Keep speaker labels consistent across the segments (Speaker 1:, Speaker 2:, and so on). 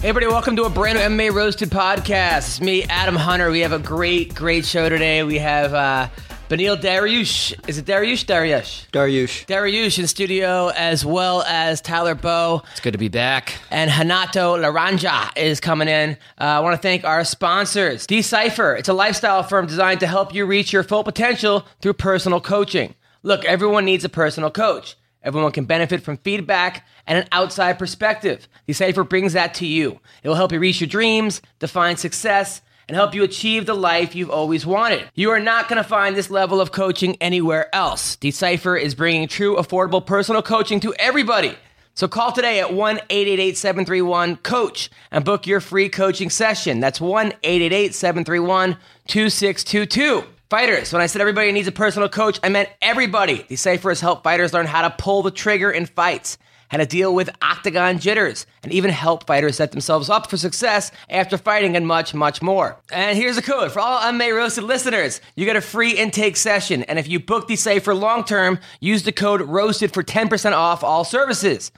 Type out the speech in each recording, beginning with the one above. Speaker 1: Hey everybody, welcome to a brand new MMA Roasted podcast. It's me, Adam Hunter. We have a great, great show today. We have uh, Benil Dariush. Is it Dariush? Dariush.
Speaker 2: Daryush.
Speaker 1: Dariush in studio, as well as Tyler Bow
Speaker 3: It's good to be back.
Speaker 1: and Hanato Laranja is coming in. Uh, I want to thank our sponsors Decipher, it's a lifestyle firm designed to help you reach your full potential through personal coaching. Look, everyone needs a personal coach. Everyone can benefit from feedback and an outside perspective. Decipher brings that to you. It will help you reach your dreams, define success, and help you achieve the life you've always wanted. You are not going to find this level of coaching anywhere else. Decipher is bringing true affordable personal coaching to everybody. So call today at 1 888 731 Coach and book your free coaching session. That's 1 888 731 2622. Fighters, when I said everybody needs a personal coach, I meant everybody. Decipher has helped fighters learn how to pull the trigger in fights, how to deal with octagon jitters, and even help fighters set themselves up for success after fighting and much, much more. And here's the code for all MMA Roasted listeners you get a free intake session. And if you book Decipher long term, use the code ROASTED for 10% off all services.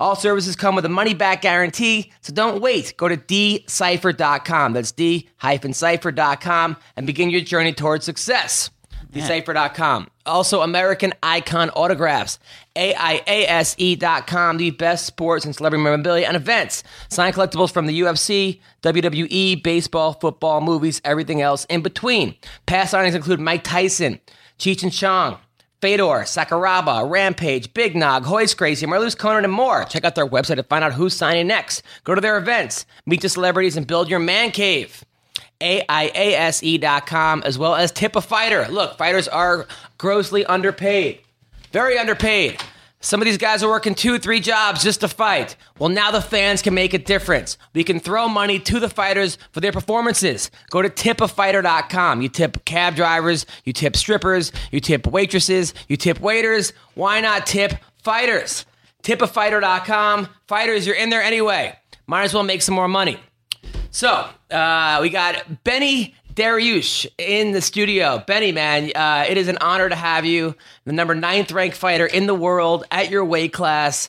Speaker 1: All services come with a money back guarantee, so don't wait. Go to dcipher.com. That's d-cipher.com and begin your journey towards success. Decipher.com. Also, American Icon Autographs, AIASE.com, E the best sports and celebrity memorabilia and events. Sign collectibles from the UFC, WWE, E, baseball, football, movies, everything else in between. Past signings include Mike Tyson, Cheech and Chong, Fedor, Sakuraba, Rampage, Big Nog, Hoist Gracie, Marlus Conan, and more. Check out their website to find out who's signing next. Go to their events, meet the celebrities, and build your man cave. AIASE.com, E as well as tip a fighter. Look, fighters are grossly underpaid. Very underpaid. Some of these guys are working two, three jobs just to fight. Well, now the fans can make a difference. We can throw money to the fighters for their performances. Go to tipafighter.com. You tip cab drivers, you tip strippers, you tip waitresses, you tip waiters. Why not tip fighters? Tipafighter.com. Fighters, you're in there anyway. Might as well make some more money. So uh, we got Benny Dariush in the studio. Benny, man, uh, it is an honor to have you, the number ninth ranked fighter in the world at your weight class.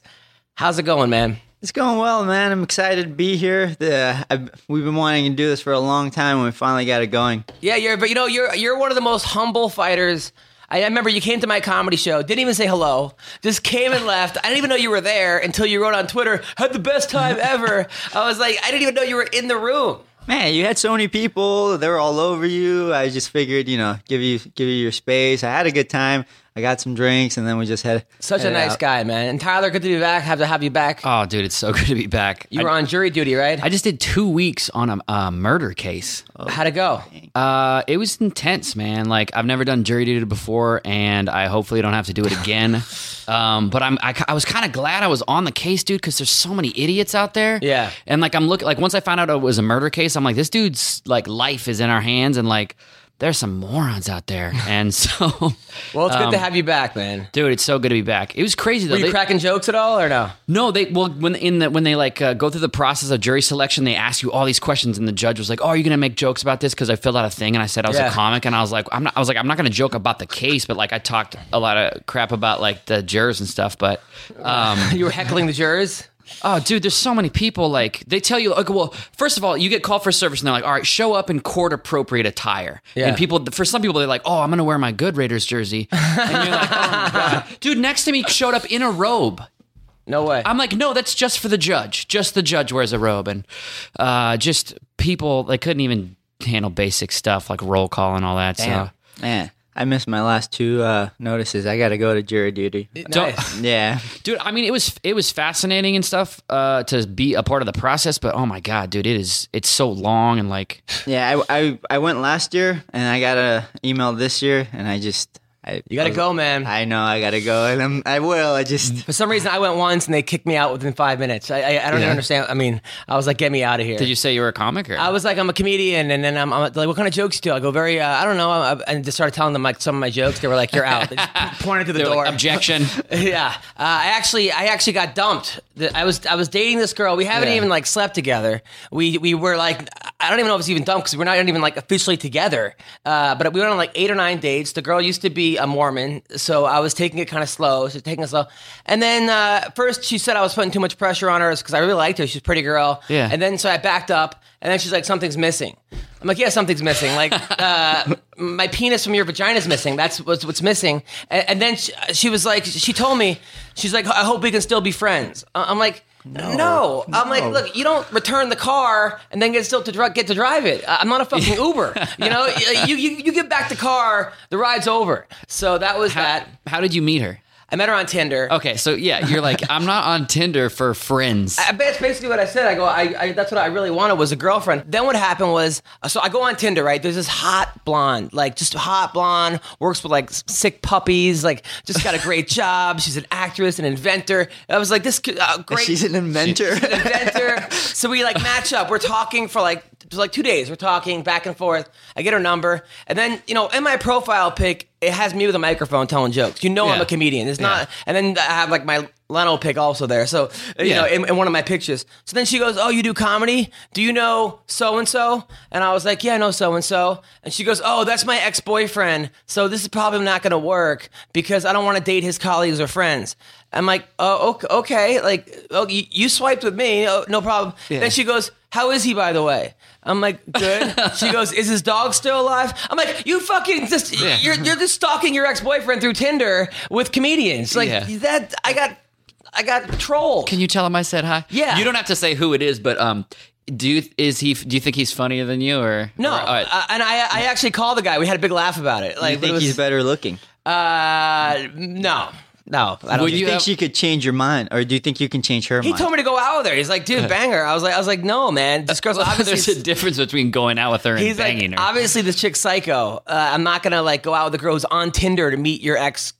Speaker 1: How's it going, man?
Speaker 2: It's going well, man. I'm excited to be here. The, I've, we've been wanting to do this for a long time, and we finally got it going.
Speaker 1: Yeah, you're, but you know, you're you're one of the most humble fighters. I I remember you came to my comedy show, didn't even say hello, just came and left. I didn't even know you were there until you wrote on Twitter, had the best time ever. I was like, I didn't even know you were in the room.
Speaker 2: Man, you had so many people; they were all over you. I just figured, you know, give you give you your space. I had a good time. I got some drinks, and then we just had
Speaker 1: Such a
Speaker 2: headed
Speaker 1: nice
Speaker 2: out.
Speaker 1: guy, man. And Tyler, good to be back. Have to have you back.
Speaker 3: Oh, dude, it's so good to be back.
Speaker 1: You were
Speaker 3: I,
Speaker 1: on jury duty, right?
Speaker 3: I just did two weeks on a, a murder case.
Speaker 1: How'd it go?
Speaker 3: Uh, it was intense, man. Like I've never done jury duty before, and I hopefully don't have to do it again. um, but I'm I, ki- I was kind of glad I was on the case, dude, because there's so many idiots out there.
Speaker 1: Yeah.
Speaker 3: And like I'm looking like once I found out it was a murder case, I'm like, this dude's like life is in our hands, and like there's some morons out there, and so.
Speaker 1: Well, it's good to have you back, man.
Speaker 3: Dude, it's so good to be back. It was crazy though.
Speaker 1: Were you
Speaker 3: Um, They-
Speaker 1: cracking jokes at all, or no?
Speaker 3: No, they well when in the when they like uh, go through the process of jury selection, they ask you all these questions, and the judge was like, "Oh, are you gonna make jokes about this?" Because I filled out a thing and I said I was
Speaker 1: Yeah.
Speaker 3: a comic, and I was like, "I'm not." I was like, "I'm not gonna joke about the case," but like I talked a lot of crap about like the jurors and stuff. But um,
Speaker 1: You were heckling the jurors.
Speaker 3: oh, dude, there's so many people. Like they tell you, okay, well, first of all, you get called for service, and they're like, "All right, show up in court appropriate attire."
Speaker 1: Yeah.
Speaker 3: And people, for some people, they're like, "Oh, I'm gonna wear my Good Raiders jersey," and you're like, "Oh my god, dude!" Next to me showed up in a robe.
Speaker 1: No way.
Speaker 3: I'm like, no, that's just for the judge. Just the judge wears a robe, and uh, just people they couldn't even handle basic stuff like roll call and all that.
Speaker 1: Damn.
Speaker 3: So
Speaker 2: Man, I I missed my last two uh, notices. I got to go to jury duty.
Speaker 3: Don't-
Speaker 1: Nice.
Speaker 2: Yeah.
Speaker 3: dude i mean it was it was fascinating and stuff uh to be a part of the process but oh my god dude it is it's so long and like
Speaker 2: Yeah, I, I I went last year and I got a email this year and I just I
Speaker 1: You gotta go, man.
Speaker 2: I know I gotta go and I'm, I will. I just
Speaker 1: For some reason, I went once and they kicked me out within five minutes. I, I, I don't
Speaker 3: Yeah.
Speaker 1: even understand. I mean, I was like, get me out of here.
Speaker 3: did you say you were a comic or
Speaker 1: I was like, I'm a comedian, and then I'm, I'm like, what kind of jokes do you do? I go very, uh, I don't know, I, I- and just started telling them like some of my jokes. They were like, you're out. They just pointed to the
Speaker 3: They're
Speaker 1: door.
Speaker 3: like, objection
Speaker 1: yeah, uh, I actually, I actually got dumped. The- I was, I was dating this girl. We haven't
Speaker 2: Yeah.
Speaker 1: even like slept together. We, we were like, I don't even know if it's even dumped because we're not even like officially together. Uh, but we went on like eight or nine dates. The girl used to be a Mormon, so I was taking it kind of slow. So taking it slow, and then uh, first she said I was putting too much pressure on her because I really liked her. She's a pretty girl.
Speaker 3: Yeah.
Speaker 1: And then so I backed up, and then she's like, something's missing. I'm like, yeah, something's missing. Like, uh, my penis from your vagina's missing. That's what's, what's missing. And, and then she, she was like, she told me, she's like, I hope we can still be friends. I- I'm like, no. I'm like,
Speaker 2: No.
Speaker 1: look, you don't return the car and then get still to dri- get to drive it. I- I'm not a fucking Uber. you know, you, you you get back the car, the ride's over. So that was
Speaker 3: how,
Speaker 1: that.
Speaker 3: how did you meet her
Speaker 1: I met her on Tinder.
Speaker 3: okay so yeah you're like i'm not on tinder for friends
Speaker 1: I bet it's basically what I said. I go, I, I that's what I really wanted was a girlfriend. Then what happened was, uh, so I go on Tinder, right? There's this hot blonde, like just hot blonde, works with like s- sick puppies, like just got a great job. She's an actress, an inventor. I was like, this could- uh, great
Speaker 2: she's an inventor.
Speaker 1: inventor. so we like match up. We're talking for like for like two days. We're talking back and forth. I get her number, and then you know, in my profile pic, it has me with a microphone telling jokes. You know, I'm
Speaker 3: Yeah.
Speaker 1: a comedian. It's
Speaker 3: Yeah.
Speaker 1: not, and then I have like my Leno pic also there. So you
Speaker 3: Yeah.
Speaker 1: know, in, in one of my pictures. So then she goes, "Oh, you do comedy? Do you know so and so?" And I was like, "Yeah, I know so and so." And she goes, "Oh, that's my ex boyfriend. So this is probably not going to work because I don't want to date his colleagues or friends." I'm like, "Oh, okay, okay. like oh, you, you swiped with me, oh, no problem." Then she goes, "How is he, by the way?" I'm like, "Good." she goes, "Is his dog still alive?" I'm like, "You fucking just you're you're just stalking your ex boyfriend through Tinder with comedians like
Speaker 3: Yeah.
Speaker 1: that." I got. I got trolled.
Speaker 3: Can you tell him I said hi?
Speaker 1: Yeah.
Speaker 3: You don't have to say who it is, but um, do you, is he? Do you think he's funnier than you or
Speaker 1: No,
Speaker 3: or- all right.
Speaker 1: uh, and I, I actually called the guy. We had a big laugh about it. Like,
Speaker 2: I think
Speaker 1: it was-
Speaker 2: he's better looking.
Speaker 1: Uh, no, no, I don't.
Speaker 3: Would
Speaker 2: Do you,
Speaker 3: You
Speaker 2: think
Speaker 3: have-
Speaker 2: she could change your mind, or do you think you can change her
Speaker 1: he
Speaker 2: mind?
Speaker 1: told me to go out with her. He's like, dude, bang her. I was like, I was like, no, man. This girl's obviously.
Speaker 3: Uh-huh. Uh, There's a difference between going out with her and
Speaker 1: He's
Speaker 3: banging
Speaker 1: like,
Speaker 3: her.
Speaker 1: obviously this chick's psycho. Uh, I'm not gonna like go out with the girl who's on Tinder to meet your ex.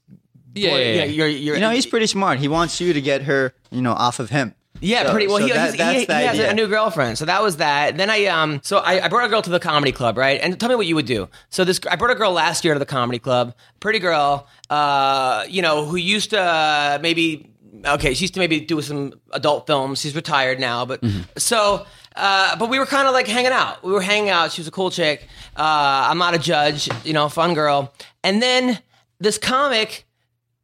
Speaker 3: yeah, yeah, yeah.
Speaker 1: your, your,
Speaker 2: you know, he's pretty smart. He wants you to get her, you know, off of him.
Speaker 1: Yeah,
Speaker 2: So-
Speaker 1: pretty well.
Speaker 2: so
Speaker 1: he,
Speaker 2: that-
Speaker 1: he's-
Speaker 2: that's
Speaker 1: he,
Speaker 2: the
Speaker 1: he has
Speaker 2: idea.
Speaker 1: a new girlfriend, so that was that. Then I um, so I, I brought a girl to the comedy club, right? And tell me what you would do. So this, I brought a girl last year to the comedy club, pretty girl, uh, you know, who used to uh, maybe okay, she used to maybe do some adult films. She's retired now, but
Speaker 2: Mm-hmm.
Speaker 1: so. Uh, but we were kind of like hanging out. We were hanging out. She was a cool chick. Uh, I'm not a judge, you know, fun girl. And then this comic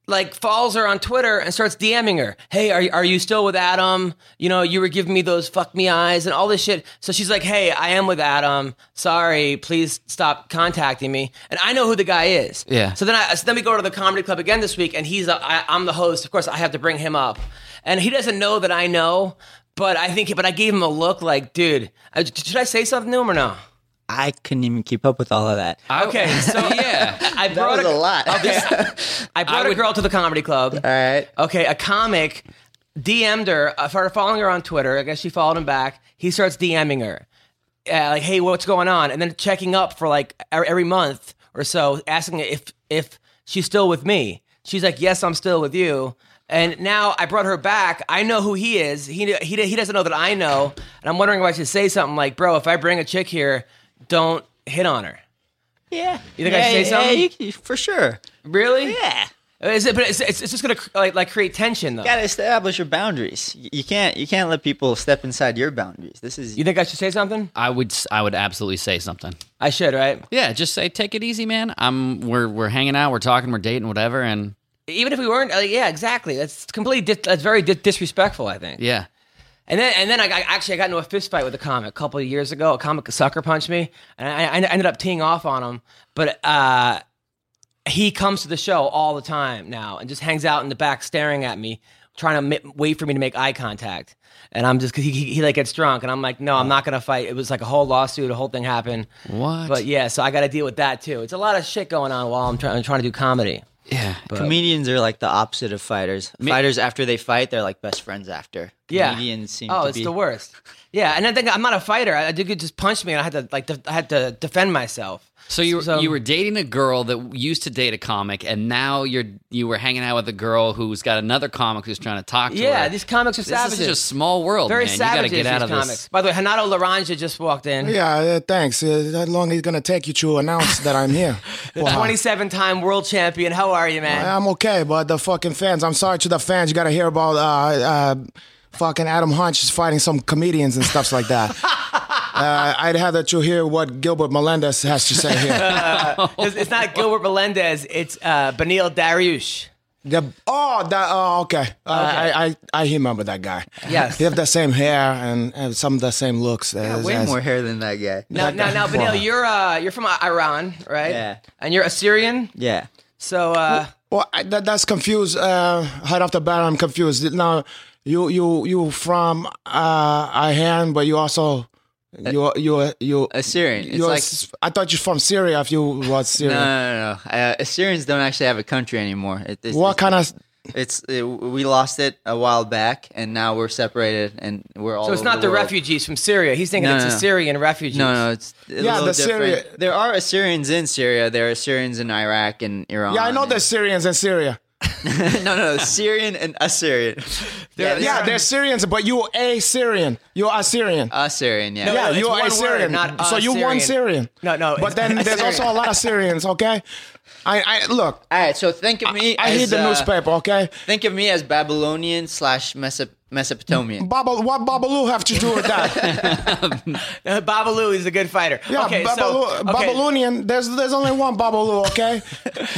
Speaker 1: like follows her on Twitter and starts DMing her. Hey, are are you still with Adam? You know, you were giving me those fuck me eyes and all this shit. So she's like, Hey, I am with Adam. Sorry, please stop contacting me. And I know who the guy is.
Speaker 3: Yeah.
Speaker 1: So then I so then we go to the comedy club again this week, and he's a, I, I'm the host. Of course, I have to bring him up, and he doesn't know that I know. But I think, but I gave him a look like, dude, I, should I say something to him or no?
Speaker 2: I couldn't even keep up with all of that.
Speaker 3: I-
Speaker 1: Okay, so
Speaker 3: yeah.
Speaker 1: I
Speaker 2: that
Speaker 1: brought
Speaker 2: was a lot.
Speaker 1: I brought
Speaker 3: I
Speaker 1: a
Speaker 3: would-
Speaker 1: girl to the comedy club.
Speaker 2: all right.
Speaker 1: Okay, a comic DM'd her, uh, started following her on Twitter. I guess she followed him back. He starts DMing her, uh, like, "Hey, what's going on?" And then checking up for like e- every month or so, asking if if she's still with me. She's like, "Yes, I'm still with you." And now I brought her back. I know who he is. He he he doesn't know that I know. And I'm wondering if I should say something like, "Bro, if I bring a chick here, don't hit on her."
Speaker 2: Yeah. You
Speaker 1: think I should say something?
Speaker 2: you- for sure.
Speaker 1: Really?
Speaker 2: Yeah.
Speaker 1: Is it? But it's, it's, it's just gonna cr- like, like create tension though.
Speaker 2: You gotta establish your boundaries. You- You can't. You can't let people step inside your boundaries. This is.
Speaker 1: You think I should say something?
Speaker 3: I would s- I would absolutely say something.
Speaker 1: I should, right?
Speaker 3: Yeah, just say take it easy, man. I'm we're we're hanging out, we're talking, we're dating, whatever, and
Speaker 1: even if we weren't like, yeah exactly that's completely dis- that's very di- disrespectful i think
Speaker 3: yeah.
Speaker 1: and then and then I, I actually i got into a fist fight with a comic a couple of years ago a comic sucker punched me and i, I ended up teeing off on him but uh he comes to the show all the time now and just hangs out in the back staring at me trying to mi- wait for me to make eye contact, and I'm just because he, he, he like gets drunk, and I'm like, no, I'm not gonna fight. It was like a whole lawsuit, a whole thing happened.
Speaker 3: What?
Speaker 1: But yeah, so I got to deal with that too. It's a lot of shit going on while I'm, try- I'm trying to do comedy.
Speaker 3: yeah.
Speaker 2: Comedians are like the opposite of fighters. Fighters after they fight, they're like best friends after.
Speaker 1: Yeah.
Speaker 2: Comedians seem
Speaker 1: oh,
Speaker 2: to
Speaker 1: it's
Speaker 2: be
Speaker 1: the worst. Yeah, and I think I'm not a fighter. I, I you could just punch me, and I had to like def- I had to defend myself.
Speaker 3: So you were, you were dating a girl that used to date a comic, and now you're you were hanging out with a girl who's got another comic who's trying to talk to her.
Speaker 1: yeah, these comics are
Speaker 3: this
Speaker 1: savages.
Speaker 3: is such a small world,
Speaker 1: Very
Speaker 3: man. You got to
Speaker 1: savages.
Speaker 3: get out
Speaker 1: these
Speaker 3: of
Speaker 1: comics.
Speaker 3: this.
Speaker 1: By the way, Hanato Laranja just walked in.
Speaker 4: Yeah, uh, thanks. Uh, how long is it gonna take you to announce that I'm here? Well, I-
Speaker 1: 27 time world champion. How are you, man?
Speaker 4: I'm okay, but the fucking fans. I'm sorry to the fans. You gotta hear about uh, uh, fucking Adam Hunch is fighting some comedians and stuff like that. uh, I'd have that you hear what Gilbert Melendez has to say here.
Speaker 1: It's, it's not Gilbert Melendez, it's uh, Benil Dariush.
Speaker 4: The- oh, that. Oh, okay. Uh, I, I I remember that guy.
Speaker 1: Yes.
Speaker 4: he have the same hair and, and some of the same looks. as-
Speaker 2: way
Speaker 4: as-
Speaker 2: more hair than that guy.
Speaker 1: Now, now, now Benil, you're, uh, you're from Iran, right?
Speaker 2: Yeah.
Speaker 1: And you're Assyrian.
Speaker 2: Yeah.
Speaker 1: So, uh,
Speaker 4: Well, I, that, that's confused. Uh, right off the bat, I'm confused. Now, you you you from uh, Iran, but you also
Speaker 1: Uh,
Speaker 4: you you you
Speaker 2: Assyrian. It's
Speaker 4: you're
Speaker 2: like
Speaker 4: s- I thought you're from Syria. If you was
Speaker 2: no,
Speaker 4: Syrian,
Speaker 2: no, no. no. Uh, Assyrians don't actually have a country anymore. It, it's,
Speaker 4: what kind of
Speaker 2: It's it, we lost it a while back, and now we're separated, and we're all.
Speaker 1: so it's
Speaker 2: over
Speaker 1: not the,
Speaker 2: world.
Speaker 1: refugees from Syria. He's thinking
Speaker 2: No,
Speaker 1: it's
Speaker 2: no, no.
Speaker 1: Assyrian refugees.
Speaker 2: No, no, it's a
Speaker 4: Yeah,
Speaker 2: little
Speaker 4: the
Speaker 2: different.
Speaker 4: Syria-
Speaker 2: There are Assyrians in Syria. There are Assyrians in Iraq and Iran.
Speaker 4: yeah? I know
Speaker 2: and-
Speaker 4: there's Syrians in Syria.
Speaker 1: Uh,
Speaker 2: no, no, Syrian and Assyrian. They're,
Speaker 4: Yeah, there's Syrians, but you a Syrian. You're a Syrian.
Speaker 2: Assyrian. Yeah.
Speaker 4: yeah,
Speaker 1: Uh, it's
Speaker 4: you're
Speaker 1: one
Speaker 4: a
Speaker 1: word,
Speaker 4: Syrian.
Speaker 1: not a
Speaker 4: so you one
Speaker 1: Syrian.
Speaker 4: Syrian.
Speaker 1: No, no, it's
Speaker 4: But then there's
Speaker 1: Assyrian.
Speaker 4: also a lot of Syrians. Okay, I I look.
Speaker 2: All right. So think of me.
Speaker 4: I
Speaker 2: as,
Speaker 4: read the
Speaker 2: uh,
Speaker 4: newspaper. Okay,
Speaker 2: Think of me as Babylonian slash Meso- Mesopotamian.
Speaker 4: Baba, what Babalu have to do with that?
Speaker 1: Uh, Babalu is a good fighter.
Speaker 4: Yeah,
Speaker 1: okay,
Speaker 4: Babalu-
Speaker 1: so, okay.
Speaker 4: Babylonian. There's there's only one Babalu, okay?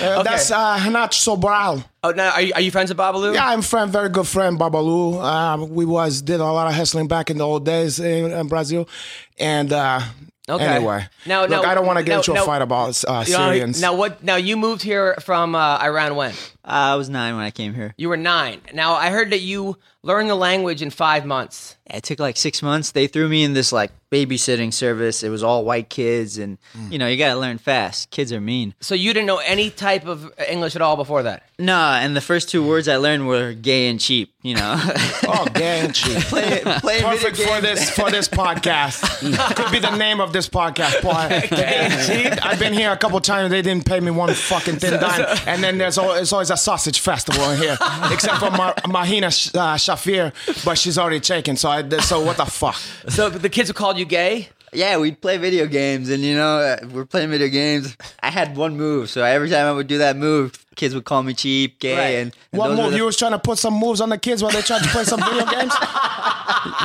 Speaker 4: Uh, That's uh, Hanat Sobral.
Speaker 1: Oh, now, are, you, are you friends with Babalu?
Speaker 4: Yeah, I'm friend, very good friend Babalu. Um, we was did a lot of hustling back in the old days in, in Brazil, and uh,
Speaker 1: Okay.
Speaker 4: anyway,
Speaker 1: Now-
Speaker 4: look,
Speaker 1: now-
Speaker 4: I don't want to get
Speaker 1: now-
Speaker 4: into a
Speaker 1: now-
Speaker 4: fight about uh,
Speaker 1: You know,
Speaker 4: Syrians.
Speaker 1: Now what? Now you moved here from uh, Iran when
Speaker 2: Uh, I was nine when I came here.
Speaker 1: you were nine. Now I heard that you learned the language in five months.
Speaker 2: It took like six months. They threw me in this like babysitting service. It was all white kids, and you know you gotta learn fast. Kids are mean.
Speaker 1: So you didn't know any type of English at all before that.
Speaker 2: Nah, and the first two words I learned were gay and cheap. You know,
Speaker 4: oh, Ganchi.
Speaker 2: play, play video
Speaker 4: Perfect for
Speaker 2: games.
Speaker 4: this for this podcast. Could be the name of this podcast. Boy, I've been here a couple times. They didn't pay me one fucking thin dime. And then there's always, it's always a sausage festival in here, except for Ma- Mahina Sh- uh, Shafir, but she's already taken. So I, so what the fuck?
Speaker 1: So the kids who called you gay.
Speaker 2: Yeah, we'd play video games, and you know uh, we're playing video games. I had one move, so every time I would do that move, kids would call me cheap, gay,
Speaker 1: Right.
Speaker 2: and, and
Speaker 4: What
Speaker 2: those were
Speaker 4: move?
Speaker 2: the-
Speaker 4: You was trying to put some moves on the kids while they tried to play some video games.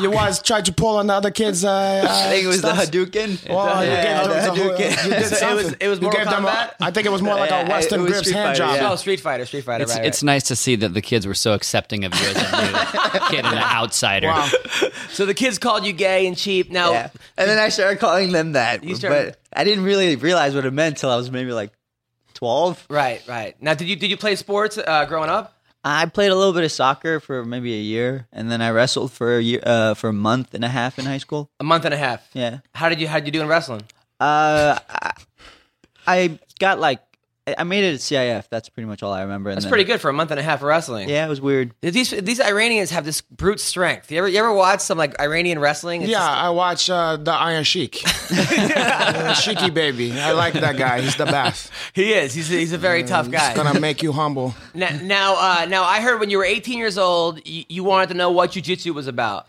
Speaker 4: You was tried to pull on the other kids. Uh,
Speaker 2: I
Speaker 4: uh,
Speaker 2: think it was
Speaker 4: stuff?
Speaker 2: the Hadouken.
Speaker 4: Oh, you
Speaker 2: Yeah,
Speaker 4: gave
Speaker 2: the
Speaker 4: them the
Speaker 2: Hadouken.
Speaker 4: whole- you did
Speaker 1: So it was-
Speaker 4: something.
Speaker 1: it was
Speaker 4: You
Speaker 1: Mortal
Speaker 4: gave them a-
Speaker 1: Kombat?
Speaker 4: I think it was more like
Speaker 2: Yeah,
Speaker 4: a
Speaker 2: I-
Speaker 4: Western
Speaker 2: it was
Speaker 4: Grips
Speaker 2: Street
Speaker 4: hand
Speaker 2: Fighter,
Speaker 4: job.
Speaker 2: yeah.
Speaker 1: Oh, Street Fighter, Street Fighter.
Speaker 3: It's,
Speaker 1: right,
Speaker 3: it's
Speaker 1: right.
Speaker 3: nice to see that the kids were so accepting of you as a new kid and an outsider.
Speaker 4: Wow.
Speaker 1: So the kids called you gay and cheap. Now,
Speaker 2: Yeah. And then I started calling them that,
Speaker 1: You started-
Speaker 2: but I didn't really realize what it meant till I was maybe like twelve.
Speaker 1: right, right. Now, did you did you play sports uh, growing up?
Speaker 2: I played a little bit of soccer for maybe a year, and then I wrestled for a year, uh, for a month and a half in high school.
Speaker 1: A month and a half.
Speaker 2: Yeah.
Speaker 1: How did you how did you do in wrestling?
Speaker 2: Uh, I, I got like I- I made it at CIF. That's pretty much all I remember. and
Speaker 1: That's
Speaker 2: then-
Speaker 1: pretty good for a month and a half of wrestling.
Speaker 2: Yeah, it was weird.
Speaker 1: These these Iranians have this brute strength. You ever you ever watch some like Iranian wrestling? It's
Speaker 4: Yeah,
Speaker 1: just-
Speaker 4: I watch uh, the Iron Sheik, Uh, Sheiky baby. I like that guy. He's the best.
Speaker 1: he is. He's a, he's a
Speaker 2: Mm.
Speaker 1: very tough guy.
Speaker 4: Gonna make you humble.
Speaker 1: Now now, uh, now I heard when you were 18 years old, you, you wanted to know what jujitsu was about.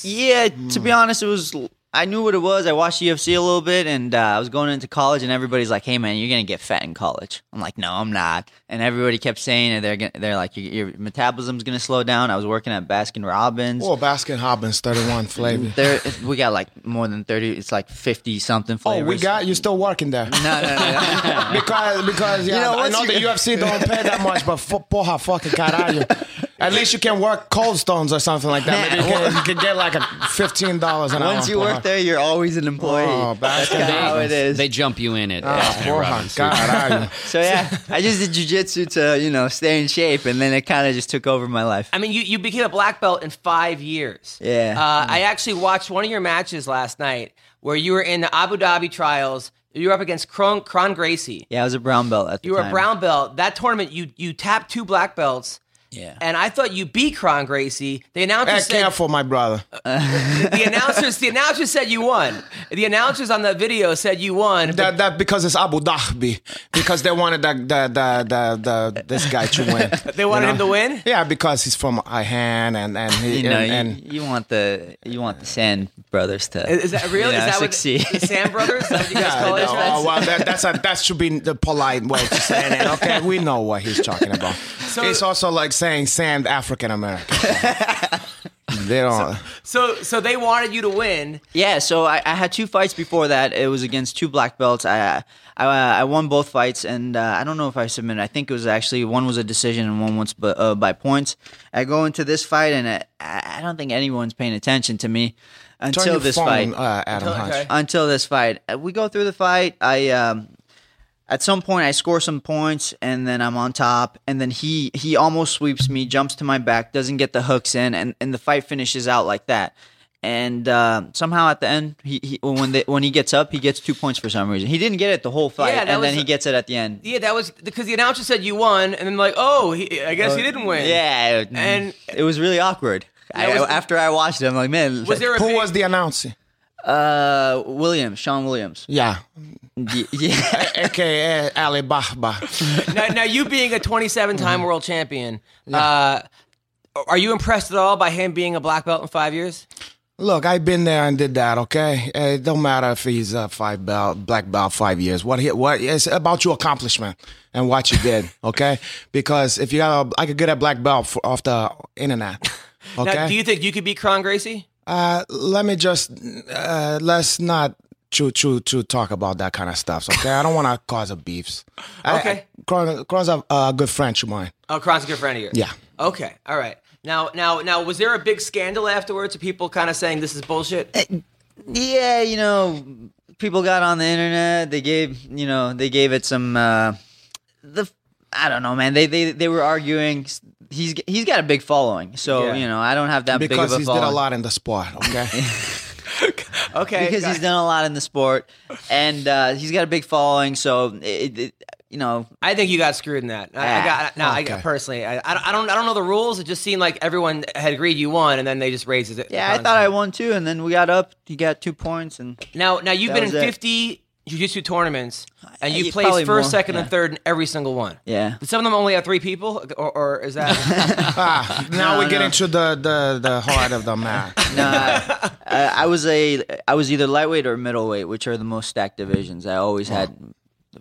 Speaker 2: Yeah, to
Speaker 1: Hmm.
Speaker 2: be honest, it was. I knew what it was. I watched UFC a little bit, and uh, I was going into college, and everybody's like, "Hey, man, you're gonna get fat in college." I'm like, "No, I'm not." And everybody kept saying it. They're gonna, they're like, your, "Your metabolism's gonna slow down." I was working at Baskin Robbins.
Speaker 4: Oh, Baskin Robbins, thirty-one flavor.
Speaker 2: There, we got like more than thirty. It's like fifty something
Speaker 4: Oh,
Speaker 2: flavors.
Speaker 4: we got you still working there
Speaker 2: No, no, no.
Speaker 4: because because yeah,
Speaker 2: know,
Speaker 4: I
Speaker 2: once
Speaker 4: know
Speaker 2: you
Speaker 4: the
Speaker 2: get-
Speaker 4: UFC don't pay that much, but fo- porra fucking caralho. At least you can work Cold Stones or something like that. Maybe you,
Speaker 2: Man,
Speaker 4: can, you can get like a fifteen dollars an hour.
Speaker 2: Once you
Speaker 4: per
Speaker 2: work
Speaker 4: hour.
Speaker 2: there, you're always an employee.
Speaker 4: Oh,
Speaker 2: That's
Speaker 4: bastard.
Speaker 2: kinda how it is.
Speaker 3: They jump you in at
Speaker 4: Oh,
Speaker 3: Baskin
Speaker 4: Borja,
Speaker 3: Robbins.
Speaker 4: God, I-
Speaker 2: so yeah, I just did jujitsu to you know stay in shape, and then it kind of just took over my life.
Speaker 1: I mean, you, you became a black belt in five years.
Speaker 2: Yeah.
Speaker 1: Uh, I actually watched one of your matches last night where you were in the Abu Dhabi trials. You were up against Kron, Kron Gracie.
Speaker 2: Yeah, I was a brown belt at the
Speaker 1: You were
Speaker 2: time.
Speaker 1: a brown belt. That tournament, you you tapped two black belts.
Speaker 2: Yeah.
Speaker 1: And I thought you beat Kron Gracie. The announcer
Speaker 4: Hey,
Speaker 1: said
Speaker 4: careful, my brother.
Speaker 1: the announcers the announcers said you won. The announcers on that video said you won. but
Speaker 4: That, that because it's Abu Dhabi. Because they wanted that the, the, the, the, this guy to win.
Speaker 1: they wanted him to win.
Speaker 4: Yeah, because he's from Ihan and and he,
Speaker 2: You know,
Speaker 4: and,
Speaker 2: you,
Speaker 4: and
Speaker 2: you want the you want the Sand Brothers to
Speaker 1: Is, is that real?
Speaker 2: you know,
Speaker 1: is that
Speaker 2: succeed.
Speaker 1: what the Sam Brothers? Is that what you guys
Speaker 4: Yeah,
Speaker 1: call
Speaker 4: no,
Speaker 1: it?
Speaker 4: oh, well, that, that's a, that should be the polite way to say it. Okay, we know what he's talking about. it's also like saying sand African American. they don't.
Speaker 1: so so they wanted you to win.
Speaker 2: Yeah, so I, I had two fights before that. It was against two black belts. I I, uh, I won both fights, and uh, I don't know if I submitted. I think it was actually one was a decision and one was by, uh, by points. I go into this fight, and I, I don't think anyone's paying attention to me
Speaker 4: turn
Speaker 2: until
Speaker 4: your
Speaker 2: this fight.
Speaker 4: phone, uh, Adam
Speaker 1: Okay.
Speaker 4: Hodge.
Speaker 2: Until this fight, Uh, we go through the fight. I um, at some point I score some points and then I'm on top and then he he almost sweeps me, jumps to my back, doesn't get the hooks in, and, and the fight finishes out like that. And uh, somehow at the end, he, he when they, when he gets up, he gets two points for some reason. He didn't get it the whole fight,
Speaker 1: Yeah, that
Speaker 2: and then
Speaker 1: was-
Speaker 2: he gets it at the end.
Speaker 1: Yeah, that was because the announcer said you won, and then like, oh, he, I guess he didn't win.
Speaker 2: Yeah, it-
Speaker 1: And-
Speaker 2: it was really awkward. I,
Speaker 1: was-
Speaker 2: after I watched it, I'm like, man,
Speaker 1: Was there a
Speaker 4: Who
Speaker 1: big,
Speaker 4: was the announcer?
Speaker 2: uh, Williams, Sean Williams?
Speaker 4: Yeah,
Speaker 2: Y- yeah.
Speaker 4: aka Ali Baba.
Speaker 1: now, now you being a 27 time
Speaker 4: Mm-hmm.
Speaker 1: world champion? Uh, are you impressed at all by him being a black belt in five years?
Speaker 4: Look, I've been there and did that. Okay, Uh, it don't matter if he's a five belt, black belt, five years. What he, what it's about your accomplishment and what you did. Okay, because if you got, a, I could get a black belt for, off the internet. Okay,
Speaker 1: Now, do you think you could beat Kron Gracie?
Speaker 4: Uh, let me just uh, let's not to to to talk about that kind of stuff. Okay, I don't want to cause a beefs. I-
Speaker 1: Okay.
Speaker 4: I- Cron- Cron's a, a good friend of mine.
Speaker 1: Oh, Kron's a good friend of yours.
Speaker 4: Yeah.
Speaker 1: Okay. All right. Now, now, now, was there a big scandal afterwards of people kind of saying this is bullshit?
Speaker 2: Eh, yeah, you know, people got on the internet. They gave, you know, they gave it some. Uh, the I don't know, man. They they they were arguing. He's he's got a big following, so
Speaker 1: Yeah.
Speaker 2: you know, I don't have that big of
Speaker 4: Because
Speaker 2: a
Speaker 4: he's did
Speaker 2: following
Speaker 4: a lot in the sport. Okay,
Speaker 1: Okay.
Speaker 2: because he's done a lot in the sport, and uh, he's got a big following. So it, it, you know,
Speaker 1: I think you got screwed in that. I, I
Speaker 2: Ah,
Speaker 1: got no. I
Speaker 4: okay.
Speaker 1: personally, I, I don't- I don't, I don't know the rules. It just seemed like everyone had agreed you won, and then they just raised it.
Speaker 2: yeah, I thought I won too, and then we got up. He got two points, and
Speaker 1: Now, now you've
Speaker 2: That
Speaker 1: been in
Speaker 2: was it.
Speaker 1: fifty jiu-jitsu tournaments, and
Speaker 2: Yeah,
Speaker 1: you've
Speaker 2: you-
Speaker 1: placed
Speaker 2: probably
Speaker 1: first,
Speaker 2: more,
Speaker 1: second, and
Speaker 2: yeah.
Speaker 1: third in every single one.
Speaker 2: yeah.
Speaker 1: Some of them only have three people, or, or is that?
Speaker 4: ah, now we
Speaker 2: No,
Speaker 4: get
Speaker 2: no.
Speaker 4: into the the the heart of the matter.
Speaker 2: Nah, I, I was a I was either lightweight or middleweight, which are the most stacked divisions. I always had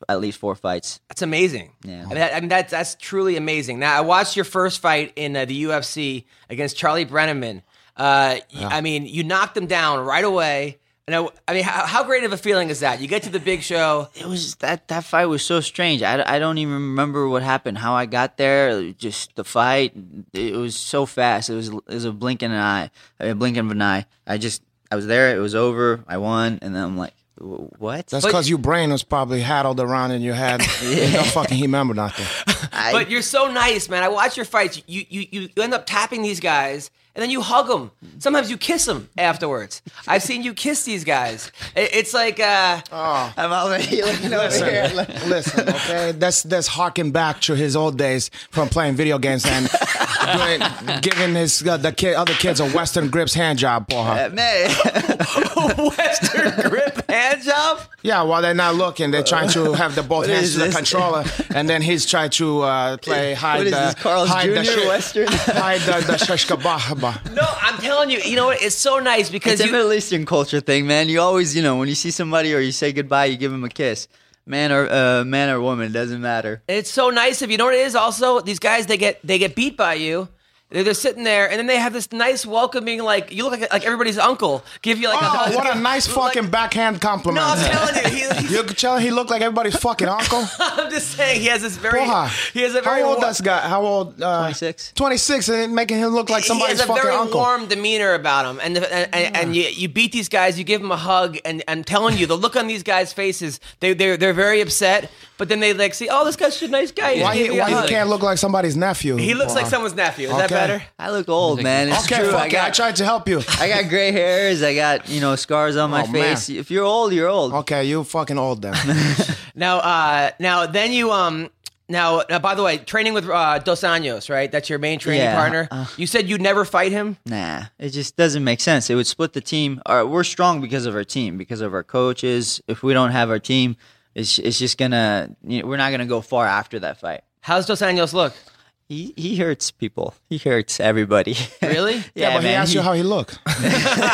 Speaker 2: at least four fights.
Speaker 1: That's amazing.
Speaker 2: Yeah.
Speaker 1: I mean, that, I mean that's that's truly amazing. Now I watched your first fight in uh, the UFC against Charlie Brenneman. Uh, y- I mean, you knocked him down right away. And I, I mean, how, how great of a feeling is that? You get to the big show.
Speaker 2: It was that that fight was so strange. I, I don't even remember what happened, how I got there, just the fight. It was so fast. It was it was a blink and an eye, a blink of an eye. I just I was there. It was over. I won, and then I'm like, "Wh- what?
Speaker 4: That's because your brain was probably around around in your head. You don't fucking remember nothing.
Speaker 2: I-
Speaker 1: But you're so nice, man. I watch your fights. You you you you end up tapping these guys, and then you hug them. Sometimes you kiss them afterwards. I've seen you kiss these guys. It- It's like uh,
Speaker 2: I'm already looking over here.
Speaker 4: Listen, listen, okay? That's that's harking back to his old days from playing video games and doing, giving his uh, the kid, other kids a Western Grips hand job for her.
Speaker 2: Man,
Speaker 1: Western grip hand job.
Speaker 4: Yeah, while they're not looking, they're trying to have the both hands
Speaker 2: is
Speaker 4: to the
Speaker 2: this?
Speaker 4: controller, and then he's trying to uh, play hide
Speaker 2: is
Speaker 4: the
Speaker 2: this, Carl's
Speaker 4: hide the
Speaker 2: Jr.
Speaker 4: shi-
Speaker 2: Western?
Speaker 4: hide the, the shish kebab.
Speaker 1: No, I'm telling you. You know what? It's so nice because
Speaker 2: It's a
Speaker 1: you,
Speaker 2: Middle Eastern culture thing, man. You always, you know, when you see somebody or you say goodbye, you give them a kiss, man or uh, man or woman, doesn't matter.
Speaker 1: It's so nice of you. Know what it is? Also, these guys they get they get beat by you. They're, they're sitting there, and then they have this nice welcoming, like you look like, like everybody's uncle. Give you like
Speaker 4: Oh,
Speaker 1: a
Speaker 4: what a nice
Speaker 1: like-
Speaker 4: fucking backhand compliment!
Speaker 1: No, I'm telling you, he, he's
Speaker 4: You're telling he looked like everybody's fucking uncle?
Speaker 1: I'm just saying he has this very.
Speaker 4: Porra.
Speaker 1: He has a very.
Speaker 4: How old
Speaker 1: wa-
Speaker 4: this guy? How old? Uh,
Speaker 2: 26.
Speaker 4: 26 and making him look like somebody's
Speaker 1: he has a
Speaker 4: fucking
Speaker 1: very
Speaker 4: uncle.
Speaker 1: warm demeanor about him, and the, and, and, and you, you beat these guys, you give them a hug, and I'm telling you, the look on these guys' faces, they they're, they're very upset, but then they like see, oh, this guy's a nice guy.
Speaker 4: why
Speaker 1: he,
Speaker 4: he, why he can't look like somebody's nephew?
Speaker 1: He looks like
Speaker 4: Porra.
Speaker 1: someone's nephew. Is that
Speaker 4: Okay.
Speaker 1: better?
Speaker 2: I look old, man. It's
Speaker 4: Okay,
Speaker 2: true.
Speaker 4: fuck
Speaker 2: I
Speaker 4: it,
Speaker 2: got
Speaker 4: I tried to help you.
Speaker 2: I got gray hairs. I got you know scars on my
Speaker 4: Oh, man.
Speaker 2: face. If you're old, you're old.
Speaker 1: Oh.
Speaker 4: Okay, you fucking old then.
Speaker 1: Now, uh, now, then you um. Now, now, by the way, training with uh, Dos Anjos, right? That's your main training
Speaker 2: Yeah,
Speaker 1: partner.
Speaker 2: uh.
Speaker 1: you said you'd never fight him.
Speaker 2: Nah, it just doesn't make sense. It would split the team. Or we're strong because of our team, because of our coaches. If we don't have our team, it's it's just gonna you know, we're not gonna go far after that fight.
Speaker 1: How's Dos Anjos look?
Speaker 2: He he hurts people. He hurts everybody.
Speaker 1: Really?
Speaker 2: yeah, man.
Speaker 4: but he asked you
Speaker 2: he-
Speaker 4: how he looked.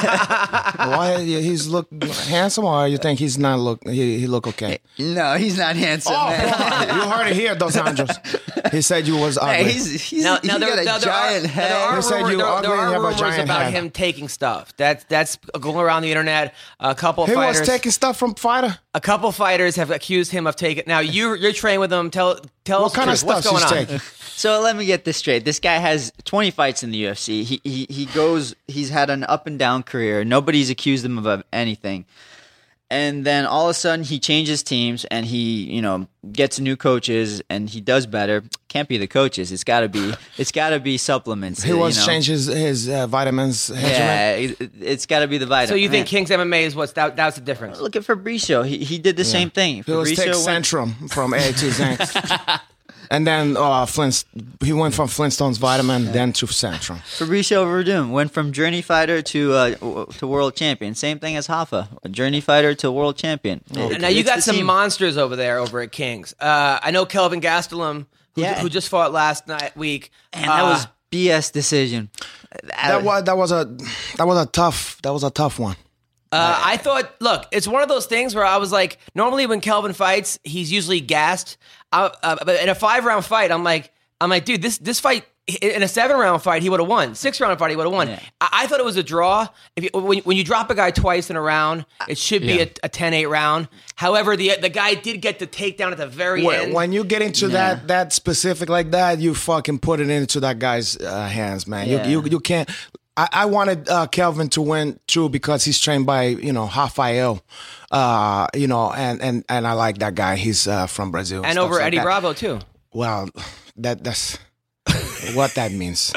Speaker 4: Why he's look handsome, or you think he's not look? He, he look okay.
Speaker 2: no, he's not handsome.
Speaker 4: Oh,
Speaker 2: man.
Speaker 4: fuck. you heard it here, Dos Anjos. He said you was ugly.
Speaker 2: Hey, he's he's
Speaker 1: Now,
Speaker 2: he
Speaker 1: now there,
Speaker 2: got a
Speaker 1: now there are,
Speaker 2: giant
Speaker 1: now
Speaker 2: head.
Speaker 1: there are
Speaker 4: They said
Speaker 1: rumor-
Speaker 4: you
Speaker 1: there,
Speaker 4: were
Speaker 1: there
Speaker 4: ugly
Speaker 1: are
Speaker 4: and you have a
Speaker 1: rumors
Speaker 4: giant
Speaker 1: about
Speaker 4: head.
Speaker 1: him taking stuff. That's that's going around the internet. A couple
Speaker 4: he
Speaker 1: fighters,
Speaker 4: was taking stuff from fighter.
Speaker 1: a couple fighters have accused him of taking. Now you you're training with him. Tell tell us
Speaker 4: What kind
Speaker 1: the
Speaker 4: of
Speaker 1: truth. what's
Speaker 4: stuff
Speaker 1: going
Speaker 4: he's
Speaker 1: on.
Speaker 4: taking?
Speaker 2: So let me get this straight. This guy has 20 fights in the UFC. He, he he goes. He's had an up and down career. Nobody's accused him of anything. And then all of a sudden he changes teams and he you know gets new coaches and he does better. Can't be the coaches. It's got to be it's got to be supplements.
Speaker 4: He
Speaker 2: you
Speaker 4: was
Speaker 2: know?
Speaker 4: changing his, his uh, vitamins. Regimen.
Speaker 2: Yeah, it, has got to be the vitamin.
Speaker 1: So you think
Speaker 2: Man,
Speaker 1: King's MMA is what's that? That's the difference.
Speaker 2: Look at Fabricio. He he did the same thing.
Speaker 4: He was taking
Speaker 2: Fabricio went-
Speaker 4: Centrum from A to Zinc. And then uh, Flint, he went from Flintstones vitamin, then to Centrum.
Speaker 2: Fabricio Verdun went from journey fighter to uh, w- to world champion. Same thing as Hoffa, a journey fighter to world champion. It-
Speaker 1: Now you
Speaker 2: it's the
Speaker 1: got some
Speaker 2: team.
Speaker 1: monsters over there over at King's. Uh, I know Kelvin Gastelum, who,
Speaker 2: Yeah.
Speaker 1: who just fought last night week.
Speaker 2: and that
Speaker 1: Uh,
Speaker 2: was BS decision.
Speaker 4: That was that was a that was a tough that was a tough one.
Speaker 1: Uh, I thought, look, it's one of those things where I was like, normally when Kelvin fights, he's usually gassed. Uh, uh, but in a five round fight, I'm like, I'm like, dude, this this fight in a seven round fight, he would have won. Six round fight, he would have won.
Speaker 2: Yeah.
Speaker 1: I, I thought it was a draw. If you, when, when you drop a guy twice in a round, it should be
Speaker 3: Yeah.
Speaker 1: a, a 10-8 round. However, the the guy did get the takedown at the very
Speaker 4: When,
Speaker 1: end.
Speaker 4: when you get into that that specific like that, you fucking put it into that guy's uh, hands, man.
Speaker 2: Yeah.
Speaker 4: You, you you can't. I, I wanted uh, Kelvin to win too because he's trained by you know Rafael, uh, you know, and and and I like that guy. He's uh, from Brazil
Speaker 1: and
Speaker 4: stuff
Speaker 1: over
Speaker 4: like
Speaker 1: Eddie
Speaker 4: that.
Speaker 1: Bravo too.
Speaker 4: Well, that that's what that means.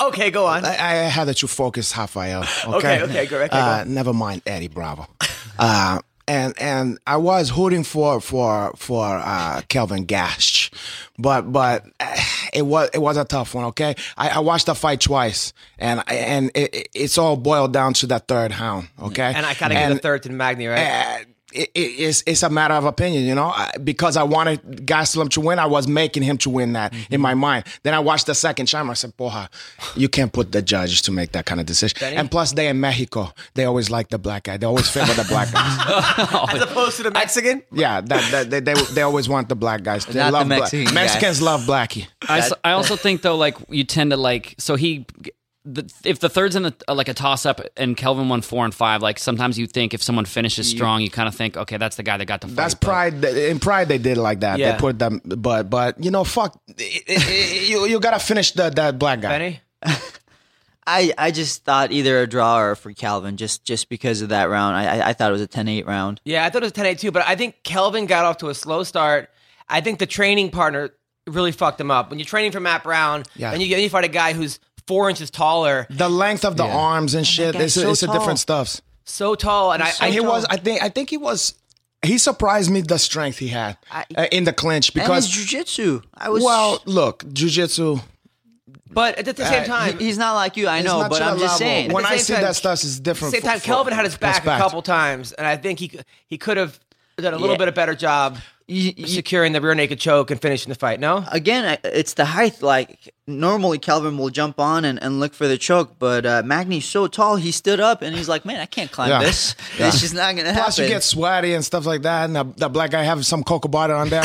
Speaker 1: Okay, go on.
Speaker 4: I, I had that you focus Rafael.
Speaker 1: Okay,
Speaker 4: Okay,
Speaker 1: okay, go- okay, go.
Speaker 4: Uh, never mind Eddie Bravo. Uh, and and I was hooting for for for uh, Kelvin Gash, but but uh, it was it was a tough one. Okay, I, I watched the fight twice, and and it, it- it's all boiled down to that third round. Okay,
Speaker 1: And I kind of give
Speaker 4: And-
Speaker 1: a third to Magni, right?
Speaker 4: uh, it, it- it's it's a matter of opinion, you know. I, because I wanted Gastelum to win, I was making him to win that in my mind. Then I watched the second time. I said, "Porra, you can't put the judges to make that kind of decision." And plus, they in Mexico, they always like the black guy. They always favor the black guys.
Speaker 1: As opposed to the Mexican.
Speaker 4: yeah, that, that they, they they always want the black guys. They
Speaker 2: Not the
Speaker 4: love black-
Speaker 2: Mexican guys.
Speaker 4: Mexicans love blackie.
Speaker 3: I, s- I also think though, like you tend to like so he. The, if the third's in the, like a toss up and Kelvin won four and five, like sometimes you think if someone finishes strong, you kind of think, okay, that's the guy that got the fight.
Speaker 4: That's
Speaker 3: but-
Speaker 4: pride. In pride, they did like that.
Speaker 1: Yeah.
Speaker 4: They put them, but but you know, fuck, it- it- it- you you gotta finish the that black guy.
Speaker 1: Benny?
Speaker 2: I, I just thought either a draw or for Calvin just just because of that round. I I- I thought it was a 10-8 round.
Speaker 1: Yeah, I thought it was 10 8 too, but I think Kelvin got off to a slow start. I think the training partner really fucked him up. When you're training for Matt Brown,
Speaker 4: Yeah.
Speaker 1: and you, get- you fight a guy who's four inches taller,
Speaker 4: The length of the arms and shit,
Speaker 2: guy's
Speaker 4: it's,
Speaker 2: so
Speaker 4: it's a
Speaker 2: tall.
Speaker 4: different stuffs.
Speaker 1: so tall, and I, I
Speaker 4: And he was, I think, I think he was. He surprised me the strength he had uh, in the clinch
Speaker 2: And his
Speaker 4: because,
Speaker 2: jujitsu. I was
Speaker 4: well, look, jujitsu.
Speaker 1: but at the same time,
Speaker 2: He's not like you. I
Speaker 4: it's
Speaker 2: know,
Speaker 4: not
Speaker 2: but
Speaker 4: to
Speaker 2: I'm
Speaker 4: that
Speaker 2: just
Speaker 4: level.
Speaker 2: saying.
Speaker 4: When
Speaker 1: At the
Speaker 4: I
Speaker 1: same
Speaker 4: see
Speaker 1: time-
Speaker 4: that stuff, it's different.
Speaker 1: same
Speaker 4: for-
Speaker 1: time,
Speaker 4: for-
Speaker 1: Kelvin had his back
Speaker 4: respect.
Speaker 1: a couple times, and I think he he could have done a little
Speaker 2: Yeah.
Speaker 1: bit of better job
Speaker 2: You- you-
Speaker 1: securing the rear naked choke and finishing the fight. No,
Speaker 2: again, I- it's the height. Like normally, Calvin will jump on and, and look for the choke, but uh, Magni's so tall, he stood up and he's like, "Man, I can't climb
Speaker 4: Yeah.
Speaker 2: this. It's just not gonna happen."
Speaker 4: Plus, you get sweaty and stuff like that, and that, that black guy have some cocoa butter on there.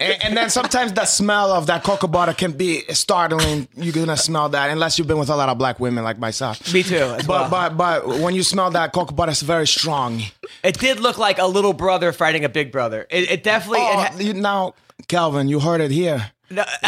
Speaker 4: and, and then sometimes the smell of that cocoa butter can be startling. You're gonna smell that unless you've been with a lot of black women like myself.
Speaker 1: Me too, as well.
Speaker 4: But but but when you smell that cocoa butter, it's very strong.
Speaker 1: It did look like a little brother fighting a big brother. It, it definitely. it
Speaker 4: Oh,
Speaker 1: ha-
Speaker 4: you, now, Calvin, you heard it here.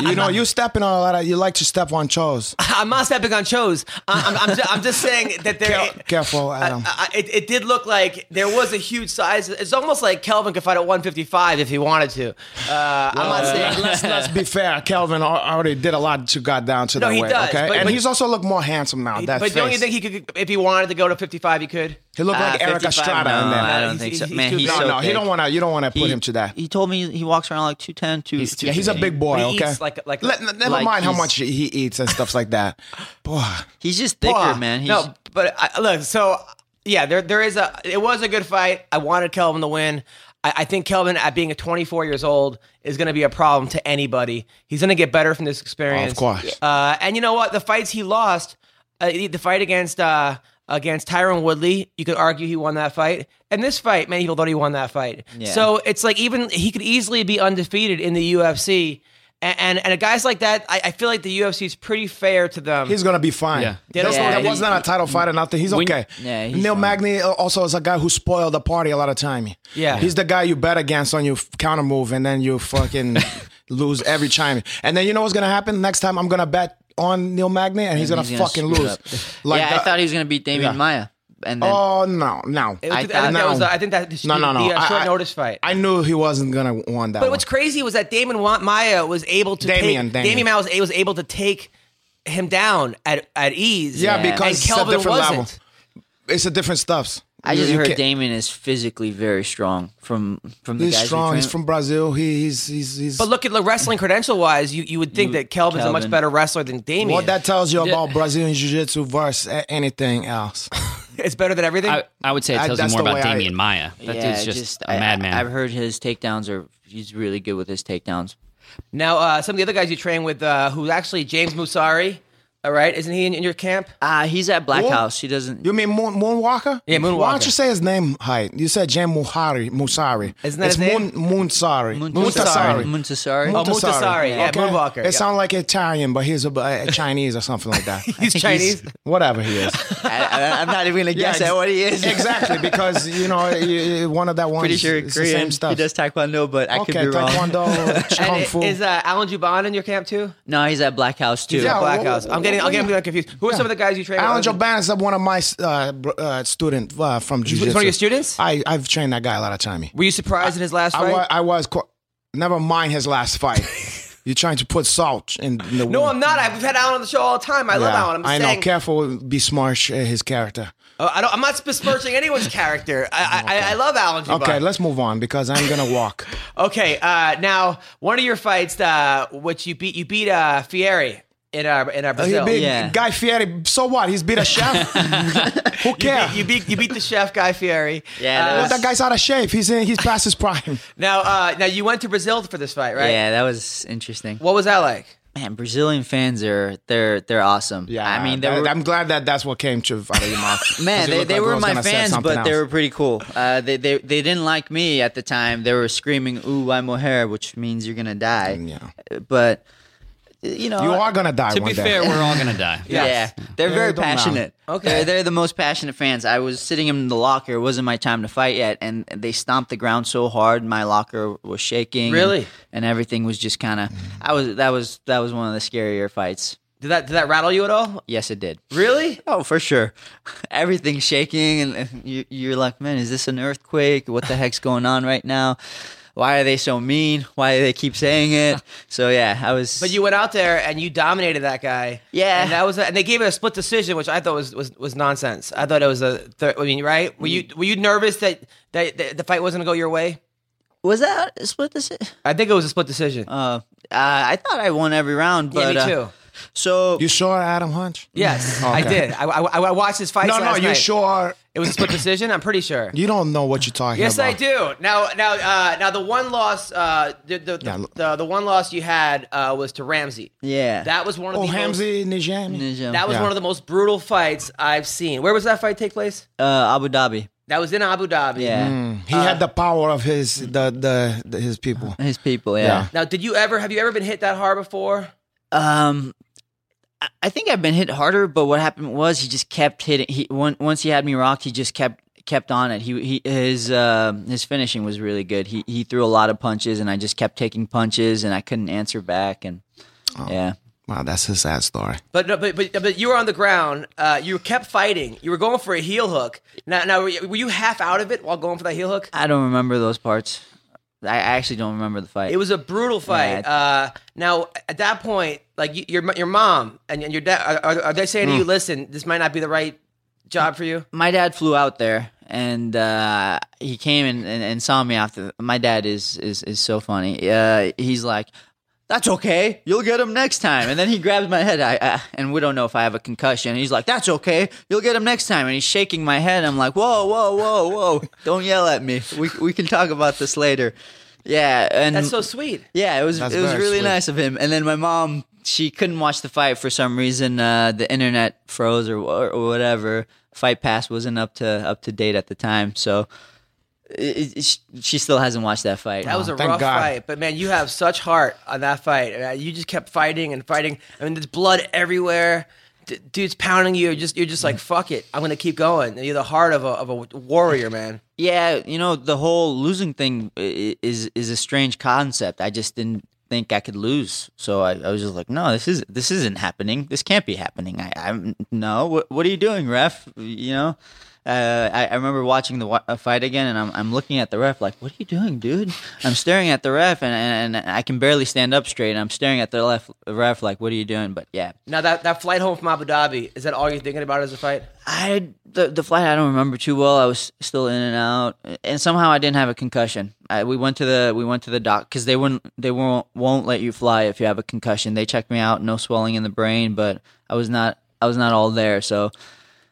Speaker 4: you know, you stepping on a lot of. You like to step on toes.
Speaker 1: I'm not stepping on shows. I'm, I'm, I'm, just, I'm just saying that there.
Speaker 4: Care- careful,
Speaker 1: Uh,
Speaker 4: Adam.
Speaker 1: I, I, it, it did look like there was a huge size. It's almost like Kelvin could fight at 155 if he wanted to. Uh, I'm not saying.
Speaker 4: let's, let's be fair. Calvin al- already did a lot to got down to
Speaker 1: No,
Speaker 4: the
Speaker 1: he
Speaker 4: weight.
Speaker 1: does,
Speaker 4: okay,
Speaker 1: but-
Speaker 4: and
Speaker 1: but-
Speaker 4: he's also look more handsome now. That
Speaker 1: but don't you
Speaker 4: face.
Speaker 1: think he could, if he wanted to go to 55, he could?
Speaker 4: he looked like
Speaker 2: Ah,
Speaker 4: Eric
Speaker 2: 55?
Speaker 4: Estrada
Speaker 2: No,
Speaker 4: in there?
Speaker 2: I don't
Speaker 1: He's-
Speaker 2: think so.
Speaker 1: he's- he's
Speaker 2: Man,
Speaker 1: too
Speaker 2: he's
Speaker 4: no,
Speaker 2: so
Speaker 4: no, he
Speaker 2: big.
Speaker 4: don't want to. You don't want to put
Speaker 2: He-
Speaker 4: him to that.
Speaker 2: He told me he walks around like 210, 2
Speaker 3: He's too
Speaker 4: Yeah, he's a big boy.
Speaker 1: He
Speaker 4: okay,
Speaker 1: eats like- like-
Speaker 4: Let- n- never
Speaker 2: like
Speaker 4: mind how
Speaker 2: he's-
Speaker 4: much he he eats and stuff like that. Boy,
Speaker 2: He's just thicker,
Speaker 1: Bah.
Speaker 2: man. He's,
Speaker 1: no, but I, look, so yeah, there there is a. It was a good fight. I wanted Kelvin to win. I, I think Kelvin, at being a 24 years old, is going to be a problem to anybody. He's going to get better from this experience,
Speaker 4: Of course.
Speaker 1: Uh, and you know what? The fights he lost, uh, the fight against. Uh, Against Tyron Woodley, you could argue he won that fight. And this fight, many people thought he won that fight.
Speaker 2: Yeah.
Speaker 1: So it's like even he could easily be undefeated in the UFC. And and, and guys like that, I, I feel like the UFC is pretty fair to them.
Speaker 4: he's gonna be fine.
Speaker 3: Yeah.
Speaker 4: That's
Speaker 1: Yeah,
Speaker 4: not- that
Speaker 1: he-
Speaker 4: was not a title fight or nothing. He's
Speaker 3: When-
Speaker 4: okay.
Speaker 2: Yeah, he's
Speaker 4: Neil
Speaker 2: fine.
Speaker 4: Magny uh, also is a guy who spoiled the party a lot of time.
Speaker 1: Yeah.
Speaker 4: he's the guy you bet against on your f- counter move, and then you fucking lose every time. And then you know what's gonna happen next time? I'm gonna bet on Neil Magny, and he's, gonna,
Speaker 2: he's
Speaker 4: fucking
Speaker 2: screw
Speaker 4: lose.
Speaker 2: up. yeah, I
Speaker 4: the-
Speaker 2: thought he was gonna beat Damien
Speaker 4: Yeah.
Speaker 2: Maya, and then
Speaker 4: Oh no, no!
Speaker 1: I,
Speaker 2: I
Speaker 1: think that
Speaker 4: thought-
Speaker 1: was,
Speaker 4: No.
Speaker 1: I think that
Speaker 4: No, no, no.
Speaker 1: the uh,
Speaker 4: I-
Speaker 1: short
Speaker 4: I-
Speaker 1: notice fight.
Speaker 4: I knew he wasn't gonna want that.
Speaker 1: but
Speaker 4: one.
Speaker 1: what's crazy was that Damon Wa- Maya was able to
Speaker 4: Damian,
Speaker 1: take,
Speaker 4: Damian.
Speaker 1: Maya was, was able to take him down at, at ease.
Speaker 4: yeah,
Speaker 2: Yeah.
Speaker 4: because
Speaker 1: and
Speaker 4: it's
Speaker 1: Kelvin
Speaker 4: a different
Speaker 1: wasn't.
Speaker 4: level. It's a different stuffs.
Speaker 2: I just
Speaker 4: You
Speaker 2: heard
Speaker 4: can't-
Speaker 2: Damien is physically very strong from from the
Speaker 4: He's
Speaker 2: guys. who
Speaker 4: strong.
Speaker 2: train
Speaker 4: He's
Speaker 2: him.
Speaker 4: from Brazil. He, he's he's he's.
Speaker 1: But look at the wrestling credential wise, you, you would think that Kelvin's a much
Speaker 2: Kelvin.
Speaker 1: better wrestler than Damien.
Speaker 4: what that tells you about Brazilian jiu-jitsu versus a- anything else.
Speaker 1: it's better than everything.
Speaker 3: I, I would say it
Speaker 4: I-
Speaker 3: tells you
Speaker 4: that's
Speaker 3: more
Speaker 4: the
Speaker 3: about
Speaker 4: way I-
Speaker 3: Damien Maya. That dude's just, a
Speaker 2: I-
Speaker 3: madman.
Speaker 2: I, have heard his takedowns are. He's really good with his takedowns.
Speaker 1: now, uh, some of the other guys you train with, uh, who's actually James Musari, all right, isn't he in, in your camp?
Speaker 2: Ah, he's at Black
Speaker 4: Who?
Speaker 2: House. He doesn't.
Speaker 4: You mean Moon, Moonwalker?
Speaker 1: Yeah,
Speaker 4: Why
Speaker 1: Moonwalker.
Speaker 4: don't you say his name height? You said Jam Muhari, Musari.
Speaker 1: Isn't that
Speaker 4: it's
Speaker 1: his
Speaker 4: Moon,
Speaker 1: name?
Speaker 4: Moonsari.
Speaker 1: Muntasari.
Speaker 2: Muntasari.
Speaker 1: Oh, Muntasari. yeah, Moonwalker,
Speaker 4: It
Speaker 1: yeah.
Speaker 4: sounds like Italian, but he's a, a Chinese or something like that.
Speaker 1: He's Chinese.
Speaker 4: Whatever he is.
Speaker 2: I, am not even gonna guess
Speaker 4: ex-
Speaker 2: at what he is.
Speaker 4: exactly, because, you know, y- y- one of that one's
Speaker 2: Pretty sure
Speaker 4: it's the
Speaker 2: Korean.
Speaker 4: same stuff.
Speaker 2: He does taekwondo, but I
Speaker 4: okay,
Speaker 2: could be wrong.
Speaker 4: Taekwondo, Kung
Speaker 1: And
Speaker 4: Fu.
Speaker 1: is uh, Alan Juban in your camp too?
Speaker 2: No, he's at Black House too.
Speaker 4: Yeah,
Speaker 1: Black
Speaker 4: wh-
Speaker 1: House. I'm getting, I'm getting confused. Who are some of the guys you train
Speaker 4: Alan
Speaker 1: with?
Speaker 4: Joban is one of my uh, br- uh, student uh, from Jiu Jitsu.
Speaker 1: one of your students?
Speaker 4: I, I've trained that guy a lot of time.
Speaker 1: Were you surprised in his last
Speaker 4: I,
Speaker 1: fight?
Speaker 4: wa- I was. Qu- never mind his last fight. You're trying to put salt in, in the
Speaker 1: No,
Speaker 4: wound.
Speaker 1: I'm not. I've had Alan on the show all the time. I love
Speaker 4: Yeah,
Speaker 1: Alan. I'm just
Speaker 4: I
Speaker 1: saying,
Speaker 4: know. Careful, be smart. sh- His character.
Speaker 1: Oh, I don't, I'm not besmirching anyone's character. I, I, I, I love Alan. Juban.
Speaker 4: Okay, let's move on because I'm gonna walk.
Speaker 1: Okay. Uh, now, one of your fights, uh, which you beat, you beat uh, Fieri in our in our
Speaker 4: He
Speaker 1: Brazil.
Speaker 4: Oh, beat
Speaker 2: Yeah.
Speaker 4: Guy Fieri. So what? He's beat a chef. Who cares?
Speaker 1: You beat you beat the chef guy Fieri.
Speaker 2: Yeah,
Speaker 1: Uh,
Speaker 2: that was,
Speaker 4: that guy's out of shape. He's in. He's past his prime.
Speaker 1: now, uh, now you went to Brazil for this fight, right?
Speaker 2: yeah, that was interesting.
Speaker 1: What was that like?
Speaker 2: Man, Brazilian fans are they're they're awesome. I mean, they
Speaker 4: that-
Speaker 2: were,
Speaker 4: I'm glad that that's what came to out of your mouth. 'Cause
Speaker 2: Man,
Speaker 4: you
Speaker 2: they,
Speaker 4: looked
Speaker 2: they
Speaker 4: like you
Speaker 2: were
Speaker 4: was
Speaker 2: my
Speaker 4: gonna say
Speaker 2: fans,
Speaker 4: something
Speaker 2: but they
Speaker 4: else.
Speaker 2: were pretty cool. Uh, they, they they didn't like me at the time. They were screaming "Ooh, I'm O'Hare," which means you're gonna die.
Speaker 4: Mm,
Speaker 2: Uh,
Speaker 4: Yeah.
Speaker 2: But you know,
Speaker 4: You
Speaker 1: Uh,
Speaker 4: are gonna die
Speaker 3: to
Speaker 4: one
Speaker 3: be
Speaker 4: day.
Speaker 3: fair, we're all gonna die.
Speaker 1: Yes.
Speaker 2: Yeah, they're
Speaker 4: Yeah,
Speaker 2: very
Speaker 4: it don't matter.
Speaker 2: passionate.
Speaker 1: Okay.
Speaker 2: they're, they're the most passionate fans. I was sitting in the locker. It wasn't my time to fight yet, and they stomped the ground so hard, my locker was shaking. and-
Speaker 1: Really?
Speaker 2: and, everything was just kind of. I was that was that was one of the scarier fights.
Speaker 1: Did that did that rattle you at all?
Speaker 2: Yes, it did.
Speaker 1: Really?
Speaker 2: Oh, for sure. Everything's shaking, and, and you, you're like, man, is this an earthquake? What the heck's going on right now? Why are they so mean? Why do they keep saying it? So yeah, I was.
Speaker 1: But you went out there and you dominated that guy.
Speaker 2: Yeah.
Speaker 1: and that was and they gave it a split decision, which I thought was was, was nonsense. I thought it was a. Thir- I mean, right? Were you
Speaker 2: Mm.
Speaker 1: were you nervous that, that that the fight wasn't gonna go your way?
Speaker 2: was that a split this?
Speaker 1: I think it was a split decision.
Speaker 2: Uh, uh, I thought I won every round,
Speaker 1: yeah,
Speaker 2: but
Speaker 1: me too.
Speaker 2: Uh, so
Speaker 4: You sure, Adam Hunch?
Speaker 1: yes, I
Speaker 4: Okay.
Speaker 1: did. I, I, I watched his fight.
Speaker 4: No, no.
Speaker 1: last
Speaker 4: You
Speaker 1: night.
Speaker 4: sure?
Speaker 1: It was a split decision. I'm pretty sure.
Speaker 4: You don't know what you're talking
Speaker 1: Yes,
Speaker 4: about.
Speaker 1: I do. Now, now, uh, now the one loss, uh, the, the, the,
Speaker 4: Yeah, look.
Speaker 1: the one loss you had uh, was to Ramsey.
Speaker 2: yeah, um,
Speaker 1: That was one of
Speaker 4: Oh,
Speaker 1: the most-
Speaker 4: Hamzi Nijami.
Speaker 2: Ninja.
Speaker 1: that was
Speaker 4: Yeah.
Speaker 1: one of the most brutal fights I've seen. Where was that fight take place?
Speaker 2: uh, Abu Dhabi.
Speaker 1: That was in Abu Dhabi.
Speaker 2: Yeah.
Speaker 4: He had
Speaker 1: uh,
Speaker 4: the power of his the, the, the his people.
Speaker 2: His people, yeah.
Speaker 1: Now, did you ever have you ever been hit that hard before?
Speaker 2: Um, I- I think I've been hit harder, but what happened was he just kept hitting. He on- once he had me rocked, he just kept kept on it. He he his um his finishing was really good. He he threw a lot of punches, and I just kept taking punches, and I couldn't answer back, and yeah.
Speaker 4: Wow, that's a sad story.
Speaker 1: But no, but but but you were on the ground. Uh, you kept fighting. You were going for a heel hook. Now, now were you were you half out of it while going for that heel hook?
Speaker 2: I don't remember those parts. I actually don't remember the fight.
Speaker 1: It was a brutal fight.
Speaker 2: Yeah.
Speaker 1: Uh, now, at that point, like y- your your mom and, and your dad, are, are, are they
Speaker 4: Mm.
Speaker 1: saying to you, "Listen, this might not be the right job for you"?
Speaker 2: my dad flew out there and uh, he came and, and, and saw me after my dad is is, is so funny uh, he's like that's okay you'll get him next time and then he grabs my head I, I, and we don't know if i have a concussion he's like that's okay you'll get him next time and he's shaking my head i'm like whoa whoa whoa whoa don't yell at me we, we can talk about this later yeah and
Speaker 1: That's so sweet.
Speaker 2: yeah, it was
Speaker 4: That's
Speaker 2: it was
Speaker 4: very
Speaker 2: really
Speaker 4: sweet.
Speaker 2: nice of him. And then my mom, she couldn't watch the fight for some reason. Uh, the internet froze or, wha- or whatever. Fight Pass wasn't up to up to date at the time, so it, it, sh- she still hasn't watched that fight.
Speaker 1: That was a
Speaker 4: Oh, thank
Speaker 1: rough
Speaker 4: God.
Speaker 1: fight, but man, you have such heart on that fight. Uh, You just kept fighting and fighting. I mean, there's blood everywhere. D- dude's pounding you. You're just you're just like fuck it. I'm gonna keep going. You're the heart of a of a warrior, man.
Speaker 2: yeah, you know the whole losing thing i- i- is is a strange concept. I just didn't think I could lose, so I, I was just like, no, this is this isn't happening. This can't be happening. I I'm no. What what are you doing, ref? You know. Uh, I, I remember watching the wa- uh, fight again, and I'm, I'm looking at the ref like, "What are you doing, dude?" I'm staring at the ref, and, and, and I can barely stand up straight. And I'm staring at the left ref like, "What are you doing?" But yeah,
Speaker 1: Now that that flight home from Abu Dhabi, is that all you're thinking about is the fight?
Speaker 2: I the the flight I don't remember too well. I was still in and out, and somehow I didn't have a concussion. I, we went to the we went to the doc because they wouldn't they won't won't let you fly if you have a concussion. They checked me out, no swelling in the brain, but I was not I was not all there. So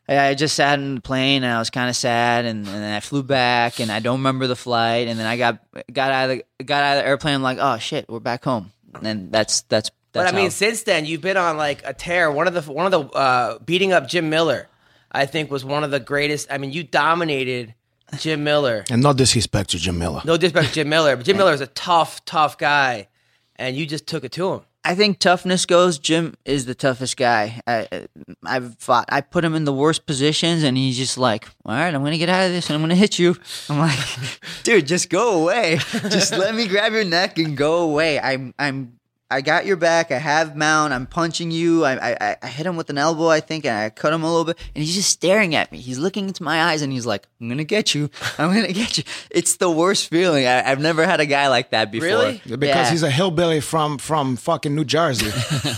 Speaker 2: I, I just sat in the plane and I was kind of sad, and, and then I flew back, and I don't remember the flight, and then I got got out of the got out of the airplane. I'm like, oh shit, we're back home, and that's that's.
Speaker 1: But
Speaker 2: that's
Speaker 1: I mean,
Speaker 2: how-
Speaker 1: since then you've been on like a tear. One of the one of the uh, beating up Jim Miller, I think was one of the greatest. I mean, you dominated Jim Miller.
Speaker 4: And no disrespect to Jamila.
Speaker 1: No disrespect to Jim Miller, but Jim Miller is a tough, tough guy, and you just took it to him.
Speaker 2: I think toughness goes. Jim is the toughest guy. I, I've fought. I put him in the worst positions, and he's just like, "All right, I'm gonna get out of this, and I'm gonna hit you." I'm like, "Dude, just go away. Just let me grab your neck and go away." I'm, I'm, I got your back. I have mount. I'm punching you. I, I- I, I hit him with an elbow, I think, and I cut him a little bit. And he's just staring at me. He's looking into my eyes, and he's like, "I'm gonna get you. I'm gonna get you." It's the worst feeling. I, I've never had a guy like that before.
Speaker 1: Really?
Speaker 4: Because
Speaker 2: Yeah.
Speaker 4: he's a hillbilly from from fucking New Jersey.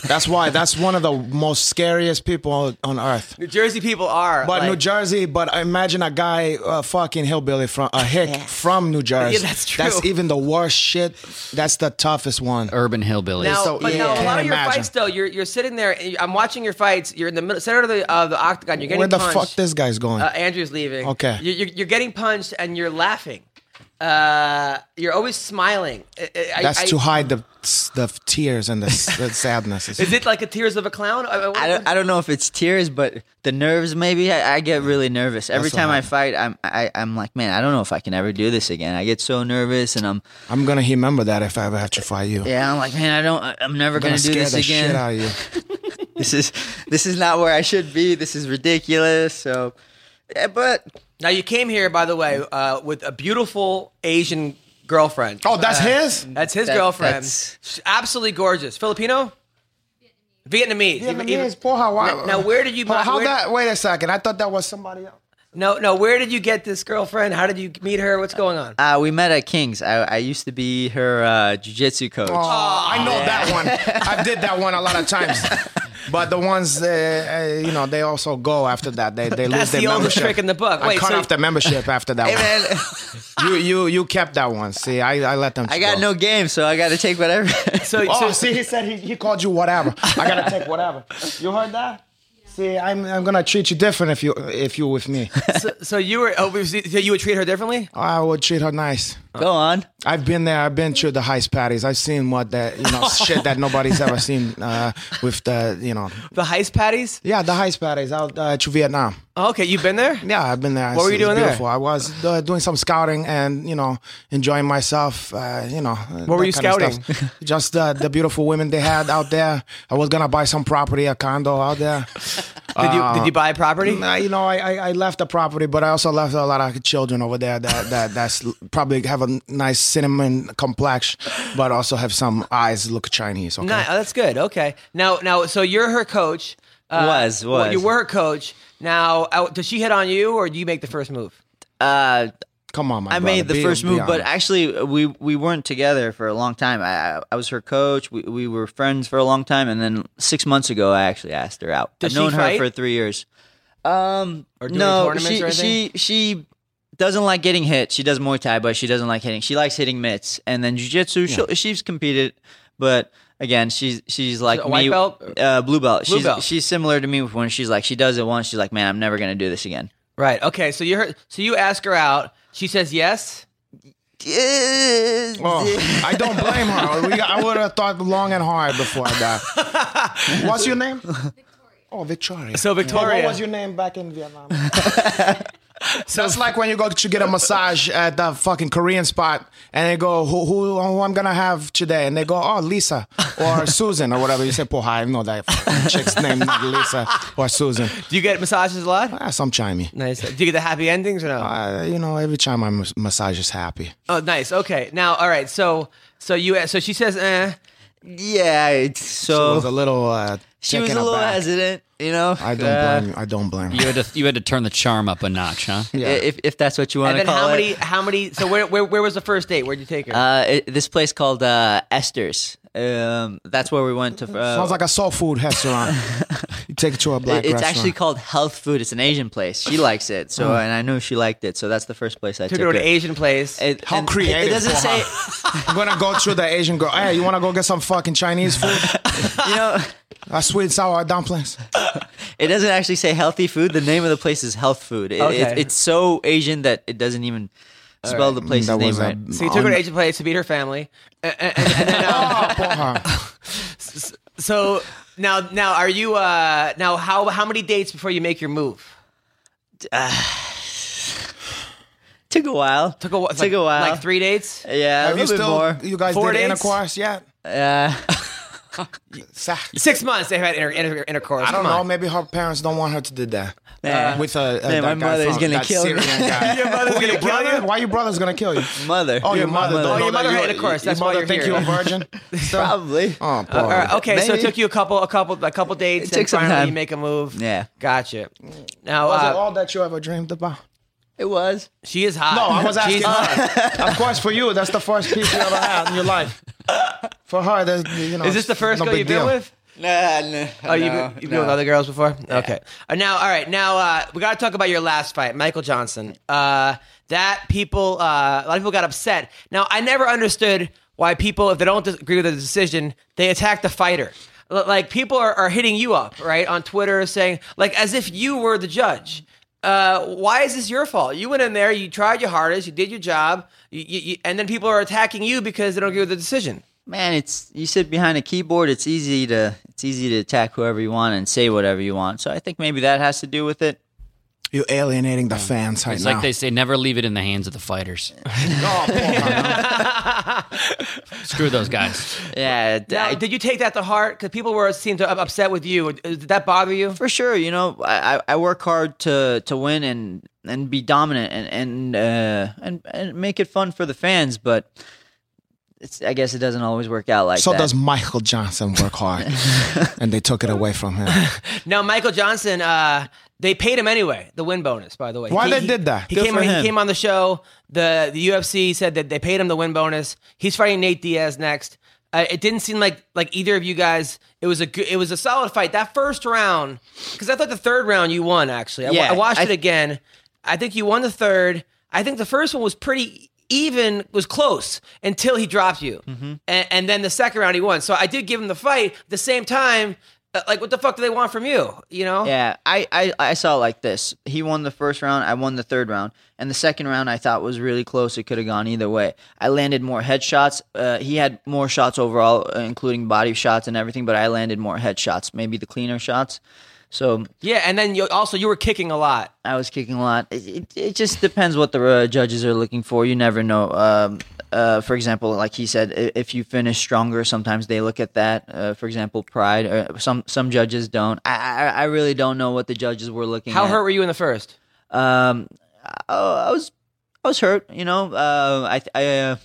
Speaker 4: that's why. That's one of the most scariest people on earth.
Speaker 1: New Jersey people are,
Speaker 4: But
Speaker 1: like,
Speaker 4: New Jersey. But imagine a guy, a fucking hillbilly from a hick from New Jersey.
Speaker 1: Yeah, that's true.
Speaker 4: That's even the worst shit. That's the toughest one.
Speaker 3: Urban hillbillies.
Speaker 1: Now,
Speaker 4: So-
Speaker 1: but
Speaker 4: yeah.
Speaker 1: now a lot
Speaker 4: Can't
Speaker 1: of your
Speaker 4: imagine.
Speaker 1: fights, though, you're you're sitting there. And you- I'm watching your fights. You're in the middle, center of the uh, the octagon. You're getting
Speaker 4: Where the
Speaker 1: punched.
Speaker 4: fuck this guy's going?
Speaker 1: uh, Andrew's leaving.
Speaker 4: Okay.
Speaker 1: You're, you're, you're getting punched and you're laughing. Uh, you're always smiling. I- I-
Speaker 4: that's
Speaker 1: I-
Speaker 4: to hide the the tears and the, the sadness.
Speaker 1: Is it like a tears of a clown? I,
Speaker 2: I don't, I don't know if it's tears, but the nerves. Maybe I, I get really nervous every
Speaker 4: That's what
Speaker 2: time I
Speaker 4: happened.
Speaker 2: fight. I'm I, I'm like, man, I don't know if I can ever do this again. I get so nervous, and I'm
Speaker 4: I'm gonna remember that if I ever have to fight you.
Speaker 2: yeah, I'm like, man, I don't. I- I'm never
Speaker 4: I'm
Speaker 2: gonna,
Speaker 4: gonna
Speaker 2: do
Speaker 4: scare
Speaker 2: this
Speaker 4: the shit
Speaker 2: again.
Speaker 4: out of you.
Speaker 2: This is this is not where I should be. This is ridiculous. So, yeah, but
Speaker 1: now you came here, by the way, uh, with a beautiful Asian girlfriend.
Speaker 4: Oh, that's
Speaker 1: Uh,
Speaker 4: his.
Speaker 1: That's his
Speaker 2: That-
Speaker 1: girlfriend.
Speaker 2: that's-
Speaker 1: She's absolutely gorgeous. Filipino, Vietnamese. Even- even-
Speaker 4: Vietnamese, poor Hawaii.
Speaker 1: Now, where did you?
Speaker 4: How, how
Speaker 1: where-
Speaker 4: that? Wait a second. I thought that was somebody else.
Speaker 1: No, no. Where did you get this girlfriend? How did you meet her? What's going on?
Speaker 2: uh, we met at Kings. I, I used to be her uh, jujitsu coach.
Speaker 4: Oh, I know that one. I did that one a lot of times. But the ones, uh, uh, you know, they also go after that. They they
Speaker 1: That's
Speaker 4: lose their
Speaker 1: the oldest
Speaker 4: membership.
Speaker 1: trick in the book.
Speaker 4: I
Speaker 1: Wait,
Speaker 4: cut
Speaker 1: so-
Speaker 4: off the membership after that one.
Speaker 2: Man,
Speaker 4: You you you kept that one. See, I, I let them.
Speaker 2: I got
Speaker 4: go.
Speaker 2: no game, so I got to take whatever.
Speaker 1: So,
Speaker 4: Oh,
Speaker 1: so-
Speaker 4: see, he said he, he called you whatever. I gotta take whatever. You heard that? See, I'm I'm gonna treat you different if you if you with me.
Speaker 1: oh,
Speaker 4: Uh,
Speaker 1: so, so you were. Oh, so you would treat her differently?
Speaker 4: I would treat her nice.
Speaker 2: Go on.
Speaker 1: Uh,
Speaker 4: I've been there. I've been through the heist patties. I've seen what that you know shit that nobody's ever seen uh, with the you know
Speaker 1: The heist patties?
Speaker 4: yeah the heist patties out uh, to Vietnam.
Speaker 1: Oh, okay, you've been there?
Speaker 4: Yeah, I've been there.
Speaker 1: What were you
Speaker 4: It's
Speaker 1: doing there?
Speaker 4: beautiful. I was uh, doing some scouting and you know enjoying myself. Uh, you know, what
Speaker 1: were you
Speaker 4: Just uh, the beautiful women they had out there. I was gonna buy some property, a condo out there.
Speaker 1: Did you did you buy property?
Speaker 4: Uh, Nah, you know, I, I I left the property, but I also left a lot of children over there that that that's probably have a nice cinnamon complexion, but also have some eyes look Chinese. Okay.
Speaker 1: No, oh, that's good. Okay. Now, now, so you're her coach. Uh,
Speaker 2: Was,
Speaker 1: well,
Speaker 2: was.
Speaker 1: you were her coach. Now, uh, does she hit on you, or do you make the first move?
Speaker 2: Uh,
Speaker 4: Come on, my
Speaker 2: I made
Speaker 4: brother,
Speaker 2: the
Speaker 4: be-
Speaker 2: first
Speaker 4: be
Speaker 2: move, but
Speaker 4: honest.
Speaker 2: actually, uh, we we weren't together for a long time. I I- I was her coach. We we were friends for a long time, and then six months ago, I actually asked her out.
Speaker 1: Does
Speaker 2: I've known
Speaker 1: she
Speaker 2: her
Speaker 1: fight?
Speaker 2: for three years. Um,
Speaker 1: Or do any
Speaker 2: no,
Speaker 1: tournaments
Speaker 2: she
Speaker 1: or anything?
Speaker 2: she she doesn't like getting hit. She does Muay Thai, but she doesn't like hitting. She likes hitting mitts, and then Jiu Jitsu. she'll She's competed, but. Again, she's she's like
Speaker 1: a white
Speaker 2: me,
Speaker 1: belt?
Speaker 2: uh, blue belt.
Speaker 1: Blue
Speaker 2: she's
Speaker 1: belt.
Speaker 2: she's similar to me with when she's like she does it once, she's like, man, I'm never gonna do this again.
Speaker 1: Right. Okay. So you so you ask her out. She says yes.
Speaker 4: Oh, I don't blame her. We, I would have thought long and hard before that. What's your name? Victoria. Oh, Victoria.
Speaker 1: So Victoria.
Speaker 4: What was your name back in Vietnam? So it's like when you go to get a massage at the fucking Korean spot, and they go, "Who, who, who I'm gonna have today?" And they go, "Oh, Lisa or Susan or whatever." You say, "Poha, I know that fucking chick's name, not Lisa or Susan."
Speaker 1: Do you get massages a lot?
Speaker 4: Ah, some chimey.
Speaker 1: Nice. Do you get the happy endings or no?
Speaker 4: Uh, you know, every time I mas- massage is happy.
Speaker 1: oh, nice. Okay. Now, all right. So so you so she says eh.
Speaker 2: Yeah, it's
Speaker 4: It
Speaker 2: so
Speaker 4: was a little. Uh,
Speaker 2: Oh. She was a
Speaker 4: taken
Speaker 2: little
Speaker 4: aback.
Speaker 2: hesitant, you know.
Speaker 4: I don't
Speaker 2: Uh,
Speaker 4: blame you. I don't blame you.
Speaker 3: You had to you had to turn the charm up a notch, huh?
Speaker 4: Yeah.
Speaker 2: If if that's what you want
Speaker 1: And
Speaker 2: to
Speaker 1: then
Speaker 2: call
Speaker 1: how
Speaker 2: it.
Speaker 1: many how many? So where where, where was the first date? Where'd you take her?
Speaker 2: uh, it- this place called uh, Esther's. Um, that's where we went to. Uh,
Speaker 4: Sounds like a soul food restaurant. you take it to a black
Speaker 2: it- it's
Speaker 4: restaurant. Hmm.
Speaker 2: actually called Health Food. It's an Asian place. She likes it, so and I knew she liked it, so that's the first place I
Speaker 1: took
Speaker 2: took,
Speaker 1: her to an Asian place.
Speaker 2: It,
Speaker 4: How
Speaker 2: and it-
Speaker 4: creative
Speaker 2: It doesn't
Speaker 4: for
Speaker 2: say.
Speaker 4: I'm gonna go to the Asian girl. Hey, you wanna go get some fucking Chinese food?
Speaker 2: You know,
Speaker 4: A sweet and sour dumplings.
Speaker 2: it doesn't actually say healthy food. The name of the place is Health Food. It,
Speaker 1: Okay.
Speaker 2: it, it's so Asian that it doesn't even spell the place's
Speaker 4: That
Speaker 2: name
Speaker 4: was a-
Speaker 2: right.
Speaker 1: so you took her to an Asian place to meet her family. And, and, and then, um,
Speaker 4: Oh, poha.
Speaker 1: so now now are you uh now how how many dates before you make your move?
Speaker 2: Took a while.
Speaker 1: Took a, wh-
Speaker 2: Took
Speaker 1: like,
Speaker 2: a while.
Speaker 1: Like three dates?
Speaker 2: Yeah, a
Speaker 4: Have you
Speaker 2: little bit
Speaker 4: still?
Speaker 2: more.
Speaker 4: You guys
Speaker 1: Four
Speaker 4: did
Speaker 1: dates?
Speaker 4: intercourse yet?
Speaker 2: Uh,
Speaker 4: Sa-
Speaker 1: Six months they've had inter- inter- intercourse.
Speaker 4: I don't
Speaker 1: Come
Speaker 4: know.
Speaker 1: on.
Speaker 4: Maybe her parents don't want her to do that. Uh,
Speaker 2: Yeah.
Speaker 4: With a, a
Speaker 2: Man,
Speaker 4: that
Speaker 2: my
Speaker 4: guy
Speaker 2: mother's
Speaker 4: from-
Speaker 2: gonna
Speaker 4: that
Speaker 2: kill me.
Speaker 4: Syrian guy.
Speaker 1: Your mother's
Speaker 4: Who,
Speaker 1: gonna kill
Speaker 4: brother?
Speaker 1: you?
Speaker 4: Why your brother's gonna kill you?
Speaker 2: mother.
Speaker 4: Oh, your, mother.
Speaker 1: Oh, your
Speaker 4: don't know
Speaker 1: mother
Speaker 4: that
Speaker 1: had
Speaker 4: you-
Speaker 1: intercourse. That's
Speaker 4: your
Speaker 1: why
Speaker 4: mother
Speaker 1: you're
Speaker 4: think
Speaker 1: here.
Speaker 4: you're a virgin.
Speaker 2: Probably.
Speaker 4: Oh, poor.
Speaker 1: All right, okay, so it
Speaker 2: Maybe.
Speaker 1: took you a couple, a couple, a couple dates,
Speaker 2: It took
Speaker 1: and
Speaker 2: some
Speaker 1: finally
Speaker 2: time.
Speaker 1: you make a move.
Speaker 2: Yeah.
Speaker 1: gotcha. Now
Speaker 4: Was
Speaker 1: uh,
Speaker 4: it all that you ever dreamed about?
Speaker 2: It was.
Speaker 1: she is hot.
Speaker 4: No, I was asking
Speaker 1: She's hot.
Speaker 4: her. of course, for you, that's the first piece you ever had in your life. For her, that's you know.
Speaker 1: Is this the first
Speaker 4: no
Speaker 1: girl
Speaker 4: big
Speaker 1: you've been
Speaker 4: deal.
Speaker 1: with?
Speaker 2: Nah, nah,
Speaker 1: Oh, you've, been- you've been with other girls before? Okay. Uh, now, all right. Now, uh, we got to talk about your last fight, Michael Johnson. Uh, that people, uh, a lot of people got upset. Now, I never understood why people, if they don't agree with the decision, they attack the fighter. L- Like, people are, are hitting you up, right, on Twitter saying, like, as if you were the judge. Uh, why is this your fault? You went in there, you tried your hardest, you did your job, you, you, you, and then people are attacking you because they don't agree with the decision.
Speaker 2: Man, it's you sit behind a keyboard. It's easy to it's easy to attack whoever you want and say whatever you want. So I think maybe that has to do with it.
Speaker 4: You're alienating the fans right
Speaker 3: It's
Speaker 4: now.
Speaker 3: like they say, never leave it in the hands of the fighters.
Speaker 4: Oh, poor her.
Speaker 3: Screw those guys.
Speaker 2: Yeah, it-
Speaker 1: Now,
Speaker 2: I-
Speaker 1: did you take that to heart? Because people were seemed to up- upset with you. Did that bother you?
Speaker 2: for sure. You know, I, I- I work hard to to win and and be dominant and and uh, and and make it fun for the fans. But it's I guess it doesn't always work out like
Speaker 4: so
Speaker 2: that.
Speaker 4: does Michael Johnson work hard, and they took it away from him.
Speaker 1: Now, Michael Johnson, uh, they paid him anyway. The win bonus, by the way.
Speaker 4: Why
Speaker 1: He-
Speaker 4: they
Speaker 1: he-
Speaker 4: did that?
Speaker 1: He
Speaker 2: Good
Speaker 1: came.
Speaker 2: for
Speaker 1: He
Speaker 2: him.
Speaker 1: came on the show. The the UFC said that they paid him the win bonus. He's fighting Nate Diaz next. Uh, it didn't seem like like either of you guys. It was a good, it was a solid fight. That first round, because I thought the third round you won. Actually, I, wa-
Speaker 2: Yeah,
Speaker 1: I watched
Speaker 2: I-
Speaker 1: it again. I think you won the third. I think the first one was pretty even, was close
Speaker 4: Mm-hmm.
Speaker 1: until he dropped you, and, and then the second round he won. So I did give him the fight. At the same time, Uh, Like, what the fuck do they want from you? You know?
Speaker 2: Yeah, I, I, I saw it like this. He won the first round, I won the third round. And the second round I thought was really close. It could have gone either way. I landed more headshots. Uh, he had more shots overall, uh, including body shots and everything, but I landed more headshots, maybe the cleaner shots. So
Speaker 1: Yeah, and then you, also you were kicking a lot.
Speaker 2: I was kicking a lot. It, it, it just depends what the uh, judges are looking for. You never know. Um, uh, for example, like he said, i- if you finish stronger, sometimes they look at that. Uh, for example, pride. Or some some judges don't. I, I I really don't know what the judges were looking.
Speaker 1: How
Speaker 2: at.
Speaker 1: hurt were you in the first?
Speaker 2: Um, I, I was I was hurt. You know. Uh, I I uh,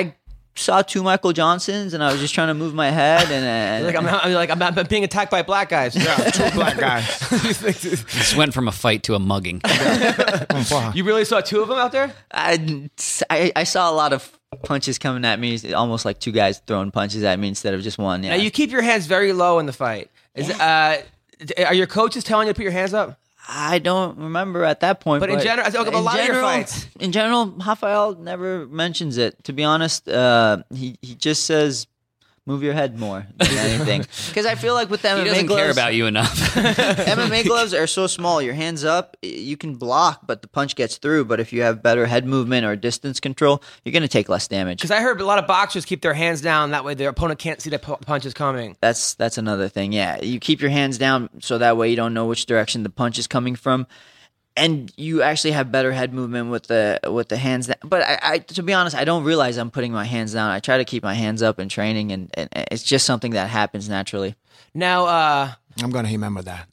Speaker 2: I I saw two Michael Johnsons, and I was just trying to move my head, and, and uh,
Speaker 1: Like I'm, not, I'm like I'm, not- I'm being attacked by black guys.
Speaker 4: Yeah, two black guys.
Speaker 3: This went from a fight to a mugging.
Speaker 1: You really saw two of them out there?
Speaker 2: I, I, I saw a lot of punches coming at me, almost like two guys throwing punches at me instead of just one. Yeah.
Speaker 1: Now you keep your hands very low in the fight. Is uh, d- are your coaches telling you to put your hands up?
Speaker 2: I don't remember at that point.
Speaker 1: But in general- I think about a lot of your fights.
Speaker 2: In general, Rafael never mentions it. To be honest, uh, he, he just says, move your head more than anything. Because I feel like with the
Speaker 3: He
Speaker 2: MMA
Speaker 3: doesn't
Speaker 2: gloves,
Speaker 3: care about you enough.
Speaker 2: MMA gloves are so small. Your hands up, y- you can block, but the punch gets through. But if you have better head movement or distance control, you're going to take less damage.
Speaker 1: Because I heard a lot of boxers keep their hands down. That way, their opponent can't see the pu- punches coming.
Speaker 2: That's that's another thing. Yeah, you keep your hands down so that way you don't know which direction the punch is coming from, and you actually have better head movement with the with the hands. Down. But I, I, to be honest, I don't realize I'm putting my hands down. I try to keep my hands up in training, and, and it's just something that happens naturally.
Speaker 1: Now, uh,
Speaker 4: I'm gonna remember that.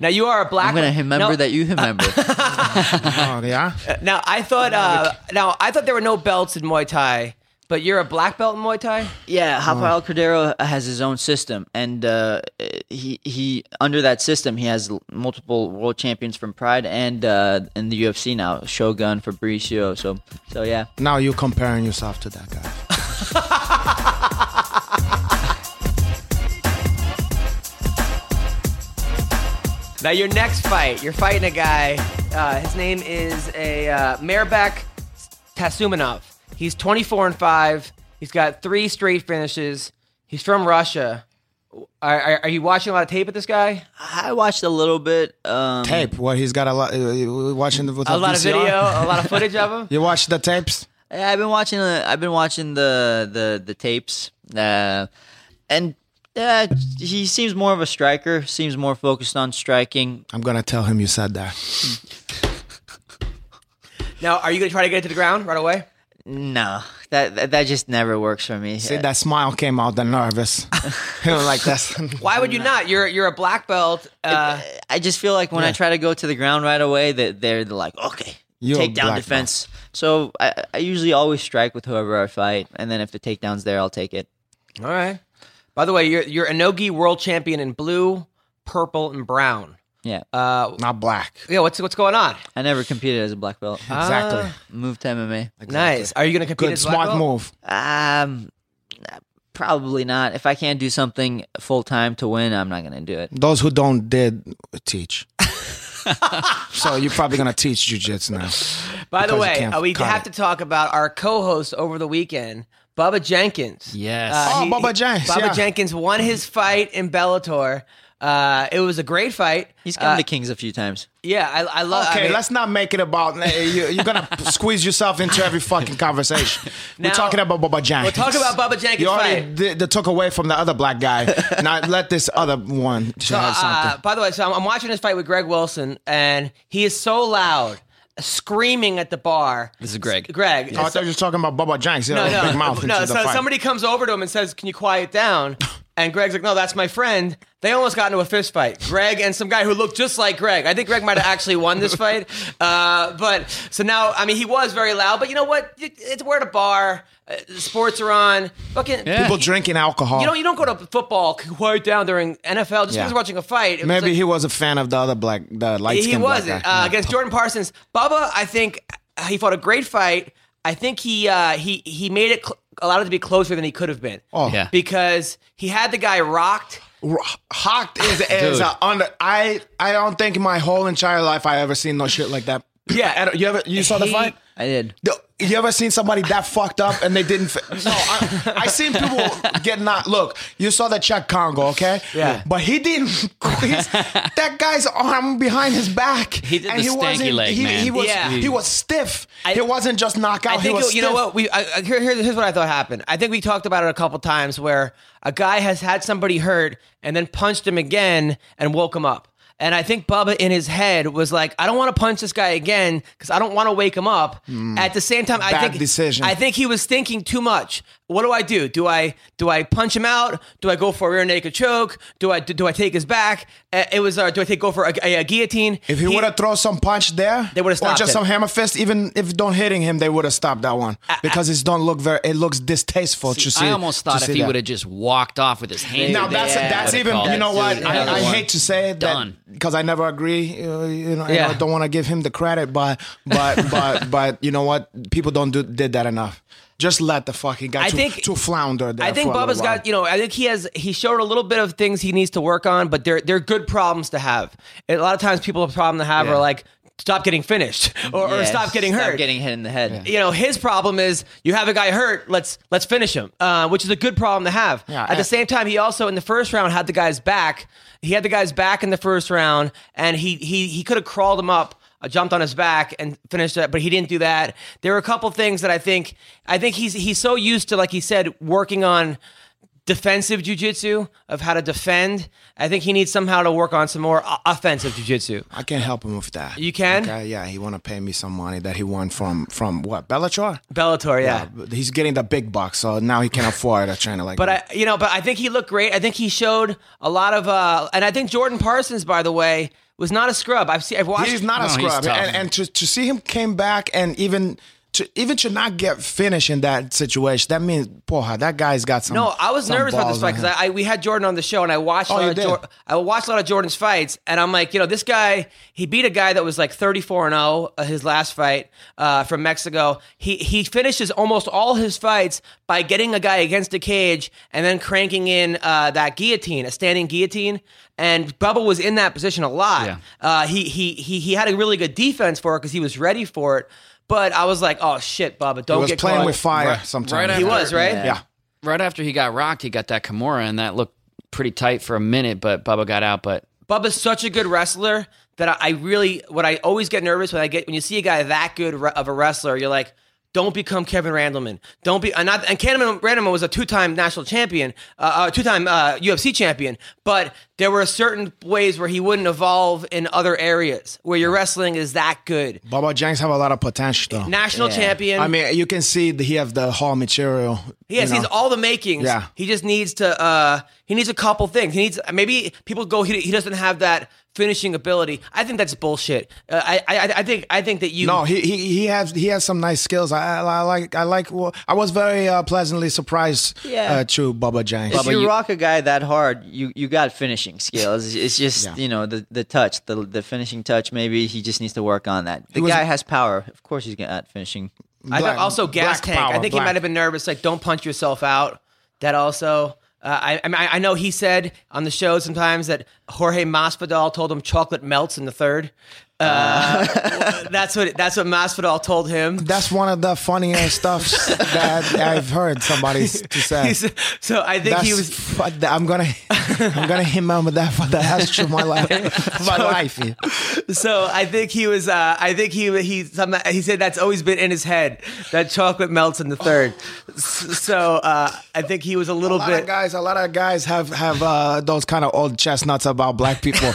Speaker 1: now you are a black.
Speaker 2: I'm gonna remember
Speaker 1: now,
Speaker 2: that you remember.
Speaker 4: Oh yeah.
Speaker 1: Now I thought. Uh, now I thought there were no belts in Muay Thai, but you're a black belt in Muay Thai.
Speaker 2: Yeah, Rafael Cordero has his own system, and uh, he he under that system he has l- multiple world champions from Pride and uh, in the UFC now, Shogun, Fabricio. So so yeah,
Speaker 4: Now you're comparing yourself to that guy.
Speaker 1: Now your next fight, you're fighting a guy. Uh, his name is a uh, Merbek Tasumanov. He's 24 and five. He's got three straight finishes. He's from Russia. Are, are, are you watching a lot of tape of this guy?
Speaker 2: I watched a little bit. Um,
Speaker 4: Tape. What he's got a lot. Uh, you watching the, with
Speaker 1: A
Speaker 4: the
Speaker 1: lot of
Speaker 4: VCR?
Speaker 1: video, a lot of footage of him.
Speaker 4: You watch the tapes.
Speaker 2: Yeah, I've been watching. Uh, I've been watching the the the tapes, uh, and uh, he seems more of a striker. Seems more focused on striking.
Speaker 4: I'm gonna tell him you said that.
Speaker 1: Now, are you gonna try to get it to the ground right away?
Speaker 2: No, that that, that just never works for me.
Speaker 4: See, that smile came out. The nervous. he was like this.
Speaker 1: Why would you not? You're you're a black belt. Uh,
Speaker 2: I just feel like when I try to go to the ground right away, that they're like, okay,
Speaker 4: You're a black
Speaker 2: takedown defense. So I, I usually always strike with whoever I fight, and then if the takedown's there, I'll take it.
Speaker 1: all right. By the way, you're you're Inogi world champion in blue, purple, and brown.
Speaker 2: Yeah,
Speaker 1: Uh,
Speaker 4: Not black.
Speaker 1: yeah, what's what's going on?
Speaker 2: I never competed as a black belt.
Speaker 4: Exactly.
Speaker 2: Moved to MMA.
Speaker 1: Nice. Are you gonna compete?
Speaker 4: Good,
Speaker 1: as Uh, black belt?
Speaker 4: smart move.
Speaker 2: Um, probably not. If I can't do something full time to win, I'm not gonna do it.
Speaker 4: Those who don't did teach. so you're probably gonna teach jujitsu now.
Speaker 1: By the
Speaker 4: because you
Speaker 1: way,
Speaker 4: can't
Speaker 1: uh, we
Speaker 4: cut
Speaker 1: have
Speaker 4: it.
Speaker 1: to talk about our co-host over the weekend, Bubba Jenkins.
Speaker 3: Yes.
Speaker 4: Oh, Bubba Jenkins,
Speaker 1: Bubba
Speaker 4: yeah.
Speaker 1: Jenkins won his fight in Bellator. Uh, it was a great fight.
Speaker 2: He's come
Speaker 1: Uh,
Speaker 2: to Kings a few times.
Speaker 1: yeah, I, I love. I
Speaker 4: Okay,
Speaker 1: mean,
Speaker 4: let's not make it about eh, you, you're gonna squeeze yourself into every fucking conversation.
Speaker 1: Now-
Speaker 4: we're talking about Bubba Jenkins.
Speaker 1: We're talking about Bubba Jenkins'
Speaker 4: You already
Speaker 1: fight.
Speaker 4: Did, they took away from the other black guy. now let this other one so, have something.
Speaker 1: Uh, by the way, so I'm, I'm watching this fight with Greg Wilson, and he is so loud, screaming at the bar.
Speaker 3: This is Greg.
Speaker 1: Greg.
Speaker 4: Oh, I thought you were talking about Bubba Jenkins.
Speaker 1: no, no,
Speaker 4: big mouth
Speaker 1: no.
Speaker 4: into
Speaker 1: So
Speaker 4: the fight.
Speaker 1: somebody comes over to him and says, "Can you quiet down?" And Greg's like, "No, that's my friend." They almost got into a fist fight. Greg and some guy who looked just like Greg. I think Greg might have actually won this fight. Uh, but so now, I mean, he was very loud. But you know what? It- It's we're at a bar. Uh, sports are on. Fucking
Speaker 3: Yeah.
Speaker 4: People drinking alcohol.
Speaker 1: You don't you don't go to football quiet down during NFL just
Speaker 4: Yeah.
Speaker 1: because you're watching a fight. It was
Speaker 4: Maybe
Speaker 1: like-
Speaker 4: he was a fan of the other black, the light
Speaker 1: he
Speaker 4: skinned black guy.
Speaker 1: wasn't uh, against Jordan Parsons. Bubba, I think uh, he fought a great fight. I think he uh, he he made it cl- allowed it to be closer than he could have been.
Speaker 4: Oh.
Speaker 3: Yeah.
Speaker 1: because he had the guy rocked.
Speaker 4: Ro- Hocked is is a under. I I don't think in my whole entire life I ever seen no shit like that.
Speaker 1: Yeah.
Speaker 4: I don't- you ever you saw the
Speaker 1: He-
Speaker 4: fight?
Speaker 2: I did.
Speaker 4: The- you ever seen somebody that fucked up and they didn't? Fi- no, I, I seen people get not. Look, you saw that Chuck Congo, okay?
Speaker 1: Yeah.
Speaker 4: But he didn't. He's, that guy's arm behind his back. He
Speaker 3: did the stanky leg,
Speaker 4: he,
Speaker 3: man.
Speaker 4: He was,
Speaker 1: Yeah.
Speaker 4: he was stiff.
Speaker 1: I-
Speaker 4: it wasn't just knockout.
Speaker 1: I
Speaker 4: he
Speaker 1: think
Speaker 4: was
Speaker 1: you know
Speaker 4: stiff.
Speaker 1: what we. I, I, here, here- here's what I thought happened. I think we talked about it a couple times where a guy has had somebody hurt and then punched him again and woke him up. And I think Bubba in his head was like, I don't want to punch this guy again because I don't want to wake him up. At the same time, I
Speaker 4: Hmm. Bad
Speaker 1: think
Speaker 4: decision.
Speaker 1: I think he was thinking too much. What do I do? Do I do I punch him out? Do I go for a rear naked choke? Do I do, I take his back? Uh, it was uh, do I take go for a, a- a guillotine?
Speaker 4: If he, would have thrown some punch there,
Speaker 1: They would've
Speaker 4: Or
Speaker 1: stopped
Speaker 4: just
Speaker 1: it.
Speaker 4: some hammer fist. Even if don't hitting him, they would have stopped that one because it's don't look very. It looks distasteful to see.
Speaker 3: I almost
Speaker 4: to
Speaker 3: thought
Speaker 4: see
Speaker 3: if he
Speaker 4: that.
Speaker 3: would have just walked off with his hand.
Speaker 4: Now
Speaker 3: in
Speaker 4: that's
Speaker 3: the air,
Speaker 4: that's
Speaker 3: would've
Speaker 4: even
Speaker 3: called
Speaker 4: you know
Speaker 3: it.
Speaker 4: what
Speaker 3: Yeah.
Speaker 4: I, I
Speaker 3: Yeah.
Speaker 4: hate to say it that
Speaker 3: Done.
Speaker 4: because I never agree uh, you know and
Speaker 1: Yeah.
Speaker 4: I don't want to give him the credit but but but but you know what people don't do did that enough just let the fucking guy
Speaker 1: I
Speaker 4: to,
Speaker 1: think-
Speaker 4: to flounder there
Speaker 1: I think
Speaker 4: for a
Speaker 1: Bubba's
Speaker 4: little
Speaker 1: got
Speaker 4: while.
Speaker 1: you know. I think he has he showed a little bit of things he needs to work on, but they're they're good problems to have. And a lot of times, people the problem to have are like stop getting finished or, or
Speaker 2: Yeah,
Speaker 1: stop getting hurt.
Speaker 2: getting hit in the head.
Speaker 1: you know his problem is you have a guy hurt. Let's let's finish him, uh, which is a good problem to have. At the same time, he also in the first round had the guy's back. He had the guy's back in the first round, and he he he could have crawled him up, uh, jumped on his back, and finished it. But he didn't do that. There were a couple things that I think I think he's he's so used to like he said working on defensive jujitsu of how to defend. I think he needs somehow to work on some more o- offensive jujitsu.
Speaker 4: I can't help him with that
Speaker 1: You can?
Speaker 4: okay, yeah he want to pay me some money that he won from from what Bellator
Speaker 1: Bellator, yeah.
Speaker 4: he's getting the big bucks so now he can afford a trainer like
Speaker 1: But
Speaker 4: me.
Speaker 1: I, you know, but I think he looked great. I think he showed a lot of, uh, and I think Jordan Parsons, by the way, was not a scrub. I've seen, I've watched.
Speaker 4: He's not a
Speaker 3: No, he's
Speaker 4: scrub,
Speaker 3: tough.
Speaker 4: and, and to, to see him came back and even to even to not get finished in that situation, that means porra, that guy's got some.
Speaker 1: No, I was
Speaker 4: some
Speaker 1: nervous about this
Speaker 4: balls
Speaker 1: fight
Speaker 4: on
Speaker 1: because
Speaker 4: him.
Speaker 1: I, I we had Jordan on the show and I watched.
Speaker 4: Oh,
Speaker 1: a
Speaker 4: you
Speaker 1: lot of
Speaker 4: did?
Speaker 1: Jor- I watched a lot of Jordan's fights and I'm like, you know, this guy he beat a guy that was like 34 and 0 uh, his last fight uh, from Mexico. He he finishes almost all his fights by getting a guy against a cage and then cranking in uh, that guillotine, a standing guillotine. And Bubba was in that position a lot.
Speaker 3: Yeah.
Speaker 1: Uh, he he he he had a really good defense for it because he was ready for it. But I was like, oh shit, Bubba, don't
Speaker 4: he was
Speaker 1: get
Speaker 4: playing
Speaker 1: caught.
Speaker 4: with fire
Speaker 3: Right-
Speaker 4: sometimes.
Speaker 3: right
Speaker 1: He was right.
Speaker 4: yeah.
Speaker 3: Right after he got rocked, he got that Kimura, and that looked pretty tight for a minute. But Bubba got out. But
Speaker 1: Bubba's such a good wrestler that I, I really, what I always get nervous when I get when you see a guy that good re- of a wrestler, you're like, don't become Kevin Randleman. Don't be. And, not, and Kevin Randleman was a two-time national champion, uh, uh, two-time uh, UFC champion. But there were certain ways where he wouldn't evolve in other areas where your wrestling is that good.
Speaker 4: Baba Jenks have a lot of potential. Though.
Speaker 1: National champion.
Speaker 4: I mean, you can see that he have the whole material.
Speaker 1: He has
Speaker 4: you know.
Speaker 1: he's all the makings.
Speaker 4: Yeah.
Speaker 1: He just needs to uh he needs a couple things. He needs maybe people go he, he doesn't have that finishing ability. I think that's bullshit. Uh, I, I I think I think that you
Speaker 4: No, he, he he has he has some nice skills. I, I, I like I like. Well, I was very uh, pleasantly surprised.
Speaker 2: Yeah.
Speaker 4: Uh, to Baba Jenks.
Speaker 2: If you,
Speaker 3: you-
Speaker 2: rock a guy that hard, you, you got finishing skills. It's just you know the, the touch, the the finishing touch. Maybe he just needs to work on that. The
Speaker 4: was-
Speaker 2: guy has power. Of course, he's got finishing.
Speaker 1: I
Speaker 4: Black-
Speaker 1: thought also gas
Speaker 4: Black
Speaker 1: tank. I
Speaker 4: Power,
Speaker 1: think he
Speaker 4: Black.
Speaker 1: might have been nervous. Like, don't punch yourself out. That also. Uh, I, I mean, I I know he said on the show sometimes that Jorge Masvidal told him chocolate melts in the third. Uh, that's what that's what Masvidal told him.
Speaker 4: That's one of the funniest stuffs that I've heard somebody s- to say.
Speaker 1: He's- so I think he was.
Speaker 4: fu- I'm gonna I'm gonna remember that for the rest of my life. my life.
Speaker 1: So I think he was. Uh, I think he he some, he said that's always been in his head that chocolate melts in the third. S- So uh, I think he was a
Speaker 4: A
Speaker 1: little
Speaker 4: lot
Speaker 1: bit.
Speaker 4: of guys, a lot of guys have have uh, those kind of old chestnuts about black people.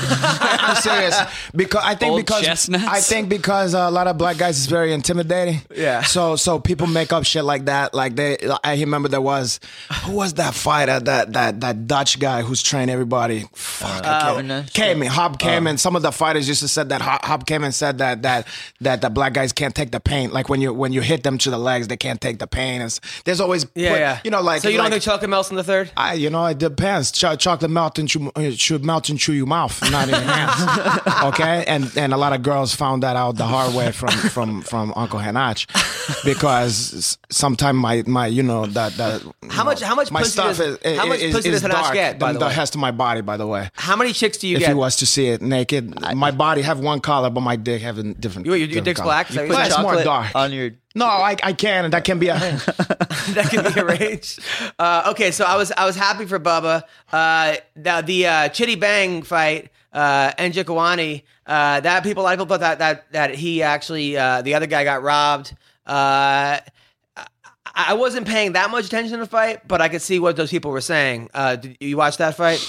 Speaker 4: I'm serious because I think
Speaker 3: Old
Speaker 4: because
Speaker 3: chestnuts?
Speaker 4: I think because uh, a lot of black guys is very intimidating.
Speaker 1: Yeah.
Speaker 4: So so people make up shit like that. Like they, I remember there was who was that fighter that that that Dutch guy who's trained everybody. Fuck,
Speaker 1: Uh,
Speaker 2: Kavanagh?
Speaker 4: Cayman, Hob Cayman. some of the fighters used to said that Hob, Hob Cayman said that that that the black guys can't take the pain. Like when you when you hit them to the legs, they can't take the pain. It's, there's always
Speaker 1: yeah,
Speaker 4: put-
Speaker 1: yeah.
Speaker 4: you know like
Speaker 1: so you don't
Speaker 4: like-
Speaker 1: think chocolate melts in the third?
Speaker 4: I, you know, it depends. Ch- chocolate melt into uh, should melt into your mouth, not in your hands. okay, and and a lot of girls found that out the hard way from from from Uncle Hanach, because sometimes my my you know that that
Speaker 1: How much- how much
Speaker 4: my
Speaker 1: pussy
Speaker 4: stuff
Speaker 1: does-
Speaker 4: is,
Speaker 1: how much
Speaker 4: is,
Speaker 1: pussy
Speaker 4: is
Speaker 1: does Hanach
Speaker 4: dark
Speaker 1: get, by
Speaker 4: than
Speaker 1: the
Speaker 4: the
Speaker 1: way?
Speaker 4: rest of my body by the way.
Speaker 1: How many chicks do you
Speaker 4: if
Speaker 1: get?
Speaker 4: you was to see it naked, my body have one color, but my dick have a different.
Speaker 1: You- your
Speaker 4: different
Speaker 1: dick's
Speaker 4: color.
Speaker 1: black? Is that what
Speaker 4: But
Speaker 1: you
Speaker 4: it's more
Speaker 2: chocolate
Speaker 4: dark.
Speaker 2: on your-
Speaker 4: No, I, I can. and That can be a.
Speaker 1: that could be arranged. Uh, okay, so I was I was happy for Bubba. Uh, now the uh, Chitty Bang fight, uh, Njikawani, uh, that people a lot of people thought that that that he actually uh, the other guy got robbed. Uh, I- I wasn't paying that much attention to the fight, but I could see what those people were saying. Uh, did you watch that fight?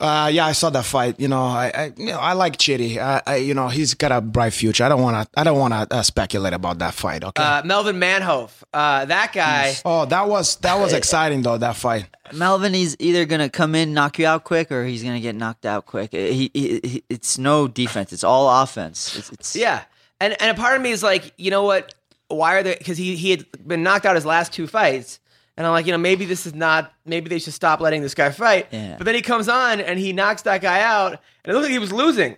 Speaker 4: Uh, yeah, I saw that fight. You know, I, I, you know, I like Chitty. I, I, you know, he's got a bright future. I don't want to, I don't want to uh, speculate about that fight. Okay.
Speaker 1: Uh, Melvin Manhoef, uh, that guy.
Speaker 4: oh, that was that was exciting though. That fight.
Speaker 2: Melvin, he's either gonna come in, knock you out quick, or he's gonna get knocked out quick. He, he, he- it's no defense; it's all offense. It's, it's
Speaker 1: Yeah, and and a part of me is like, you know what? Why are they? Because he he had been knocked out his last two fights, and I'm like, you know, maybe this is not. Maybe they should stop letting this guy fight.
Speaker 2: Yeah.
Speaker 1: But then he comes on and he knocks that guy out, and it looked like he was losing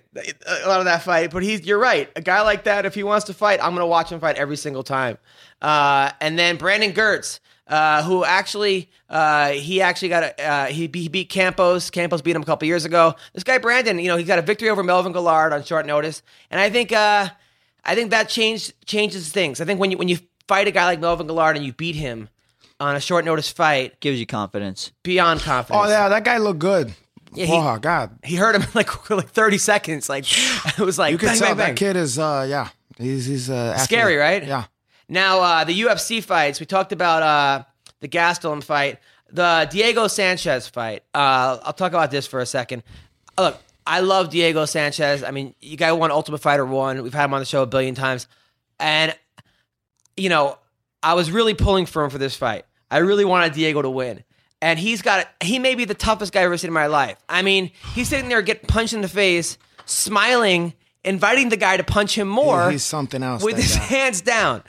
Speaker 1: a lot of that fight. But he's you're right. A guy like that, if he wants to fight, I'm gonna watch him fight every single time. Uh, and then Brandon Gertz. Uh, who actually uh, he actually got a, uh, he, be- he beat Campos. Campos beat him a couple years ago. This guy Brandon, you know, he got a victory over Melvin Gillard on short notice, and I think uh, I think that changed changes things. I think when you when you fight a guy like Melvin Gillard and you beat him on a short notice fight,
Speaker 2: gives you confidence.
Speaker 1: beyond confidence.
Speaker 4: Oh yeah, that guy looked good.
Speaker 1: he-
Speaker 4: oh God,
Speaker 1: He hurt him in like like thirty seconds. Like it was like
Speaker 4: you can
Speaker 1: bang,
Speaker 4: tell
Speaker 1: bang,
Speaker 4: that
Speaker 1: bang.
Speaker 4: kid is. Uh, yeah, he's he's uh, athlete.
Speaker 1: Scary, right?
Speaker 4: Yeah.
Speaker 1: Now uh, the UFC fights. We talked about uh, the Gastelum fight, the Diego Sanchez fight. Uh, I'll talk about this for a second. Look, I love Diego Sanchez. I mean, you guy won Ultimate Fighter one. We've had him on the show a billion times, and you know, I was really pulling for him for this fight. I really wanted Diego to win. And he's got he may be the toughest guy I've ever seen in my life. I mean, he's sitting there getting punched in the face, smiling, inviting the guy to punch him more.
Speaker 4: He- he's something else,
Speaker 1: With
Speaker 4: that
Speaker 1: his
Speaker 4: guy.
Speaker 1: hands down.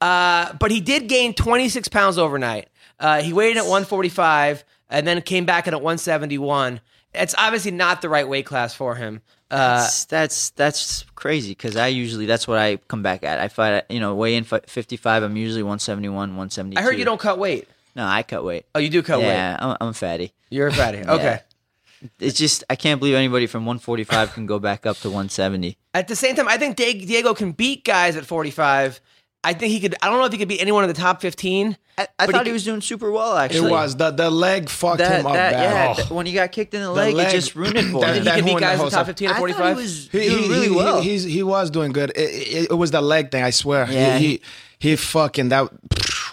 Speaker 1: Uh, but he did gain 26 pounds overnight. Uh, he weighed in at 145 and then came back in at 171. It's obviously not the right weight class for him. Uh,
Speaker 2: That's that's, that's crazy because I usually that's what I come back at. I fight, at, you know, weigh in fi- fifty five. I'm usually one seventy one, one seventy two.
Speaker 1: I heard you don't cut weight.
Speaker 2: No, I cut weight.
Speaker 1: Oh, you do cut weight.
Speaker 2: yeah, I'm, I'm fatty.
Speaker 1: You're a fatty. Okay.
Speaker 2: It's just I can't believe anybody from one forty five can go back up to one seventy.
Speaker 1: At the same time, I think Di- Diego can beat guys at 45. I think he could. I don't know if he could beat anyone in the top 15.
Speaker 2: I,
Speaker 1: But
Speaker 2: I
Speaker 1: he
Speaker 2: thought he,
Speaker 1: could-
Speaker 2: was doing super well.
Speaker 4: It
Speaker 2: Actually,
Speaker 4: was the the leg fucked
Speaker 2: that,
Speaker 4: him up
Speaker 2: that-
Speaker 4: bad.
Speaker 2: yeah.
Speaker 4: Oh.
Speaker 2: that- when he got kicked in the, leg,
Speaker 4: leg-
Speaker 2: it just ruined it for
Speaker 4: That-
Speaker 1: He
Speaker 2: him.
Speaker 4: that-
Speaker 1: can beat
Speaker 4: horn
Speaker 1: guys in the
Speaker 4: holds
Speaker 1: top
Speaker 4: up.
Speaker 1: 15
Speaker 2: I
Speaker 1: at
Speaker 2: thought
Speaker 1: 45.
Speaker 2: he was
Speaker 4: He,
Speaker 2: doing
Speaker 4: he-
Speaker 2: really
Speaker 4: he-
Speaker 2: well.
Speaker 4: He's he was doing good. It, it, it was the leg thing. I swear.
Speaker 2: Yeah,
Speaker 4: He, he he fucking that.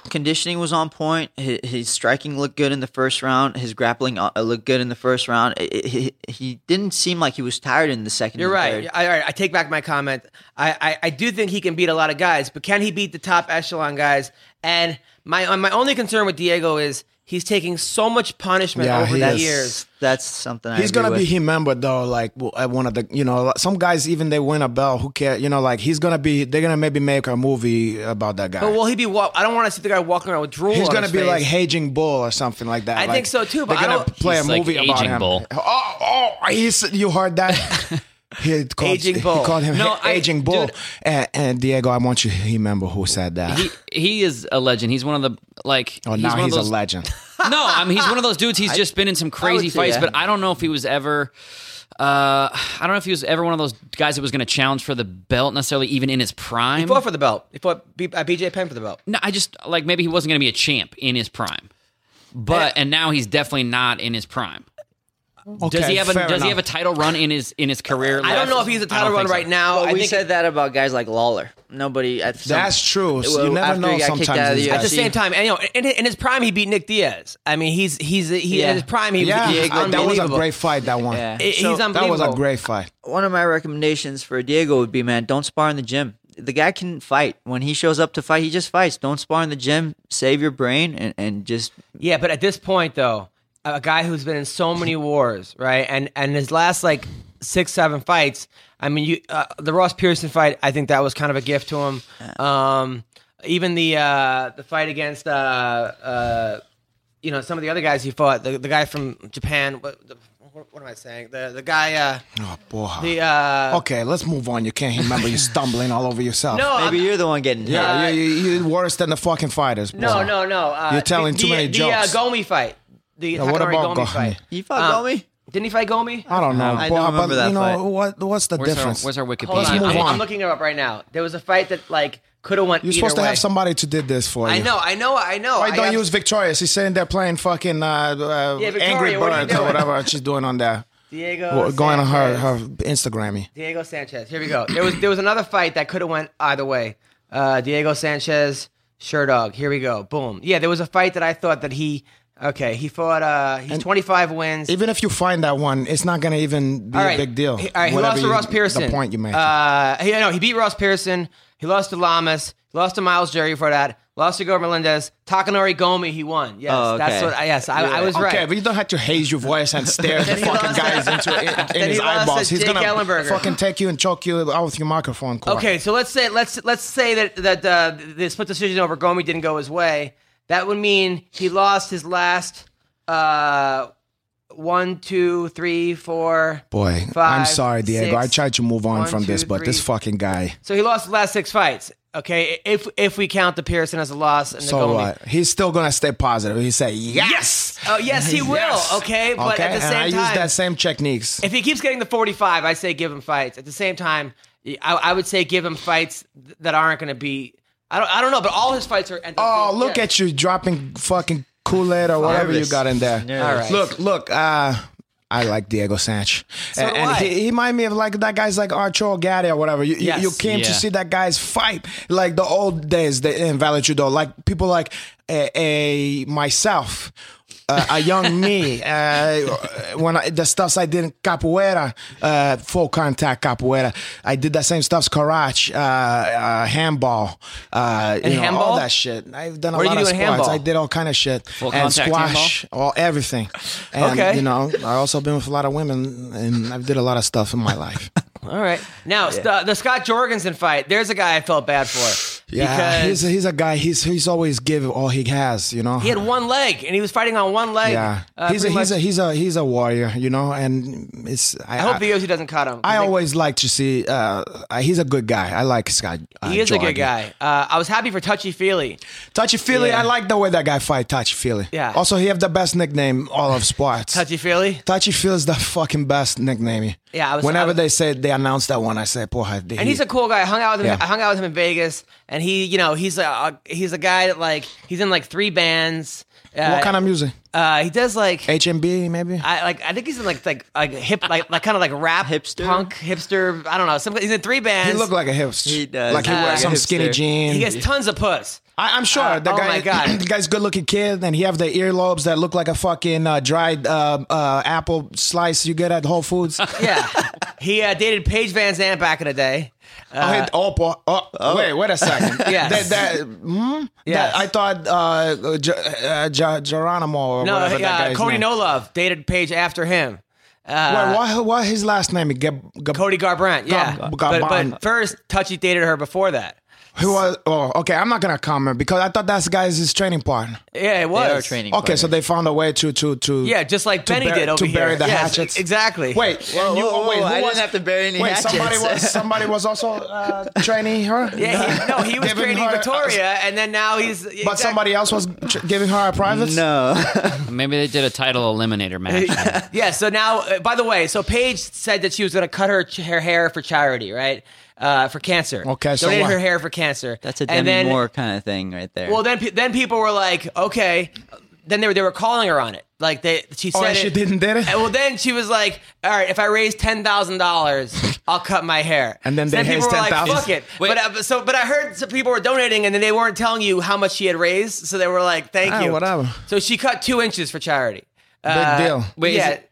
Speaker 2: conditioning was on point. His, his striking looked good in the first round. His grappling uh, looked good in the first round. I- I- he, he didn't seem like he was tired in the second.
Speaker 1: You're
Speaker 2: and
Speaker 1: right.
Speaker 2: third.
Speaker 1: I, all right, I take back my comment. I, I, I do think he can beat a lot of guys, but can he beat the top echelon guys? And my my only concern with Diego is he's taking so much punishment
Speaker 4: Yeah,
Speaker 1: over
Speaker 4: he
Speaker 1: the
Speaker 4: is.
Speaker 1: years.
Speaker 2: That's something. I
Speaker 4: He's
Speaker 2: agree
Speaker 4: gonna be
Speaker 2: with.
Speaker 4: remembered though, like w- at one of the, you know, some guys even they win a bell. Who care? You know, like he's gonna be. They're gonna maybe make a movie about that guy.
Speaker 1: But will he be? Wa- I don't want to see the guy walking around with drool.
Speaker 4: he's
Speaker 1: on
Speaker 4: gonna
Speaker 1: his
Speaker 4: be
Speaker 1: face.
Speaker 4: like Haging Bull or something like that.
Speaker 1: I
Speaker 4: Like,
Speaker 1: think so, too, but
Speaker 4: they're
Speaker 1: I
Speaker 4: gonna
Speaker 1: don't-
Speaker 4: play a
Speaker 3: He's like
Speaker 4: movie about
Speaker 3: Aging
Speaker 4: him.
Speaker 3: Bull.
Speaker 4: Oh, oh, he's you heard that. He called,
Speaker 1: Aging
Speaker 4: he
Speaker 1: Bull.
Speaker 4: called him
Speaker 3: No,
Speaker 4: Ha-
Speaker 3: I-
Speaker 4: Aging Bull.
Speaker 3: dude.
Speaker 4: and, and Diego, I want you to remember who said that.
Speaker 3: He, he is a legend. He's one of the like.
Speaker 4: oh, now
Speaker 3: one of
Speaker 4: he's,
Speaker 3: those-
Speaker 4: a legend.
Speaker 3: No, I mean he's one of those dudes. He's just been in some crazy
Speaker 2: say
Speaker 3: fights,
Speaker 2: that.
Speaker 3: but I don't know if he was ever. Uh, I don't know if he was ever one of those guys that was going to challenge for the belt necessarily, even in his prime.
Speaker 1: he fought for the belt. He fought B- uh, BJ Penn for the belt.
Speaker 3: No, I just like maybe he wasn't going to be a champ in his prime, but and now he's definitely not in his prime. Does
Speaker 4: Okay,
Speaker 3: he have a Does
Speaker 4: fair
Speaker 3: he
Speaker 4: enough.
Speaker 3: have a title run in his in his career?
Speaker 1: I don't
Speaker 3: left?
Speaker 1: know if he's a
Speaker 3: I
Speaker 1: title
Speaker 3: don't
Speaker 1: run
Speaker 3: think so.
Speaker 1: right now.
Speaker 2: Well,
Speaker 1: I
Speaker 2: we
Speaker 1: think
Speaker 2: said that about guys like Lawler. Nobody. At some,
Speaker 4: That's true. So you never
Speaker 2: after he
Speaker 4: know
Speaker 2: got kicked
Speaker 4: sometimes
Speaker 2: out of
Speaker 4: these
Speaker 2: the
Speaker 4: guys.
Speaker 1: At the
Speaker 2: UFC.
Speaker 1: same time, and, you know, in, in his prime, he beat Nick Diaz. I mean, he's he's he
Speaker 2: Yeah.
Speaker 1: in his prime. He
Speaker 4: Yeah,
Speaker 1: was, he
Speaker 4: I- that was a
Speaker 1: unbelievable.
Speaker 4: great fight. That one.
Speaker 2: Yeah.
Speaker 1: I- he's
Speaker 2: So,
Speaker 1: unbelievable.
Speaker 4: That was a great fight.
Speaker 2: one of my recommendations for Diego would be, man, don't spar in the gym. The guy can fight. When he shows up to fight, he just fights. Don't spar in the gym. Save your brain and, and just
Speaker 1: Yeah, but at this point though, a guy who's been in so many wars, right? And and his last like six, seven fights. I mean, you uh, the Ross Pearson fight. I think that was kind of a gift to him. Um, even the uh, the fight against. Uh, uh, you know some of the other guys he fought. The, the guy from Japan, what, the, what, what am I saying? The the guy, uh,
Speaker 4: Oh, boy.
Speaker 1: the uh,
Speaker 4: okay, let's move on. You can't remember. You're stumbling all over yourself.
Speaker 1: no, I'm-
Speaker 2: Maybe you're the one getting hit.
Speaker 4: Yeah, you, you, you're worse than the fucking fighters.
Speaker 1: no,
Speaker 4: Boha.
Speaker 1: no, no. Uh,
Speaker 4: You're telling
Speaker 1: the,
Speaker 4: too
Speaker 1: the,
Speaker 4: many
Speaker 1: the,
Speaker 4: jokes.
Speaker 1: The uh, Gomi fight. The
Speaker 4: Yeah, what
Speaker 1: Hakanori
Speaker 4: about
Speaker 1: Gomi,
Speaker 4: Gomi?
Speaker 1: fight.
Speaker 2: You fucked
Speaker 1: Um,
Speaker 2: me.
Speaker 1: Didn't he fight Gomi?
Speaker 4: I don't know.
Speaker 2: I don't
Speaker 4: Boha, but
Speaker 2: remember that
Speaker 4: you know
Speaker 2: fight.
Speaker 4: what? What's the
Speaker 3: Where's our,
Speaker 4: difference?
Speaker 3: where's our Wikipedia?
Speaker 1: Hold
Speaker 4: Let's
Speaker 1: on,
Speaker 4: move
Speaker 1: I'm,
Speaker 4: on.
Speaker 1: I'm looking it up right now. There was a fight that like could have went
Speaker 4: You're
Speaker 1: either
Speaker 4: supposed to
Speaker 1: way.
Speaker 4: have somebody to did this for you.
Speaker 1: I know, I know, I know.
Speaker 4: Why
Speaker 1: I
Speaker 4: don't
Speaker 1: have-
Speaker 4: you use Victorious? He's sitting there playing fucking uh, uh,
Speaker 1: Yeah, Victoria,
Speaker 4: Angry
Speaker 1: what are you
Speaker 4: Birds or
Speaker 1: doing?
Speaker 4: whatever she's doing on there.
Speaker 1: Diego
Speaker 4: Well, going on her,
Speaker 1: Sanchez.
Speaker 4: her Instagrammy.
Speaker 1: Diego Sanchez. Here we go. There was there was another fight that could have went either way. Uh, Diego Sanchez, sure dog. Here we go. Boom. Yeah, there was a fight that I thought that he. Okay, he fought. Uh, he's 25 wins.
Speaker 4: Even if you find that one, it's not going to even be
Speaker 1: all right,
Speaker 4: a big deal.
Speaker 1: He, all right, he
Speaker 4: Whatever
Speaker 1: lost to
Speaker 4: you-
Speaker 1: Ross Pearson.
Speaker 4: The point you made.
Speaker 1: Uh, he, no, he beat Ross Pearson. He lost to Lamas. He lost to Miles Jerry for that. Lost to Gore Melendez. Takanori Gomi. He won. Yes,
Speaker 2: Oh,
Speaker 1: that's
Speaker 2: okay.
Speaker 1: what. I- Yes, I, I was
Speaker 4: okay,
Speaker 1: right.
Speaker 4: but you don't have to haze your voice and stare at the
Speaker 1: he
Speaker 4: fucking
Speaker 1: lost to-
Speaker 4: guys into in, in
Speaker 1: Then
Speaker 4: his
Speaker 1: he lost to
Speaker 4: eyeballs. He's
Speaker 1: Jake
Speaker 4: gonna
Speaker 1: Ellenberger.
Speaker 4: fucking take you and choke you out with your microphone cord.
Speaker 1: Okay, so let's say let's let's say that that uh, the split decision over Gomi didn't go his way. That would mean he lost his last uh, one, two, three, four.
Speaker 4: Boy, I'm
Speaker 1: five,
Speaker 4: sorry, Diego. I
Speaker 1: six,
Speaker 4: tried to move on
Speaker 1: one,
Speaker 4: from this,
Speaker 1: two,
Speaker 4: but this
Speaker 1: three.
Speaker 4: fucking guy.
Speaker 1: So he lost the last six fights. Okay, if if we count the Pearson as a loss and the
Speaker 4: So
Speaker 1: Gomi.
Speaker 4: what? He's still gonna stay positive. He say yes.
Speaker 1: Oh yes, he will. Okay, but
Speaker 4: okay,
Speaker 1: at the
Speaker 4: and
Speaker 1: same
Speaker 4: I
Speaker 1: time,
Speaker 4: use that same techniques.
Speaker 1: if he keeps getting the 45, I say give him fights. At the same time, I, I would say give him fights th- that aren't going to be. I don't, I don't know, but all his fights are. end up
Speaker 4: Oh,
Speaker 1: being-
Speaker 4: look
Speaker 1: yeah.
Speaker 4: at you dropping fucking Kool Aid or whatever you
Speaker 2: Nervous.
Speaker 4: got in there.
Speaker 1: All right.
Speaker 4: Look, look. Uh, I like Diego Sanchez, and,
Speaker 1: do
Speaker 4: and
Speaker 1: I.
Speaker 4: he, he remind me of like that guy's like Arturo Gatti or whatever. You, you-
Speaker 1: Yes.
Speaker 4: you, came to
Speaker 3: Yeah.
Speaker 4: see that guy's fight, like the old days the, in Valladolid. Like people like a, a myself, uh, a young me, uh, when I, the stuffs I did in capoeira, uh, full contact capoeira. I did that same stuffs karate, uh, uh, handball, uh, you know, all
Speaker 1: handball?
Speaker 4: that shit. I've done a
Speaker 1: What did
Speaker 4: lot
Speaker 1: you
Speaker 4: of
Speaker 1: do in
Speaker 4: sports.
Speaker 1: handball?
Speaker 4: I did all kind of shit
Speaker 3: Full
Speaker 4: and
Speaker 3: contact
Speaker 4: squash, all everything. And,
Speaker 1: Okay.
Speaker 4: you know, I also been with a lot of women, and I've did a lot of stuff in my life.
Speaker 1: All right. Now, the, the Scott Jorgensen fight, there's a guy I felt bad for.
Speaker 4: Yeah,
Speaker 1: Because
Speaker 4: he's a, he's a guy. He's he's always give all he has. You know,
Speaker 1: he had one leg and he was fighting on one leg.
Speaker 4: yeah.
Speaker 1: Uh,
Speaker 4: he's a,
Speaker 1: pretty
Speaker 4: he's a
Speaker 1: much-
Speaker 4: he's a he's a warrior. You know, and it's I,
Speaker 1: I hope the UFC doesn't cut him.
Speaker 4: I
Speaker 1: think
Speaker 4: always like to see. Uh, he's a good guy. I like Scott. Uh,
Speaker 1: He is a
Speaker 4: Jordan.
Speaker 1: good guy. Uh, I was happy for Touchy Feely.
Speaker 4: Touchy feely.
Speaker 1: Yeah.
Speaker 4: I like the way that guy fight. Touchy feely.
Speaker 1: Yeah.
Speaker 4: Also, he have the best nickname all of sports.
Speaker 1: Touchy Feely?
Speaker 4: Touchy feels the fucking best nickname.
Speaker 1: Yeah, I was-
Speaker 4: Whenever
Speaker 1: I was-
Speaker 4: they say they announce that one, I say, "Porra."
Speaker 1: and he's a cool guy. I hung out with him.
Speaker 4: Yeah.
Speaker 1: I hung out with him in Vegas, and he, you know, he's a uh, he's a guy that like he's in like three bands. Uh,
Speaker 4: What kind of music?
Speaker 1: Uh, he does like
Speaker 4: HMB maybe.
Speaker 1: I like I think he's in like like like hip like like kind of like rap
Speaker 2: Hipster?
Speaker 1: punk hipster. I don't know. Some he's in three
Speaker 4: he
Speaker 1: bands.
Speaker 4: look like a hipster.
Speaker 2: He does.
Speaker 4: Like he
Speaker 1: Uh,
Speaker 4: wears some
Speaker 2: hipster.
Speaker 4: skinny jeans.
Speaker 1: he gets tons of puss.
Speaker 4: I, I'm sure
Speaker 1: Uh,
Speaker 4: the
Speaker 1: oh
Speaker 4: guy.
Speaker 1: my God.
Speaker 4: the guy's good looking kid, and he have the earlobes that look like a fucking uh, dried uh, uh, apple slice you get at Whole Foods.
Speaker 1: Yeah, he uh, dated Paige Van Zandt back in the day.
Speaker 4: oh, hey, oh, boy. Oh, wait, wait a second.
Speaker 1: Yes.
Speaker 4: That, that, hmm?
Speaker 1: Yes.
Speaker 4: That- I thought uh, Ge- uh, Ge- Geronimo or
Speaker 1: No,
Speaker 4: whatever that
Speaker 1: uh,
Speaker 4: guy's
Speaker 1: Cody Uh,
Speaker 4: name.
Speaker 1: No Love dated Paige after him.
Speaker 4: Wait, what, what his last name? Gab- Gab-
Speaker 1: Cody Garbrandt, yeah.
Speaker 4: Gar-
Speaker 1: but,
Speaker 4: Garbrandt.
Speaker 1: but first, Touchy dated her before that.
Speaker 4: Who was? Oh, okay. I'm not gonna comment because I thought that guy's his training partner.
Speaker 1: Yeah, it
Speaker 2: They
Speaker 1: was.
Speaker 2: are training.
Speaker 4: Okay, so
Speaker 2: partners.
Speaker 4: they found a way to to to
Speaker 1: Yeah, just like
Speaker 4: to
Speaker 1: Benny
Speaker 4: bury-
Speaker 1: did over
Speaker 4: to
Speaker 1: here.
Speaker 4: bury the
Speaker 1: Yes,
Speaker 4: hatchets.
Speaker 1: Exactly.
Speaker 4: Wait, and you,
Speaker 2: whoa,
Speaker 4: oh, wait,
Speaker 2: whoa,
Speaker 4: who
Speaker 2: I didn't
Speaker 4: was-
Speaker 2: have to bury any
Speaker 4: Wait, somebody was
Speaker 2: hatchets.
Speaker 4: somebody was also uh, training her.
Speaker 1: Yeah, he, no, he was
Speaker 4: Giving
Speaker 1: training
Speaker 4: her-
Speaker 1: Victoria, and then now he's.
Speaker 4: but somebody else was tr- giving her a private.
Speaker 2: No.
Speaker 3: Maybe they did a title eliminator match.
Speaker 1: Yeah. So now, uh, by the way, so Paige said that she was going to cut her her hair for charity, right? Uh, for cancer.
Speaker 4: Okay, so
Speaker 1: donated
Speaker 4: what?
Speaker 1: her hair for cancer.
Speaker 2: That's a
Speaker 1: And
Speaker 2: Demi
Speaker 1: then-
Speaker 2: Moore kind of thing right there.
Speaker 1: Well, then pe- then people were like, okay. Then they were they were calling her on it. Like they she said
Speaker 4: Oh, and she
Speaker 1: it-
Speaker 4: didn't did it?
Speaker 1: And well, then she was like, all right, if I raise ten thousand dollars, I'll cut my hair.
Speaker 4: And then
Speaker 1: So
Speaker 4: they
Speaker 1: people
Speaker 4: raised
Speaker 1: were like,
Speaker 4: $10,000.
Speaker 1: fuck it. But I, but- so but I heard some people were donating, and then they weren't telling you how much she had raised. So they were like, thank
Speaker 4: Ah,
Speaker 1: you,
Speaker 4: whatever.
Speaker 1: So she cut two inches for charity. Big
Speaker 4: deal.
Speaker 3: Wait,
Speaker 1: yeah.
Speaker 3: is, it,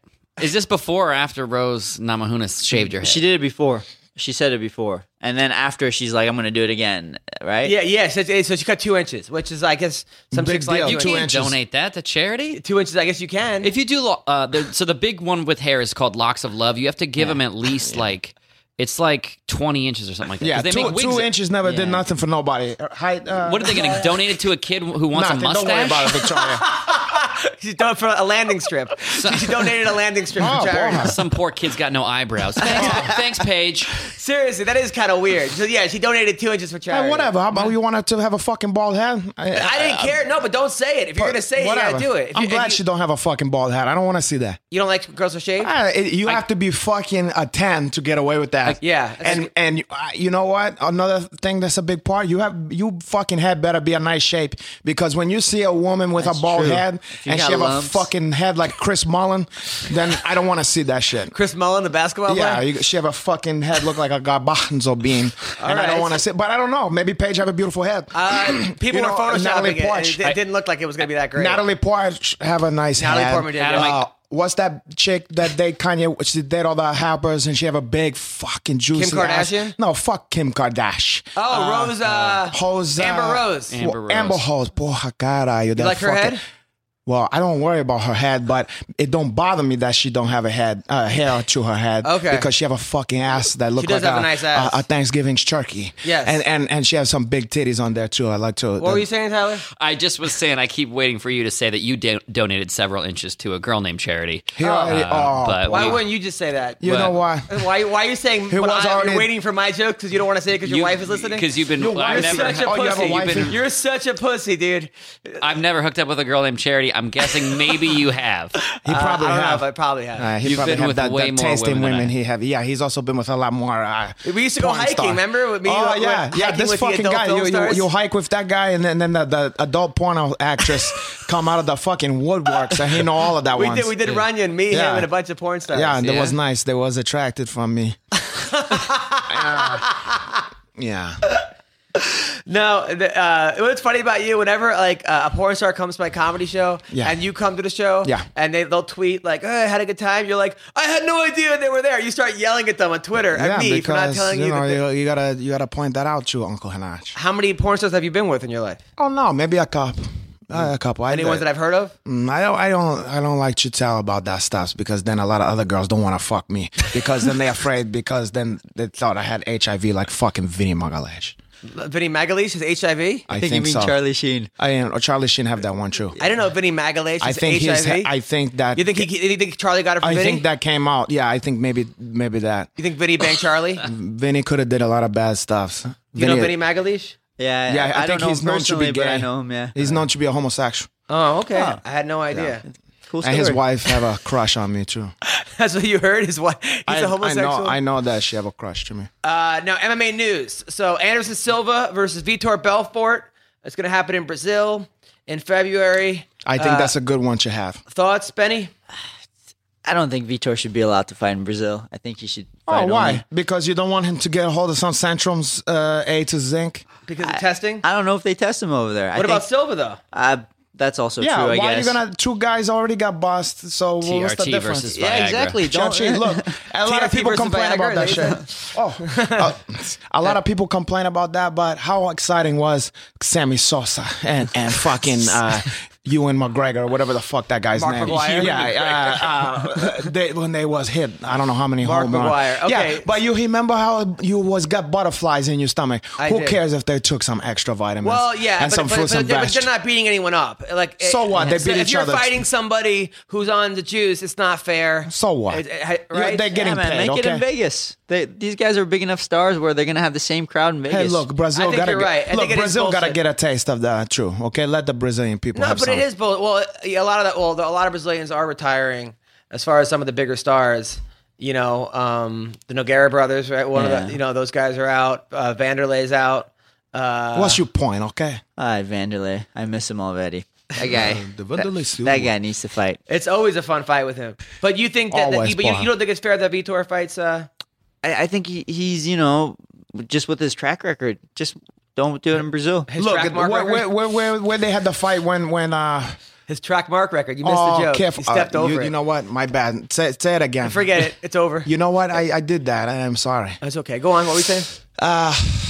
Speaker 3: is this before or after Rose Namahunas shaved her head?
Speaker 2: she did it before. She said it before. And then after, she's like, I'm going to do it again. Right?
Speaker 1: Yeah, yeah. So, so she cut two inches, which is, I guess, some
Speaker 4: Big
Speaker 1: chicks
Speaker 4: deal.
Speaker 1: like
Speaker 3: You
Speaker 4: Two
Speaker 3: can't
Speaker 4: inches.
Speaker 3: donate that to charity.
Speaker 1: two inches. I guess you can.
Speaker 3: If you do, lo- uh, the, so the big one with hair is called locks of love. You have to give them at least like it's like twenty inches or something like that.
Speaker 4: Yeah,
Speaker 3: 'Cause they
Speaker 4: two,
Speaker 3: make wigs-
Speaker 4: two inches never did nothing for nobody. Height. Uh,
Speaker 3: What are they going to donate it to a kid who wants
Speaker 4: nothing.
Speaker 3: a mustache?
Speaker 4: Don't worry about it, Victoria.
Speaker 1: She's done for a landing strip. She, she donated a landing strip
Speaker 4: Oh,
Speaker 1: for charity.
Speaker 4: boy.
Speaker 3: Some poor kid's got no eyebrows. Thanks, thanks Paige.
Speaker 1: Seriously, that is kind of weird. So yeah, she donated two inches for charity.
Speaker 4: Hey, whatever. How about you wanted to have a fucking bald head?
Speaker 1: I
Speaker 3: Uh,
Speaker 1: didn't care. No, but don't say it. If you're gonna say it, you gotta do it. If
Speaker 4: I'm
Speaker 1: you, if
Speaker 4: glad
Speaker 1: you,
Speaker 4: she don't have a fucking bald head. I don't want to see that.
Speaker 1: You don't like girls with shave?
Speaker 4: Ah, it- you have to be fucking a ten to get away with that.
Speaker 1: yeah, that's-
Speaker 4: and and uh, you know what? Another thing that's a big part. You have you fucking head better be a nice shape because when you see a woman with a bald
Speaker 2: true.
Speaker 4: head
Speaker 2: you
Speaker 4: and she
Speaker 2: got
Speaker 4: have
Speaker 2: lumps.
Speaker 4: a fucking head like Chris Mullen, then I don't want to see that shit.
Speaker 1: Chris Mullen, the basketball
Speaker 4: Yeah,
Speaker 1: player.
Speaker 4: you, she have a fucking head look like a garbanzo bean, and I
Speaker 1: right.
Speaker 4: don't want to see. But I don't know. Maybe Paige have a beautiful head.
Speaker 1: Uh, people
Speaker 4: You
Speaker 1: were
Speaker 4: know, Natalie
Speaker 1: photoshopping it. and
Speaker 4: Portman.
Speaker 1: It, di- didn't look like it was gonna be that great.
Speaker 4: Natalie Portman sh- have a nice
Speaker 1: Natalie
Speaker 4: head.
Speaker 1: Portman did,
Speaker 3: Adam, yeah. I-
Speaker 4: Uh, what's that chick that they Kanye? She did all the helpers, and she have a big fucking juicy. ass-
Speaker 1: Kardashian?
Speaker 4: No, fuck Kim Kardashian.
Speaker 1: oh, Rose. Uh,
Speaker 4: Hose, uh,
Speaker 1: Amber Rose. You
Speaker 3: Amber
Speaker 4: Well, Amber
Speaker 3: Rose.
Speaker 4: Hose. Porra, caralho. that
Speaker 1: like her
Speaker 4: fucking-
Speaker 1: head?
Speaker 4: Well, I don't worry about her head, but it don't bother me that she don't have a head, uh, hair to her head.
Speaker 1: Okay.
Speaker 4: Because she have a fucking ass that look
Speaker 1: does
Speaker 4: like
Speaker 1: have a nice ass.
Speaker 4: A, a Thanksgiving turkey.
Speaker 1: Yes.
Speaker 4: And and and she has some big titties on there too. I like to.
Speaker 1: What were you saying, Tyler?
Speaker 3: I just was saying, I keep waiting for you to say that you do- donated several inches to a girl named Charity.
Speaker 4: Here already- oh,
Speaker 3: but
Speaker 1: Why
Speaker 3: we-
Speaker 1: wouldn't you just say that?
Speaker 4: you know why?
Speaker 1: Why, why are you saying
Speaker 4: Who
Speaker 1: but
Speaker 4: was
Speaker 1: I,
Speaker 4: already-
Speaker 1: you're waiting for my joke because you don't want to say it because your
Speaker 3: you-
Speaker 1: wife is listening?
Speaker 3: Because you've been.
Speaker 4: Your
Speaker 3: I've
Speaker 4: wife is
Speaker 3: never,
Speaker 1: such a
Speaker 4: Oh, you have a
Speaker 1: pussy.
Speaker 4: wife
Speaker 1: You've been-
Speaker 4: in-
Speaker 1: You're such a pussy, dude.
Speaker 3: I've never hooked up with a girl named Charity. I'm guessing maybe you have.
Speaker 4: He probably
Speaker 1: Uh, I don't
Speaker 4: have.
Speaker 1: know if I probably have.
Speaker 4: Uh, he
Speaker 3: You've
Speaker 4: probably
Speaker 3: been
Speaker 4: have
Speaker 3: with
Speaker 4: that,
Speaker 3: way
Speaker 4: that
Speaker 3: more
Speaker 4: taste in
Speaker 3: women than
Speaker 4: women
Speaker 3: I-
Speaker 4: he have. Yeah, he's also been with a lot more. Uh,
Speaker 1: We used to go
Speaker 4: porn
Speaker 1: hiking,
Speaker 4: star.
Speaker 1: remember? With me,
Speaker 4: oh
Speaker 1: like,
Speaker 4: yeah,
Speaker 1: like,
Speaker 4: yeah.
Speaker 1: hiking
Speaker 4: This
Speaker 1: with the
Speaker 4: fucking
Speaker 1: adult
Speaker 4: guy,
Speaker 1: film
Speaker 4: you, you
Speaker 1: stars.
Speaker 4: you hike with that guy, and then, then the, the adult porno actress come out of the fucking woodworks, and he know all of that.
Speaker 1: we
Speaker 4: once.
Speaker 1: did we did Ranya and me,
Speaker 4: Yeah.
Speaker 1: him, and a bunch of porn stars.
Speaker 4: Yeah, and that
Speaker 3: Yeah.
Speaker 4: was nice. They was attracted from me. yeah.
Speaker 1: No, the, uh, what's funny about you? Whenever like uh, a porn star comes to my comedy show,
Speaker 4: Yeah.
Speaker 1: and you come to the show,
Speaker 4: Yeah.
Speaker 1: and they they'll tweet like, oh, "I had a good time." You're like, "I had no idea they were there." You start yelling at them on Twitter
Speaker 4: yeah,
Speaker 1: at me
Speaker 4: because
Speaker 1: for not telling you.
Speaker 4: you,
Speaker 1: that
Speaker 4: know,
Speaker 1: they-
Speaker 4: you, you gotta you gotta point that out to Uncle Hanach.
Speaker 1: how many porn stars have you been with in your life?
Speaker 4: Oh no, maybe a couple, Uh, a couple.
Speaker 1: Any ones that I've heard of?
Speaker 4: Mm, I don't, I don't, I don't like to tell about that stuff because then a lot of other girls don't want to fuck me because then they're afraid because then they thought I had HIV like fucking Vinny Magalash.
Speaker 1: Vinny Magalish has HIV.
Speaker 4: I,
Speaker 2: I think, you mean
Speaker 4: so.
Speaker 2: Charlie Sheen.
Speaker 4: I am. Or Charlie Sheen have that one too.
Speaker 1: I don't know if Vinny Magalish
Speaker 4: I
Speaker 1: has
Speaker 4: think he's.
Speaker 1: HIV.
Speaker 4: I think that.
Speaker 1: you think he? You think Charlie got it from
Speaker 4: I
Speaker 1: Vinny?
Speaker 4: think that came out. Yeah, I think maybe maybe that
Speaker 1: you think Vinny banged Charlie?
Speaker 4: Vinny could have did a lot of bad stuff.
Speaker 1: you know Vinny Magalish?
Speaker 2: Yeah,
Speaker 4: Yeah, I,
Speaker 2: don't
Speaker 4: think
Speaker 2: know
Speaker 4: he's
Speaker 2: him
Speaker 4: known to
Speaker 2: personally,
Speaker 4: be gay.
Speaker 2: but I know him. Yeah,
Speaker 4: He's known to be a homosexual,
Speaker 1: Oh, okay. I had no idea.
Speaker 2: cool
Speaker 4: and his
Speaker 2: story.
Speaker 4: wife have a crush on me too.
Speaker 1: That's what you heard. His wife. He's
Speaker 4: I,
Speaker 1: a
Speaker 4: I
Speaker 1: homosexual.
Speaker 4: know. I know that she have a crush to me.
Speaker 1: Uh, now MMA news. So Anderson Silva versus Vitor Belfort. It's going to happen in Brazil in February.
Speaker 4: I think that's a good one to have.
Speaker 1: Thoughts, Benny?
Speaker 2: I don't think Vitor should be allowed to fight in Brazil. I think he should.
Speaker 4: Oh,
Speaker 2: fight
Speaker 4: why?
Speaker 2: only-
Speaker 4: Because you don't want him to get a hold of some Centrum's uh, A to zinc.
Speaker 1: Because of testing.
Speaker 2: I don't know if they test him over there.
Speaker 1: what about Silva though?
Speaker 2: I, that's also
Speaker 4: Yeah,
Speaker 2: true. I
Speaker 4: why
Speaker 2: guess.
Speaker 4: you gonna? Two guys already got bust, so what's the
Speaker 3: TRT
Speaker 4: difference?
Speaker 3: versus
Speaker 2: Yeah,
Speaker 3: Viagra.
Speaker 2: exactly. Don't
Speaker 4: Shang-Chi, look, a lot of
Speaker 1: TRT
Speaker 4: people
Speaker 1: versus
Speaker 4: complain
Speaker 1: Viagra,
Speaker 4: about that
Speaker 1: they
Speaker 4: shit. Oh, uh, a lot of people complain about that, but how exciting was Sammy Sosa and and fucking uh, Ewan McGregor, or whatever the fuck that guy's
Speaker 1: Mark
Speaker 4: name.
Speaker 1: McGuire.
Speaker 4: Yeah, uh, uh, they, when they was hit, I don't know how many.
Speaker 1: Mark
Speaker 4: home run-
Speaker 1: McGuire,
Speaker 4: Yeah,
Speaker 1: okay.
Speaker 4: but you remember how you was got butterflies in your stomach.
Speaker 1: I
Speaker 4: Who
Speaker 1: did.
Speaker 4: cares if they took some extra vitamins?
Speaker 1: Well, yeah,
Speaker 4: and
Speaker 1: but,
Speaker 4: some
Speaker 1: but,
Speaker 4: fruits
Speaker 1: but,
Speaker 4: and
Speaker 1: they're, but
Speaker 4: veg-
Speaker 1: they're not beating anyone up. Like, eh,
Speaker 4: So what? They beat
Speaker 1: if
Speaker 4: each
Speaker 1: you're
Speaker 4: other.
Speaker 1: fighting somebody who's on the juice, it's not fair.
Speaker 4: So what?
Speaker 1: It- it-
Speaker 4: You-
Speaker 1: right?
Speaker 4: They're getting
Speaker 2: yeah, man,
Speaker 4: paid.
Speaker 2: make
Speaker 4: okay?
Speaker 2: it in Vegas. They, these guys are big enough stars where they're gonna have the same crowd in Vegas.
Speaker 4: Hey, look,
Speaker 1: I
Speaker 4: Brazil
Speaker 1: think
Speaker 4: gotta
Speaker 1: you're
Speaker 4: get,
Speaker 1: right. I
Speaker 4: look,
Speaker 1: think it is
Speaker 4: Brazil gotta
Speaker 1: bullshit.
Speaker 4: get a taste of the true. Okay, let the Brazilian people.
Speaker 1: No,
Speaker 4: have
Speaker 1: but
Speaker 4: some.
Speaker 1: it is both. Well, eh, a lot of that. Well, a lot of Brazilians are retiring. As far as some of the bigger stars, you know, um, the Nogueira brothers, right? One of
Speaker 2: Yeah.
Speaker 1: the, you know, those guys are out. Uh, Vanderlei's out. Uh,
Speaker 4: What's your point? Okay,
Speaker 2: Ah, Vanderlei, I miss him already. That guy,
Speaker 4: the Vanderlei Silva.
Speaker 2: that guy needs to fight.
Speaker 1: it's always a fun fight with him. But you think that, that
Speaker 4: Always
Speaker 1: you, but you,
Speaker 4: fun.
Speaker 1: you don't think it's fair that Vitor fights? Uh,
Speaker 2: I, I think he, he's, you know, just with his track record, just don't do it in Brazil.
Speaker 1: his
Speaker 4: look
Speaker 1: track
Speaker 4: at
Speaker 1: mark
Speaker 4: where,
Speaker 1: record.
Speaker 4: where, where, where, where they had the fight when when uh
Speaker 1: his track mark record. You missed
Speaker 4: oh
Speaker 1: the joke.
Speaker 4: Kif,
Speaker 1: you stepped
Speaker 4: uh,
Speaker 1: over
Speaker 4: you,
Speaker 1: it.
Speaker 4: you know what? My bad. Say, say it again.
Speaker 1: Forget it. It's over.
Speaker 4: You know what? I, I did that. I am sorry.
Speaker 1: That's okay. Go on. What were we saying?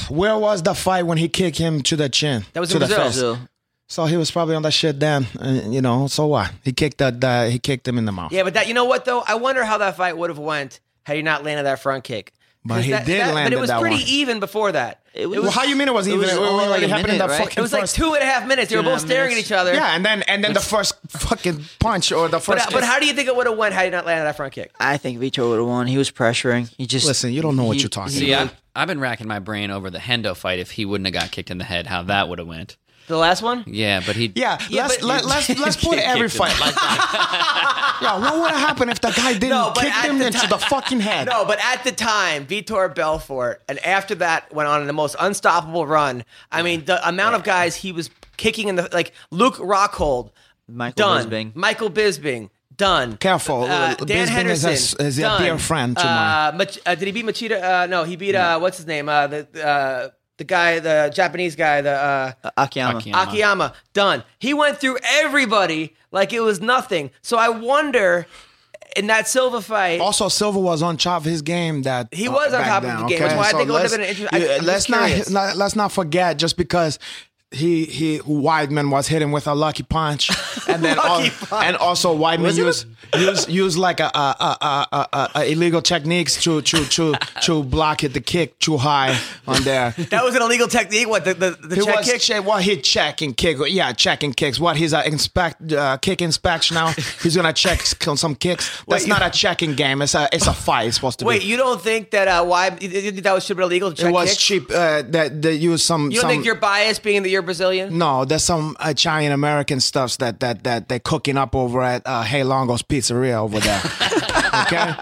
Speaker 4: Where was the fight when he kicked him to the chin?
Speaker 1: That was
Speaker 4: to
Speaker 1: in
Speaker 4: the
Speaker 1: Brazil.
Speaker 4: face?
Speaker 2: Brazil.
Speaker 4: So he was probably on that shit then. uh, you know. So what? He kicked that. Uh, he kicked him in the mouth.
Speaker 1: Yeah, but that you know what though? I wonder how that fight would have went had he not landed that front kick.
Speaker 4: But he
Speaker 1: that-
Speaker 4: did
Speaker 1: that-
Speaker 4: land
Speaker 1: But it
Speaker 4: at
Speaker 1: was
Speaker 4: that
Speaker 1: pretty
Speaker 4: one. even.
Speaker 1: even before that. It was,
Speaker 4: Well, how you mean it was
Speaker 2: it
Speaker 4: even?
Speaker 2: was
Speaker 4: It
Speaker 2: only
Speaker 4: already
Speaker 2: like a
Speaker 4: happened in
Speaker 2: minute,
Speaker 4: that
Speaker 2: right?
Speaker 4: fucking
Speaker 1: it was like
Speaker 4: first-
Speaker 1: two and a half minutes. They were
Speaker 2: and a
Speaker 1: both
Speaker 2: half
Speaker 1: staring
Speaker 2: minutes.
Speaker 1: at each other.
Speaker 4: Yeah, and then and then the first fucking punch or the
Speaker 1: But,
Speaker 4: first.
Speaker 1: but
Speaker 4: kick.
Speaker 1: how do you think it would have went had he not landed that front kick?
Speaker 2: I think Vitor would have won. He was pressuring. He just
Speaker 4: Listen, you don't know what
Speaker 2: he-
Speaker 4: you're talking
Speaker 2: he-
Speaker 3: See, I, I've been racking my brain over the Hendo fight. If he wouldn't have got kicked in the head, how that would have went.
Speaker 1: The last one?
Speaker 3: Yeah, but he.
Speaker 4: Yeah, let's
Speaker 1: but-
Speaker 4: let, let's let's put
Speaker 3: Kicked
Speaker 4: every
Speaker 3: him.
Speaker 4: fight like that. yeah, what would have happened if the guy didn't
Speaker 1: No, but
Speaker 4: kick
Speaker 1: at
Speaker 4: him
Speaker 1: the
Speaker 4: into the fucking head?
Speaker 1: No, but at the time, Vitor Belfort, and after that, went on the most unstoppable run. I mean, the amount of guys he was kicking in the like Luke Rockhold,
Speaker 2: Michael
Speaker 1: done.
Speaker 2: Bisping.
Speaker 1: Michael Bisbing, done.
Speaker 4: Careful,
Speaker 1: Uh, Dan
Speaker 4: Bisping is a-
Speaker 1: Henderson
Speaker 4: is a
Speaker 1: done.
Speaker 4: dear friend to
Speaker 1: uh, Mach- uh, did he beat Machida? Uh, no, he beat uh, what's his name? Uh, the uh, the guy, the Japanese guy, the uh,
Speaker 2: Akiyama.
Speaker 3: Akiyama.
Speaker 1: Akiyama, done. He went through everybody like it was nothing. So I wonder in that Silva fight.
Speaker 4: Also, Silva was on top of his game. That uh,
Speaker 1: He was on
Speaker 4: back
Speaker 1: top of
Speaker 4: then,
Speaker 1: his game, which is why I think it would've
Speaker 4: let's- uh,
Speaker 1: been an interesting- I- I'm
Speaker 4: let's
Speaker 1: just
Speaker 4: not,
Speaker 1: curious.
Speaker 4: not let's not forget just because he he Weidman was hitting with a lucky punch, and then
Speaker 1: Lucky
Speaker 4: al- and also Weidman used used used like a, a, a, a, a, a illegal techniques to to to to block it the kick too high on there.
Speaker 1: that was an illegal technique. What the the, the
Speaker 4: He
Speaker 1: check
Speaker 4: was
Speaker 1: kick?
Speaker 4: check, what he check and kick. Yeah, check and kicks. What he's a inspect uh, kick inspection now. He's gonna check some kicks. That's not a checking game. It's a it's a fight. It's supposed to be.
Speaker 1: Wait, you don't think that uh, why you you think that was should have been illegal? to Check
Speaker 4: it was
Speaker 1: kick?
Speaker 4: cheap. Uh, that they use some.
Speaker 1: You don't
Speaker 4: some
Speaker 1: think you're biased being that you're Brazilian?
Speaker 4: no, there's some uh, Italian American stuffs that that that they're cooking up over at uh, Hey Longo's Pizzeria over there. okay.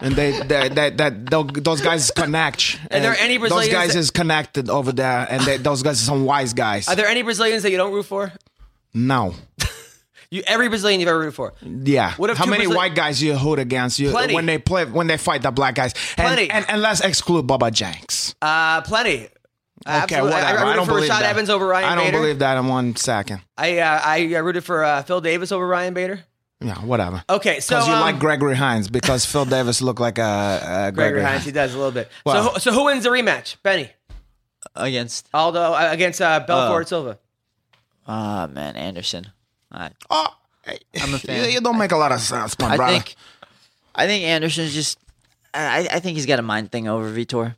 Speaker 4: And they, they, they, that those guys connect.
Speaker 1: Are there any
Speaker 4: Those
Speaker 1: Brazilians
Speaker 4: guys
Speaker 1: that-
Speaker 4: is connected over there, and they, those guys are some wise guys.
Speaker 1: Are there any Brazilians that you don't root for?
Speaker 4: no,
Speaker 1: You every Brazilian you've ever rooted for.
Speaker 4: yeah.
Speaker 1: What if
Speaker 4: How
Speaker 1: two
Speaker 4: many
Speaker 1: Brazil-
Speaker 4: white guys you hold against you
Speaker 1: Plenty.
Speaker 4: when they play when they fight the black guys? And,
Speaker 1: Plenty.
Speaker 4: And, and let's exclude Baba Jenks.
Speaker 1: Uh, plenty.
Speaker 4: okay, whatever.
Speaker 1: I, I rooted
Speaker 4: I, don't
Speaker 1: for
Speaker 4: believe
Speaker 1: Rashad
Speaker 4: that.
Speaker 1: Evans over Ryan
Speaker 4: I don't
Speaker 1: Bader.
Speaker 4: believe that in one second.
Speaker 1: I, uh, I uh, rooted for uh, Phil Davis over Ryan Bader.
Speaker 4: Yeah, whatever.
Speaker 1: Okay, so
Speaker 4: Because you
Speaker 1: um,
Speaker 4: like Gregory Hines, because Phil Davis looked like a, a
Speaker 1: Gregory
Speaker 4: Gregory,
Speaker 1: Hines. He does a little bit.
Speaker 4: Wow.
Speaker 1: So, who- so who wins the rematch? Benny
Speaker 2: Against,
Speaker 1: Aldo uh, against uh, Belfort Silva.
Speaker 2: ah, man, Anderson. I,
Speaker 4: Oh,
Speaker 2: I'm a
Speaker 4: you,
Speaker 2: fan.
Speaker 4: you don't make a lot of sense, my
Speaker 2: I
Speaker 4: brother.
Speaker 2: think, I think Anderson's just. I, I think he's got a mind thing over Vitor.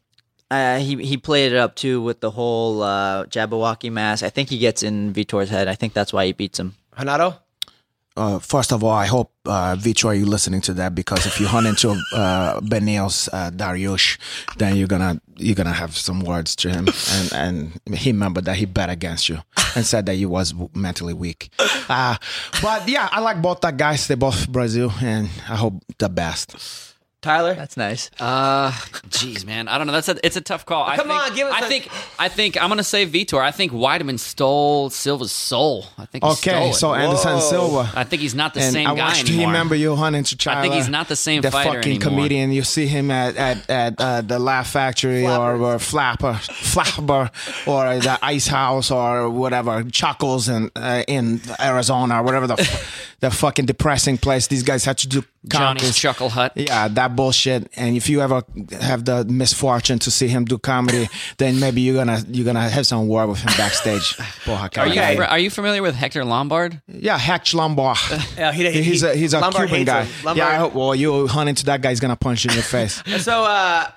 Speaker 2: Uh, he he played it up too with the whole uh, Jabberwocky mask. I think he gets in Vitor's head. I think that's why he beats him.
Speaker 1: Hanato.
Speaker 4: Uh, first of all, I hope uh, Vitor, you're listening to that because if you hunt into uh, Benil's uh, Dariush, then you're gonna you're gonna have some words to him, and and he remembered that he bet against you and said that you was w- mentally weak. Uh, but yeah, I like both that guys. They both Brazil, and I hope the best.
Speaker 1: Tyler. Oh,
Speaker 2: That's nice.
Speaker 3: Uh, jeez, man, I don't know. That's a, it's a tough call. I
Speaker 1: Come
Speaker 3: think,
Speaker 1: on, give us
Speaker 3: I
Speaker 1: a-
Speaker 3: think I think I'm gonna say Vitor. I think Weideman stole Silva's soul. I think. He stole
Speaker 4: Okay,
Speaker 3: it.
Speaker 4: so Anderson Silva.
Speaker 3: I think he's not the
Speaker 4: and
Speaker 3: same
Speaker 4: I
Speaker 3: guy
Speaker 4: want you to
Speaker 3: anymore.
Speaker 4: remember Johan and T'Challa.
Speaker 3: I think he's not the same
Speaker 4: The
Speaker 3: fighter
Speaker 4: fucking
Speaker 3: anymore.
Speaker 4: comedian. You see him at at, at uh, the Laugh Factory or, or Flapper, Flapper, or the Ice House or whatever Chuckles in uh, in Arizona or whatever the f- the fucking depressing place these guys had to do.
Speaker 3: Johnny's
Speaker 4: contests.
Speaker 3: Chuckle Hut.
Speaker 4: Yeah, that bullshit. And if you ever have the misfortune to see him do comedy, then maybe you're gonna you're gonna have some war with him backstage. Porra,
Speaker 3: Are
Speaker 4: cara.
Speaker 3: you fr- are you familiar with Hector Lombard?
Speaker 4: Yeah, Hatch Lombard.
Speaker 1: Yeah, he- he-
Speaker 4: he's a he's a
Speaker 1: Lombard
Speaker 4: Cuban
Speaker 1: hates
Speaker 4: guy.
Speaker 1: him. Lombard-
Speaker 4: Yeah, I hope. Well, you hunt into that guy's gonna punch you in your face.
Speaker 1: So uh,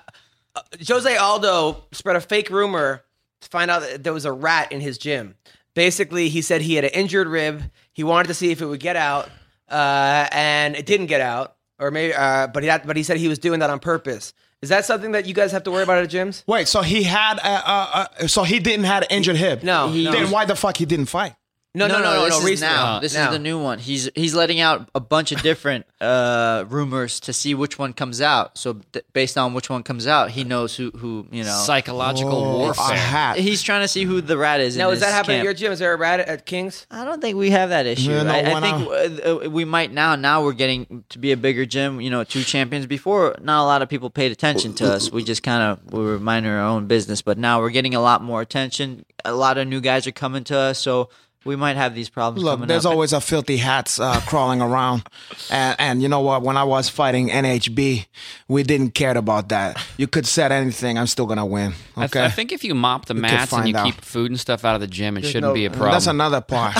Speaker 1: Jose Aldo spread a fake rumor to find out that there was a rat in his gym. Basically, he said he had an injured rib. He wanted to see if it would get out, uh, and it didn't get out, or maybe. Uh, but he had, but he said he was doing that on purpose. Is that something that you guys have to worry about at gyms?
Speaker 4: Wait, so he had a, a, a so he didn't have an injured hip.
Speaker 1: No, He- no.
Speaker 4: then why the fuck he didn't fight?
Speaker 1: No, no, no, no, no.
Speaker 2: this is
Speaker 1: recently.
Speaker 2: now. This
Speaker 1: Now.
Speaker 2: is the new one. He's he's letting out a bunch of different uh, rumors to see which one comes out. So th- based on which one comes out, he knows who who you know.
Speaker 3: Psychological
Speaker 4: a
Speaker 3: warfare.
Speaker 4: hat.
Speaker 2: He's trying to see who the rat is. in
Speaker 1: Now, is
Speaker 2: his
Speaker 1: that happening at
Speaker 2: camp.
Speaker 1: your gym? Is there a rat at, at Kings?
Speaker 2: I don't think we have that issue.
Speaker 4: Yeah, no,
Speaker 2: I, I
Speaker 4: why
Speaker 2: think uh, uh, we might now. Now we're getting to be a bigger gym. You know, two champions. Before, not a lot of people paid attention to us. We just kind of we were minding our own business. But now we're getting a lot more attention. A lot of new guys are coming to us, so we might have these problems.
Speaker 4: Look,
Speaker 2: coming
Speaker 4: there's
Speaker 2: up.
Speaker 4: always a filthy hats uh, crawling around, and, and you know what? When I was fighting NHB, we didn't care about that. You could set anything, I'm still gonna win.
Speaker 3: I th-
Speaker 4: Okay,
Speaker 3: I, think if you mop the mats and
Speaker 4: find
Speaker 3: you
Speaker 4: out.
Speaker 3: keep food and stuff out of the gym, it shouldn't
Speaker 1: no-
Speaker 3: be a problem.
Speaker 4: that's another part.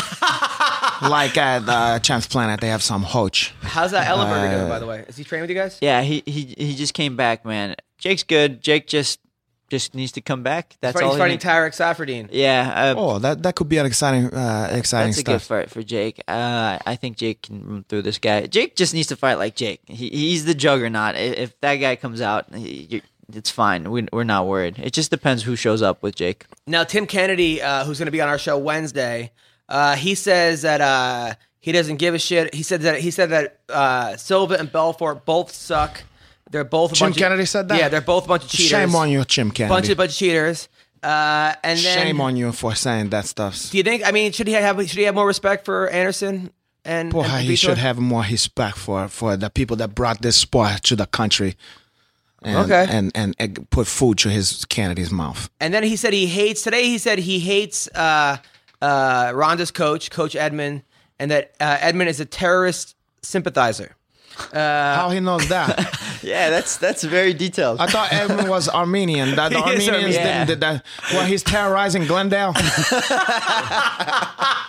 Speaker 4: like at uh, Chance Planet, they have some hoach.
Speaker 2: Uh,
Speaker 1: How's that Ellenberger doing, by the way? Is he training with you guys?
Speaker 2: Yeah, he he he just came back, man. Jake's good. Jake just just needs to come back. That's
Speaker 1: He's
Speaker 2: all. he
Speaker 1: fighting
Speaker 2: need-
Speaker 1: Tyrek Safradine.
Speaker 2: yeah, uh,
Speaker 4: Oh, that that could be an exciting, uh, exciting
Speaker 2: that's a good
Speaker 4: stuff.
Speaker 2: fight for Jake. Uh, I think Jake can run through this guy. Jake just needs to fight like Jake. He, he's the juggernaut. I- If that guy comes out, he, you- it's fine. We, we're not worried. It just depends who shows up with Jake.
Speaker 1: Now, Tim Kennedy, uh, who's going to be on our show Wednesday, uh, he says that uh, he doesn't give a shit. He said that he said that uh, Silva and Belfort both suck. They're both a
Speaker 4: Jim
Speaker 1: bunch of-
Speaker 4: Kennedy said that?
Speaker 1: Yeah, they're both a bunch of cheaters.
Speaker 4: Shame on you, Jim
Speaker 1: Bunch
Speaker 4: Kennedy.
Speaker 1: of bunch of cheaters. Uh, and then
Speaker 4: Shame on you for saying that stuff.
Speaker 1: Do you think? I mean, should he have should he have more respect for Anderson and?
Speaker 4: Boy,
Speaker 1: and
Speaker 4: he
Speaker 1: Vitor?
Speaker 4: should have more respect for, for the people that brought this sport to the country. And,
Speaker 1: Okay.
Speaker 4: And, and and put food to his Kennedy's mouth.
Speaker 1: And then he said he hates today. He said he hates uh, uh, Ronda's coach, Coach Edmund, and that uh, Edmund is a terrorist sympathizer. Uh,
Speaker 4: How he knows that?
Speaker 2: Yeah, that's that's very detailed.
Speaker 4: I thought Edmund was Armenian. That the
Speaker 1: He is
Speaker 4: Armenians
Speaker 1: Armenian.
Speaker 4: didn't did that. Well, he's terrorizing Glendale.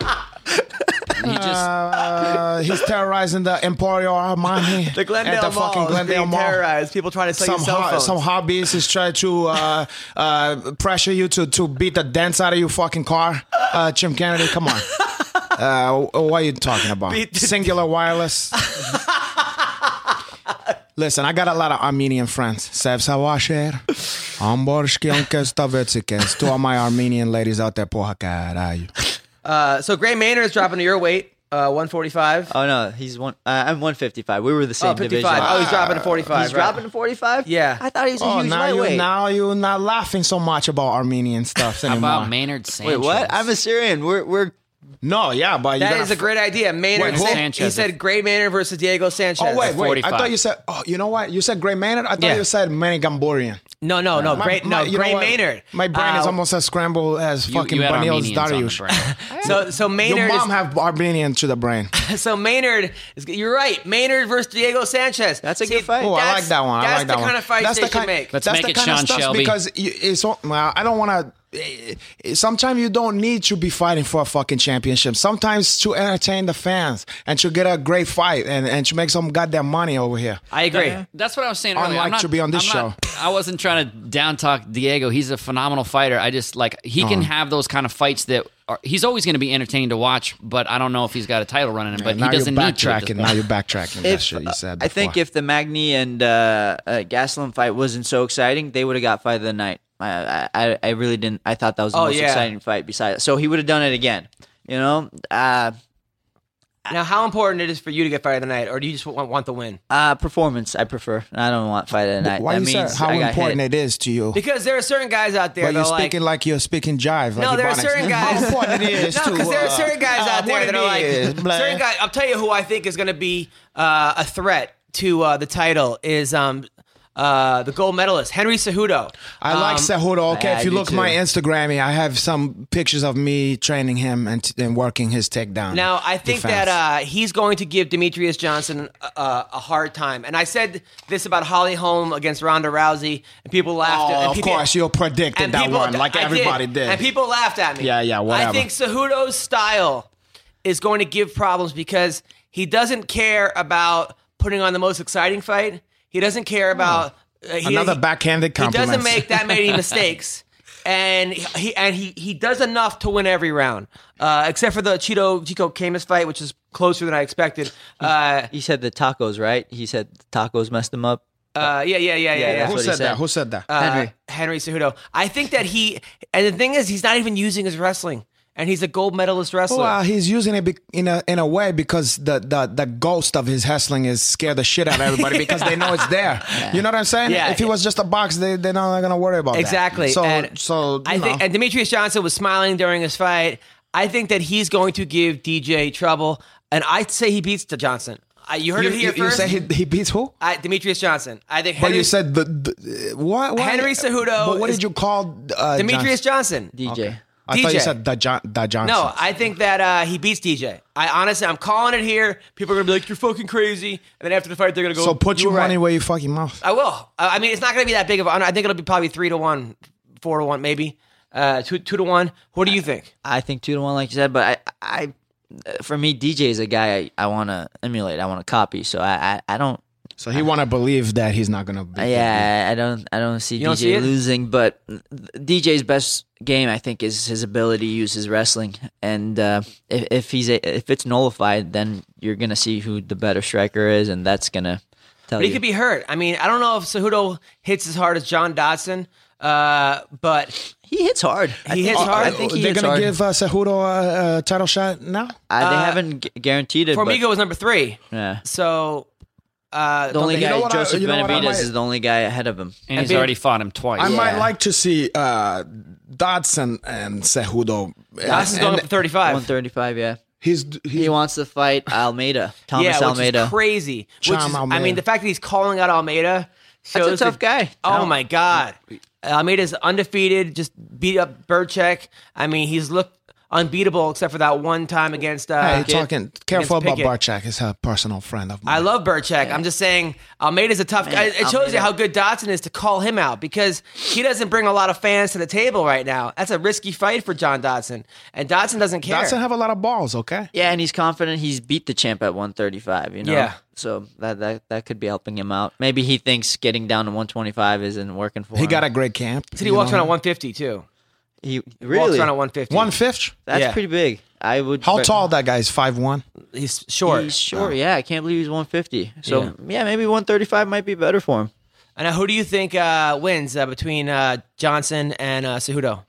Speaker 3: He just
Speaker 4: Uh, he's terrorizing the Emporio Armani.
Speaker 1: The Glendale
Speaker 4: at the
Speaker 1: Mall
Speaker 4: fucking
Speaker 1: is
Speaker 4: Glendale
Speaker 1: being
Speaker 4: Mall.
Speaker 1: terrorized. People trying to sell
Speaker 4: Some,
Speaker 1: you cell
Speaker 4: ho-
Speaker 1: phones.
Speaker 4: some hobbies is trying to uh, uh, pressure you to, to beat the dents out of your fucking car. Uh, Jim Kennedy, come on. Uh, wh- what are you talking about?
Speaker 1: Beat the-
Speaker 4: Singular wireless. Listen, I got a lot of Armenian friends. Sev Sawasher, Amborshkian Kestavitsikens. To all my Armenian ladies out there, porra caralho.
Speaker 1: uh, so Gray Maynard is dropping to your weight, uh, one forty five.
Speaker 2: oh no, he's one. Uh, I'm 155. We were the same
Speaker 1: Oh, 55.
Speaker 2: division.
Speaker 1: Oh, he's dropping
Speaker 4: Uh,
Speaker 1: to 45.
Speaker 2: he's
Speaker 1: right.
Speaker 2: dropping to 45.
Speaker 1: Yeah.
Speaker 2: I thought he was a
Speaker 4: Oh,
Speaker 2: huge
Speaker 4: now you
Speaker 2: lightweight.
Speaker 4: now you not laughing so much about Armenian stuff anymore.
Speaker 3: about Maynard Sanchez.
Speaker 2: Wait, what? I'm Assyrian. We're we're
Speaker 4: no, yeah, but you
Speaker 1: That
Speaker 4: gotta
Speaker 1: is a
Speaker 4: f-
Speaker 1: great idea. Maynard
Speaker 4: Wait, who?
Speaker 1: said- he
Speaker 3: Sanchez.
Speaker 1: said Gray Maynard versus Diego Sanchez.
Speaker 4: Oh wait, wait!
Speaker 3: 45.
Speaker 4: I thought you said. Oh, you know what? You said Gray Maynard. I thought
Speaker 1: Yeah.
Speaker 4: you said Manny Gamborian.
Speaker 1: No, no, no.
Speaker 4: My-
Speaker 1: Gray,
Speaker 4: my-
Speaker 1: no,
Speaker 4: you know
Speaker 1: Gray
Speaker 4: what?
Speaker 1: Maynard.
Speaker 4: My brain is
Speaker 1: Uh,
Speaker 4: almost as scrambled as
Speaker 3: You-
Speaker 4: fucking
Speaker 3: you had
Speaker 4: Daniel's
Speaker 3: Armenians on the
Speaker 4: Darius.
Speaker 3: brain.
Speaker 1: So, so
Speaker 4: Your
Speaker 1: Maynard is
Speaker 4: mom have Armenian to the brain.
Speaker 1: So Maynard, is, you're right. Maynard versus Diego Sanchez.
Speaker 2: That's a good fight.
Speaker 4: Oh, I
Speaker 1: that's-
Speaker 4: like that one. I
Speaker 1: that's
Speaker 4: like
Speaker 1: the
Speaker 4: that one.
Speaker 1: kind of fights
Speaker 4: that's
Speaker 1: they
Speaker 4: the kind,
Speaker 1: should make.
Speaker 3: Let's
Speaker 4: that's
Speaker 3: make
Speaker 4: the
Speaker 3: it
Speaker 4: kind
Speaker 3: Sean
Speaker 4: of stuff
Speaker 3: Shelby.
Speaker 4: because you, it's. all- well, I don't want to. Sometimes you don't need to be fighting for a fucking championship. Sometimes to entertain the fans and to get a great fight and, and to make some goddamn money over here.
Speaker 1: I agree.
Speaker 3: That's what I was saying
Speaker 4: Unlike
Speaker 3: earlier. I'm not-
Speaker 4: to be on this
Speaker 3: I'm not- I wasn't trying to down talk Diego. He's a phenomenal fighter. I just like he can have those kind of fights that are, he's always going to be entertaining to watch. But I don't know if he's got a title running him. But
Speaker 4: now
Speaker 3: he doesn't
Speaker 4: you're
Speaker 3: need to. at this
Speaker 4: backtracking.
Speaker 3: point.
Speaker 4: Now you're backtracking. that shit you said.
Speaker 2: I think
Speaker 4: before.
Speaker 2: if the Magni and uh, uh, Gaslam fight wasn't so exciting, they would have got fight of the night. I, I I really didn't. I thought that was the
Speaker 1: Oh,
Speaker 2: most
Speaker 1: yeah.
Speaker 2: exciting fight. Besides, so he would have done it again. You know, uh,
Speaker 1: Now, how important it is for you to get fired tonight, or do you just want, want the win?
Speaker 2: uh, performance. I prefer. I don't want fight of the night.
Speaker 4: why
Speaker 2: that
Speaker 4: you say
Speaker 2: means
Speaker 4: how
Speaker 2: I got
Speaker 4: important
Speaker 2: hit.
Speaker 4: it is to you?
Speaker 1: Because there are certain guys out there
Speaker 4: But you're
Speaker 1: that are like,
Speaker 4: speaking like you're speaking jive.
Speaker 1: no,
Speaker 4: like
Speaker 1: there are
Speaker 4: Ebonics.
Speaker 1: certain guys.
Speaker 4: How important it is
Speaker 1: no,
Speaker 4: to,
Speaker 1: because there are
Speaker 4: uh,
Speaker 1: certain guys
Speaker 4: how
Speaker 1: out there that
Speaker 4: important
Speaker 1: are like,
Speaker 4: it is, blah.
Speaker 1: certain guys. I'll tell you who I think is going to be uh, a threat to uh, the title is um, uh, the gold medalist Henry Cejudo.
Speaker 4: I like
Speaker 1: Um,
Speaker 4: Cejudo. Okay,
Speaker 2: yeah, I
Speaker 4: if you
Speaker 2: do
Speaker 4: look my
Speaker 2: too.
Speaker 4: Instagram, I have some pictures of me training him and, and working his takedown.
Speaker 1: Now, I think
Speaker 4: defense.
Speaker 1: that uh, he's going to give Demetrius Johnson a, a a hard time. And I said this about Holly Holm against Ronda Rousey, and people laughed.
Speaker 4: oh,
Speaker 1: uh, and
Speaker 4: of
Speaker 1: people-
Speaker 4: course, you predicted
Speaker 1: and
Speaker 4: that
Speaker 1: people-
Speaker 4: one, like
Speaker 1: I
Speaker 4: everybody did.
Speaker 1: And people laughed at me.
Speaker 4: Yeah, yeah,
Speaker 1: I
Speaker 4: whatever.
Speaker 1: think Cejudo's style is going to give problems because he doesn't care about putting on the most exciting fight. He doesn't care about uh, he-
Speaker 4: Oh, Another
Speaker 1: he-
Speaker 4: backhanded
Speaker 1: He doesn't
Speaker 4: compliments.
Speaker 1: make that many mistakes. And he and he he does enough to win every round, uh, except for the Cheeto Chico Camus fight, which is closer than I expected. Uh,
Speaker 2: He said the tacos, right? He said the tacos messed him up. Uh,
Speaker 1: uh, yeah, yeah, yeah, yeah. yeah.
Speaker 2: that's
Speaker 4: Who
Speaker 2: what he
Speaker 4: said that?
Speaker 2: said.
Speaker 4: Who said that?
Speaker 1: Uh,
Speaker 2: Henry.
Speaker 1: Henry Cejudo. I think that he, and the thing is, he's not even using his wrestling, and he's a gold medalist wrestler.
Speaker 4: Well, he's using it be- in a in a way because the, the the ghost of his wrestling is scared the shit out of everybody because they know it's there. You know what I'm saying?
Speaker 1: Yeah.
Speaker 4: If he was just a box, they they're not gonna worry about
Speaker 1: exactly.
Speaker 4: that.
Speaker 1: and
Speaker 4: So so
Speaker 1: I
Speaker 4: you
Speaker 1: think,
Speaker 4: know.
Speaker 1: and Demetrius Johnson was smiling during his fight. I think that he's going to give DJ trouble, and I'd say he beats the Johnson. I, you heard
Speaker 4: you,
Speaker 1: it here
Speaker 4: you- you
Speaker 1: first.
Speaker 4: say he, he beats who?
Speaker 1: I, Demetrius Johnson. I think.
Speaker 4: But
Speaker 1: Henry-
Speaker 4: you said the, the what, what?
Speaker 1: Henry Cejudo
Speaker 4: But what
Speaker 1: is-
Speaker 4: did you call uh,
Speaker 1: Demetrius
Speaker 4: Johnson?
Speaker 1: Johnson.
Speaker 2: DJ.
Speaker 4: I thought you
Speaker 1: DJ.
Speaker 4: said the John the Johnson.
Speaker 1: No, I think that uh, he beats DJ. I honestly, I'm calling it here. People are gonna be like, "You're fucking crazy," and then after the fight, they're gonna go.
Speaker 4: so put
Speaker 1: "You
Speaker 4: your
Speaker 1: were right."
Speaker 4: money where your fucking mouth.
Speaker 1: I will. Uh, I mean, it's not gonna be that big of. An, I think it'll be probably three to one, four to one, maybe uh, two two to one. What do you think?
Speaker 2: I think two to one, like you said, but I, I, for me, DJ is a guy I, I want to emulate. I want to copy. So I, I, I don't.
Speaker 4: So he want to believe that he's not gonna. Be
Speaker 2: Uh, Yeah, I don't I don't see DJ
Speaker 1: don't see it?
Speaker 2: losing, but DJ's best game I think is his ability to use his wrestling, and uh, if, if he's a, if it's nullified, then you're gonna see who the better striker is, and that's gonna tell
Speaker 1: But he
Speaker 2: you.
Speaker 1: could be hurt. I mean, I don't know if Cejudo hits as hard as John Dodson, uh, but
Speaker 2: he hits hard. He
Speaker 1: hits hard?
Speaker 2: I think he
Speaker 4: Uh, They're
Speaker 2: hits
Speaker 4: gonna
Speaker 2: hard.
Speaker 4: give uh, Cejudo a, a title shot now.
Speaker 2: I, uh, they haven't gu- guaranteed it.
Speaker 1: Formiga
Speaker 2: but,
Speaker 1: was number three.
Speaker 2: yeah.
Speaker 1: So uh,
Speaker 2: The only
Speaker 4: know
Speaker 2: guy,
Speaker 4: what I-
Speaker 2: Joseph
Speaker 4: you know what I
Speaker 2: Benavides,
Speaker 4: might-
Speaker 2: is the only guy ahead of him.
Speaker 3: and he's already fought him twice.
Speaker 4: I might
Speaker 2: Yeah.
Speaker 4: like to see uh, Dodson and Cejudo.
Speaker 1: Dodson's going
Speaker 4: And
Speaker 1: up to 35.
Speaker 2: 135, yeah.
Speaker 4: He's
Speaker 2: He
Speaker 4: he,
Speaker 2: wants to fight Almeida, Thomas
Speaker 1: yeah,
Speaker 2: Almeida.
Speaker 1: Which is crazy. Which
Speaker 4: Cham
Speaker 1: is, I
Speaker 4: Almeida.
Speaker 1: mean, the fact that he's calling out Almeida shows
Speaker 2: That's a tough
Speaker 1: that-
Speaker 2: guy.
Speaker 1: Oh my God, Almeida's undefeated. Just beat up Burchek. I mean, he's looked unbeatable except for that one time against.
Speaker 4: hey,
Speaker 1: Uh,
Speaker 4: talking careful about
Speaker 1: against Pickett.
Speaker 4: Barchak. He's a personal friend of mine.
Speaker 1: I love Burchek. I'm just saying Almeida's a tough guy. It shows you
Speaker 2: Almeida.
Speaker 1: how good Dotson is to call him out because he doesn't bring a lot of fans to the table right now. That's a risky fight for John Dotson, and Dotson doesn't care.
Speaker 4: Dodson have a lot of balls. Okay.
Speaker 2: Yeah, and he's confident he's beat the champ at 135. You know,
Speaker 1: Yeah.
Speaker 2: So that that that could be helping him out. Maybe he thinks getting down to 125 isn't working for him.
Speaker 4: He got a great camp.
Speaker 1: Said he walks around at 150 too.
Speaker 2: He
Speaker 1: Walks
Speaker 2: really.
Speaker 1: around at 150.
Speaker 4: One fifth.
Speaker 2: That's
Speaker 1: yeah.
Speaker 2: pretty big. I would.
Speaker 4: How
Speaker 2: but-
Speaker 4: tall that guy is? Five one.
Speaker 1: He's short.
Speaker 2: He's short. Yeah, I can't believe he's 150. So yeah, maybe 135 might be better for him.
Speaker 1: And now, who do you think uh, wins uh, between uh, Johnson and uh, Cejudo?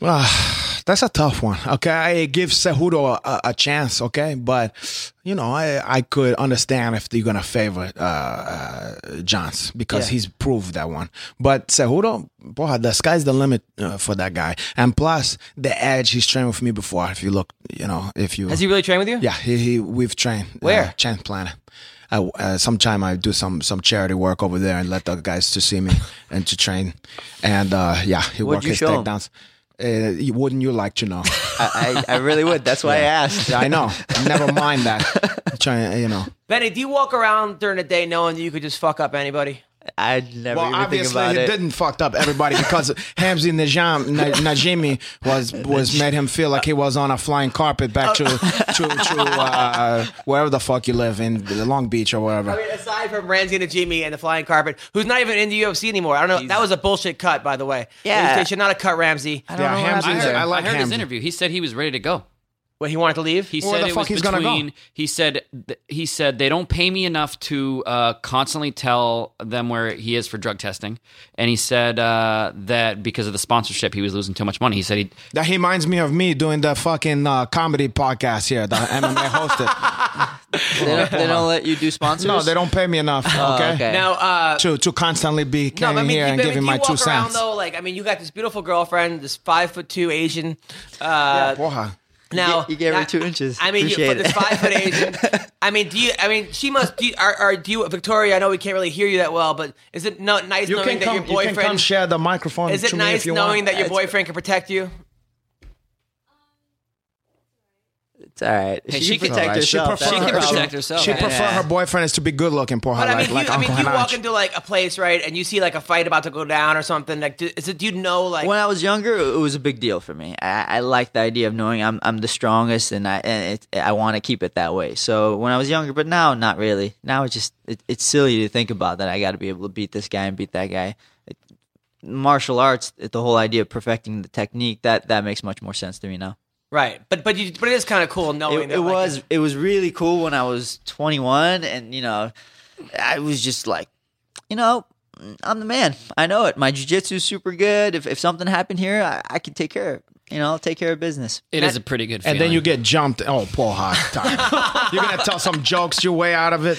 Speaker 4: Well, Ah, that's a tough one. Okay, I give Cejudo a, a chance. Okay, but you know, I I could understand if they're gonna favor uh, uh Johns because he's proved that one. But Cejudo, boy, the sky's the limit uh, for that guy. And plus, the edge he's trained with me before. If you look, you know, if you
Speaker 1: Has he really trained with you?
Speaker 4: yeah, he, he we've trained.
Speaker 1: Where?
Speaker 4: Uh, Chance Planet. Uh, uh, sometime I do some some charity work over there and let the guys to see me and to train. And uh, yeah, he
Speaker 2: What'd
Speaker 4: work
Speaker 2: you
Speaker 4: his
Speaker 2: show him?
Speaker 4: takedowns. Uh, you- wouldn't you like to know?
Speaker 2: I, I, I really would. That's why I asked.
Speaker 4: I know. Never mind that. Trying, you know.
Speaker 1: Benny, do you walk around during the day knowing that you could just fuck up anybody?
Speaker 2: I never
Speaker 4: Well,
Speaker 2: even think
Speaker 4: obviously
Speaker 2: about
Speaker 4: he
Speaker 2: it.
Speaker 4: didn't fucked up everybody because Hamzi Najam Na, Najimi was was made him feel like he was on a flying carpet back to
Speaker 2: Oh.
Speaker 4: to, to uh, wherever the fuck you live in Long Beach or wherever.
Speaker 2: Oh,
Speaker 1: I mean, aside from Ramsey and Jimmy and the flying carpet, who's not even in the UFC anymore. I don't know. That was a bullshit cut, by the way.
Speaker 2: Yeah.
Speaker 1: They should not have cut Ramsey
Speaker 2: I don't
Speaker 4: yeah,
Speaker 2: know what
Speaker 4: Hamzi's-
Speaker 2: happened there.
Speaker 4: I like
Speaker 3: I heard his
Speaker 4: Hamzi.
Speaker 3: interview. He said he was ready to go.
Speaker 1: when he wanted to leave.
Speaker 3: He
Speaker 4: Where
Speaker 3: said
Speaker 4: the
Speaker 3: it
Speaker 4: fuck
Speaker 3: was
Speaker 4: he's gonna go?
Speaker 3: between. He said th- he said they don't pay me enough to uh, constantly tell them where he is for drug testing, and he said uh, that because of the sponsorship, he was losing too much money. He said he
Speaker 4: That reminds me of me doing the fucking uh, comedy podcast here, the MMA hosted.
Speaker 2: They don't, they don't let you do sponsors.
Speaker 4: No, they don't pay me enough. Okay.
Speaker 2: okay.
Speaker 1: now, uh,
Speaker 4: To to constantly be
Speaker 1: no,
Speaker 4: coming
Speaker 1: but I mean,
Speaker 4: here
Speaker 1: you,
Speaker 4: and
Speaker 1: but
Speaker 4: giving
Speaker 1: you
Speaker 4: my
Speaker 1: walk
Speaker 4: two
Speaker 1: around
Speaker 4: cents.
Speaker 1: though, like I mean, you got this beautiful girlfriend, this five foot two Asian. Uh,
Speaker 4: Porra.
Speaker 1: Now
Speaker 2: you gave her
Speaker 1: now-
Speaker 2: two inches.
Speaker 1: I mean,
Speaker 2: Appreciate
Speaker 1: you, for this
Speaker 2: it.
Speaker 1: five foot Asian. I mean, do you? I mean, she must. Do you, are, are do you, Victoria? I know we can't really hear you that well, but is it not nice
Speaker 4: You
Speaker 1: knowing
Speaker 4: can
Speaker 1: that
Speaker 4: come.
Speaker 1: your
Speaker 4: You can come
Speaker 1: boyfriend?
Speaker 4: share the microphone.
Speaker 1: is it
Speaker 4: to me
Speaker 1: nice
Speaker 4: if you
Speaker 1: knowing
Speaker 4: want.
Speaker 1: that your boyfriend can protect you?
Speaker 2: It's all right.
Speaker 3: she can-
Speaker 4: All right,
Speaker 3: She can
Speaker 4: her-
Speaker 3: protect herself.
Speaker 4: She
Speaker 3: Yeah.
Speaker 4: prefer her boyfriend is to be good looking porra,
Speaker 1: But I
Speaker 4: like,
Speaker 1: mean,
Speaker 4: like
Speaker 1: you, I mean,
Speaker 4: Uncle
Speaker 1: you walk
Speaker 4: Hanach.
Speaker 1: into like a place, right, and you see like a fight about to go down or something. Like, do, is it? Do you know like?
Speaker 2: when I was younger, it was a big deal for me. I, I like the idea of knowing I'm I'm the strongest, and I and it, I want to keep it that way. So when I was younger, but now not really. Now it's just it, it's silly to think about that. I got to be able to beat this guy and beat that guy. It, martial arts, it, the whole idea of perfecting the technique that that makes much more sense to me now.
Speaker 1: right, but but you, but it is kind of cool knowing
Speaker 2: It,
Speaker 1: that,
Speaker 2: it
Speaker 1: like,
Speaker 2: was it was really cool when I was 21, and you know, I was just like, you know. I'm the man. I know it. My jujitsu is super good. If, if something happened here, I, I can take care of it. You know, I'll take care of business.
Speaker 3: it is a pretty good.
Speaker 4: And then
Speaker 3: feeling.
Speaker 4: you get jumped. Oh, porra. Tyler. you're gonna tell some jokes your way out of it.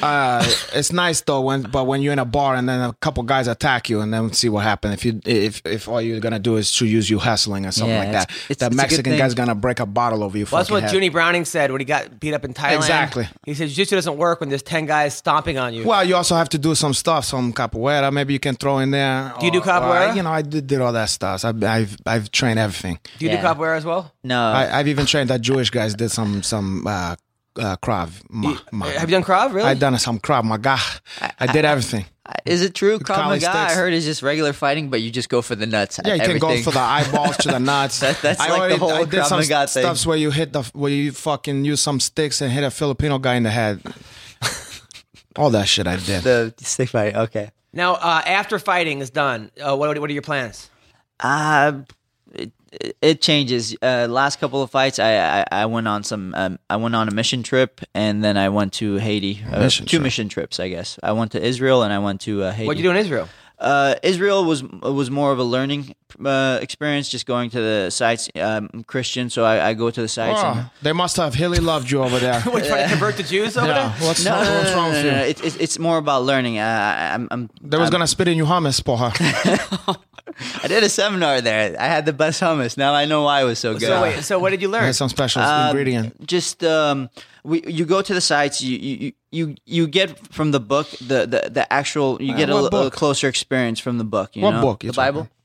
Speaker 4: Uh, it's nice though when, but when you're in a bar and then a couple guys attack you and then see what happens. If you, if if all you're gonna do is to use you hustling or something
Speaker 2: Yeah,
Speaker 4: like
Speaker 2: it's-
Speaker 4: that,
Speaker 2: it's-
Speaker 4: that
Speaker 2: it's a good
Speaker 4: Mexican
Speaker 2: thing.
Speaker 4: guy's gonna break a bottle over you.
Speaker 1: Well, that's what
Speaker 4: fucking head.
Speaker 1: Junie Browning said when he got beat up in Thailand.
Speaker 4: Exactly.
Speaker 1: He said jiu-jitsu doesn't work when there's ten guys stomping on you.
Speaker 4: Well, you also have to do some stuff, some capoeira. Maybe you can throw in there.
Speaker 1: Do you do capoeira?
Speaker 4: you know, I did, did all that stuff. I've, I've I've trained everything.
Speaker 1: do you do
Speaker 2: yeah.
Speaker 1: capoeira as well?
Speaker 2: No,
Speaker 4: I, I've even trained that Jewish guys did some some uh, uh, krav. Ma, ma.
Speaker 1: Have you done krav? Really?
Speaker 4: I done some krav maga. I did everything.
Speaker 2: Is it true? Krav
Speaker 4: Kali
Speaker 2: Maga, I
Speaker 4: sticks.
Speaker 2: heard, is just regular fighting, but you just go for the nuts. at
Speaker 4: Yeah, you can go
Speaker 2: everything.
Speaker 4: for the eyeballs to the nuts.
Speaker 2: That- that's like the whole
Speaker 4: I did
Speaker 2: Krav
Speaker 4: some
Speaker 2: Maga thing.
Speaker 4: stuffs where you hit the where you fucking use some sticks and hit a Filipino guy in the head. All that shit I did.
Speaker 2: The stick fight. Okay.
Speaker 1: Now, uh, after fighting is done, uh, what, what are your plans?
Speaker 2: Uh, it, it changes. Uh, last couple of fights, I, I, I went on some. Um, I went on a mission trip, and then I went to Haiti. Uh,
Speaker 4: Mission
Speaker 2: two
Speaker 4: trip.
Speaker 2: mission trips, I guess. I went to Israel and I went to uh, Haiti.
Speaker 1: What you do in Israel?
Speaker 2: Uh, Israel was was more of a learning uh, experience, just going to the sites. Um, I'm Christian, so I, I go to the sites. and-
Speaker 4: Oh, they must have really loved you over there.
Speaker 1: What, you trying to convert the Jews over
Speaker 4: yeah.
Speaker 1: there?
Speaker 4: What's, what's wrong with you?
Speaker 2: It, it's it's more about learning. Uh, I, I'm, I'm
Speaker 4: They was gonna spit in you hummus, poha.
Speaker 2: I did a seminar there. I had the best hummus. Now I know why it was so good.
Speaker 1: So wait, so what did you learn?
Speaker 4: That's some special ingredient.
Speaker 2: Um, just um, we you go to the sites. You you you you get from the book the the, the actual. You get a,
Speaker 4: Uh, what
Speaker 2: li- a
Speaker 4: book?
Speaker 2: closer experience from the book. You
Speaker 4: What
Speaker 2: know?
Speaker 4: book you
Speaker 2: The Bible.
Speaker 4: talking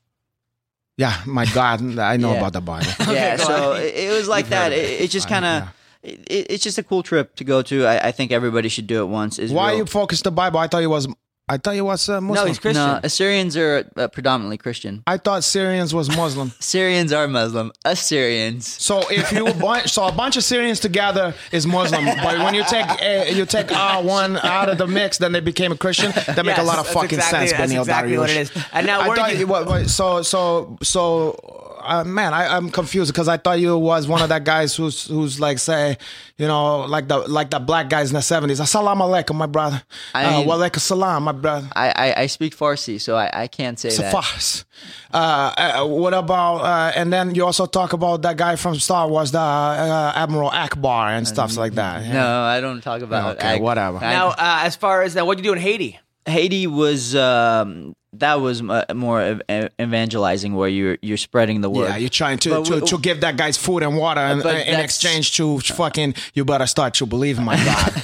Speaker 4: Yeah, my God, I know
Speaker 2: Yeah.
Speaker 4: about the Bible.
Speaker 2: yeah,
Speaker 1: go
Speaker 2: so
Speaker 1: on.
Speaker 2: it, it was like that. It, it just kind of. It, it's just a cool trip to go to. I, I think everybody should do it once. Israel,
Speaker 4: Why you focus the Bible? I thought you was, I thought you was uh, Muslim.
Speaker 1: no, he's Christian.
Speaker 2: No, Assyrians are uh, predominantly Christian.
Speaker 4: I thought Syrians was Muslim.
Speaker 2: Syrians are Muslim. Assyrians.
Speaker 4: So if you bu- so a bunch of Syrians together is Muslim, but when you take uh, you take R one out of the mix, then they became a Christian. That make a
Speaker 1: Yes,
Speaker 4: lot of
Speaker 1: that's
Speaker 4: fucking
Speaker 1: exactly-
Speaker 4: sense,
Speaker 1: that's
Speaker 4: Benio
Speaker 1: exactly what it
Speaker 4: Dariush.
Speaker 1: is. And now
Speaker 4: I
Speaker 1: where did
Speaker 4: thought
Speaker 1: you-
Speaker 4: you- what- what- so so so uh, man, I, I'm confused because I thought you was one of that guys who's who's like say, you know, like the like the black guys in the seventies. Assalamu alaikum, my brother.
Speaker 2: I
Speaker 4: uh,
Speaker 2: mean-
Speaker 4: wa alaikum salam, my brother.
Speaker 2: I, I, I speak Farsi, so I, I can't say that.
Speaker 4: Safas. Uh, uh, what about uh, and then you also talk about that guy from Star Wars, the uh, Admiral Akbar and stuff like that. yeah.
Speaker 2: Uh, No, I don't talk about.
Speaker 4: Okay,
Speaker 2: I-
Speaker 4: whatever.
Speaker 2: I-
Speaker 1: now, uh, as far as now, what did you do in Haiti?
Speaker 2: Haiti was um, that was uh, more ev- ev- evangelizing, where you're you're spreading the word.
Speaker 4: Yeah, you're trying to,
Speaker 2: But
Speaker 4: to,
Speaker 2: we-
Speaker 4: to give that guy's food and water and,
Speaker 2: But
Speaker 4: in
Speaker 2: that's-
Speaker 4: exchange to fucking you better start to believe in my God.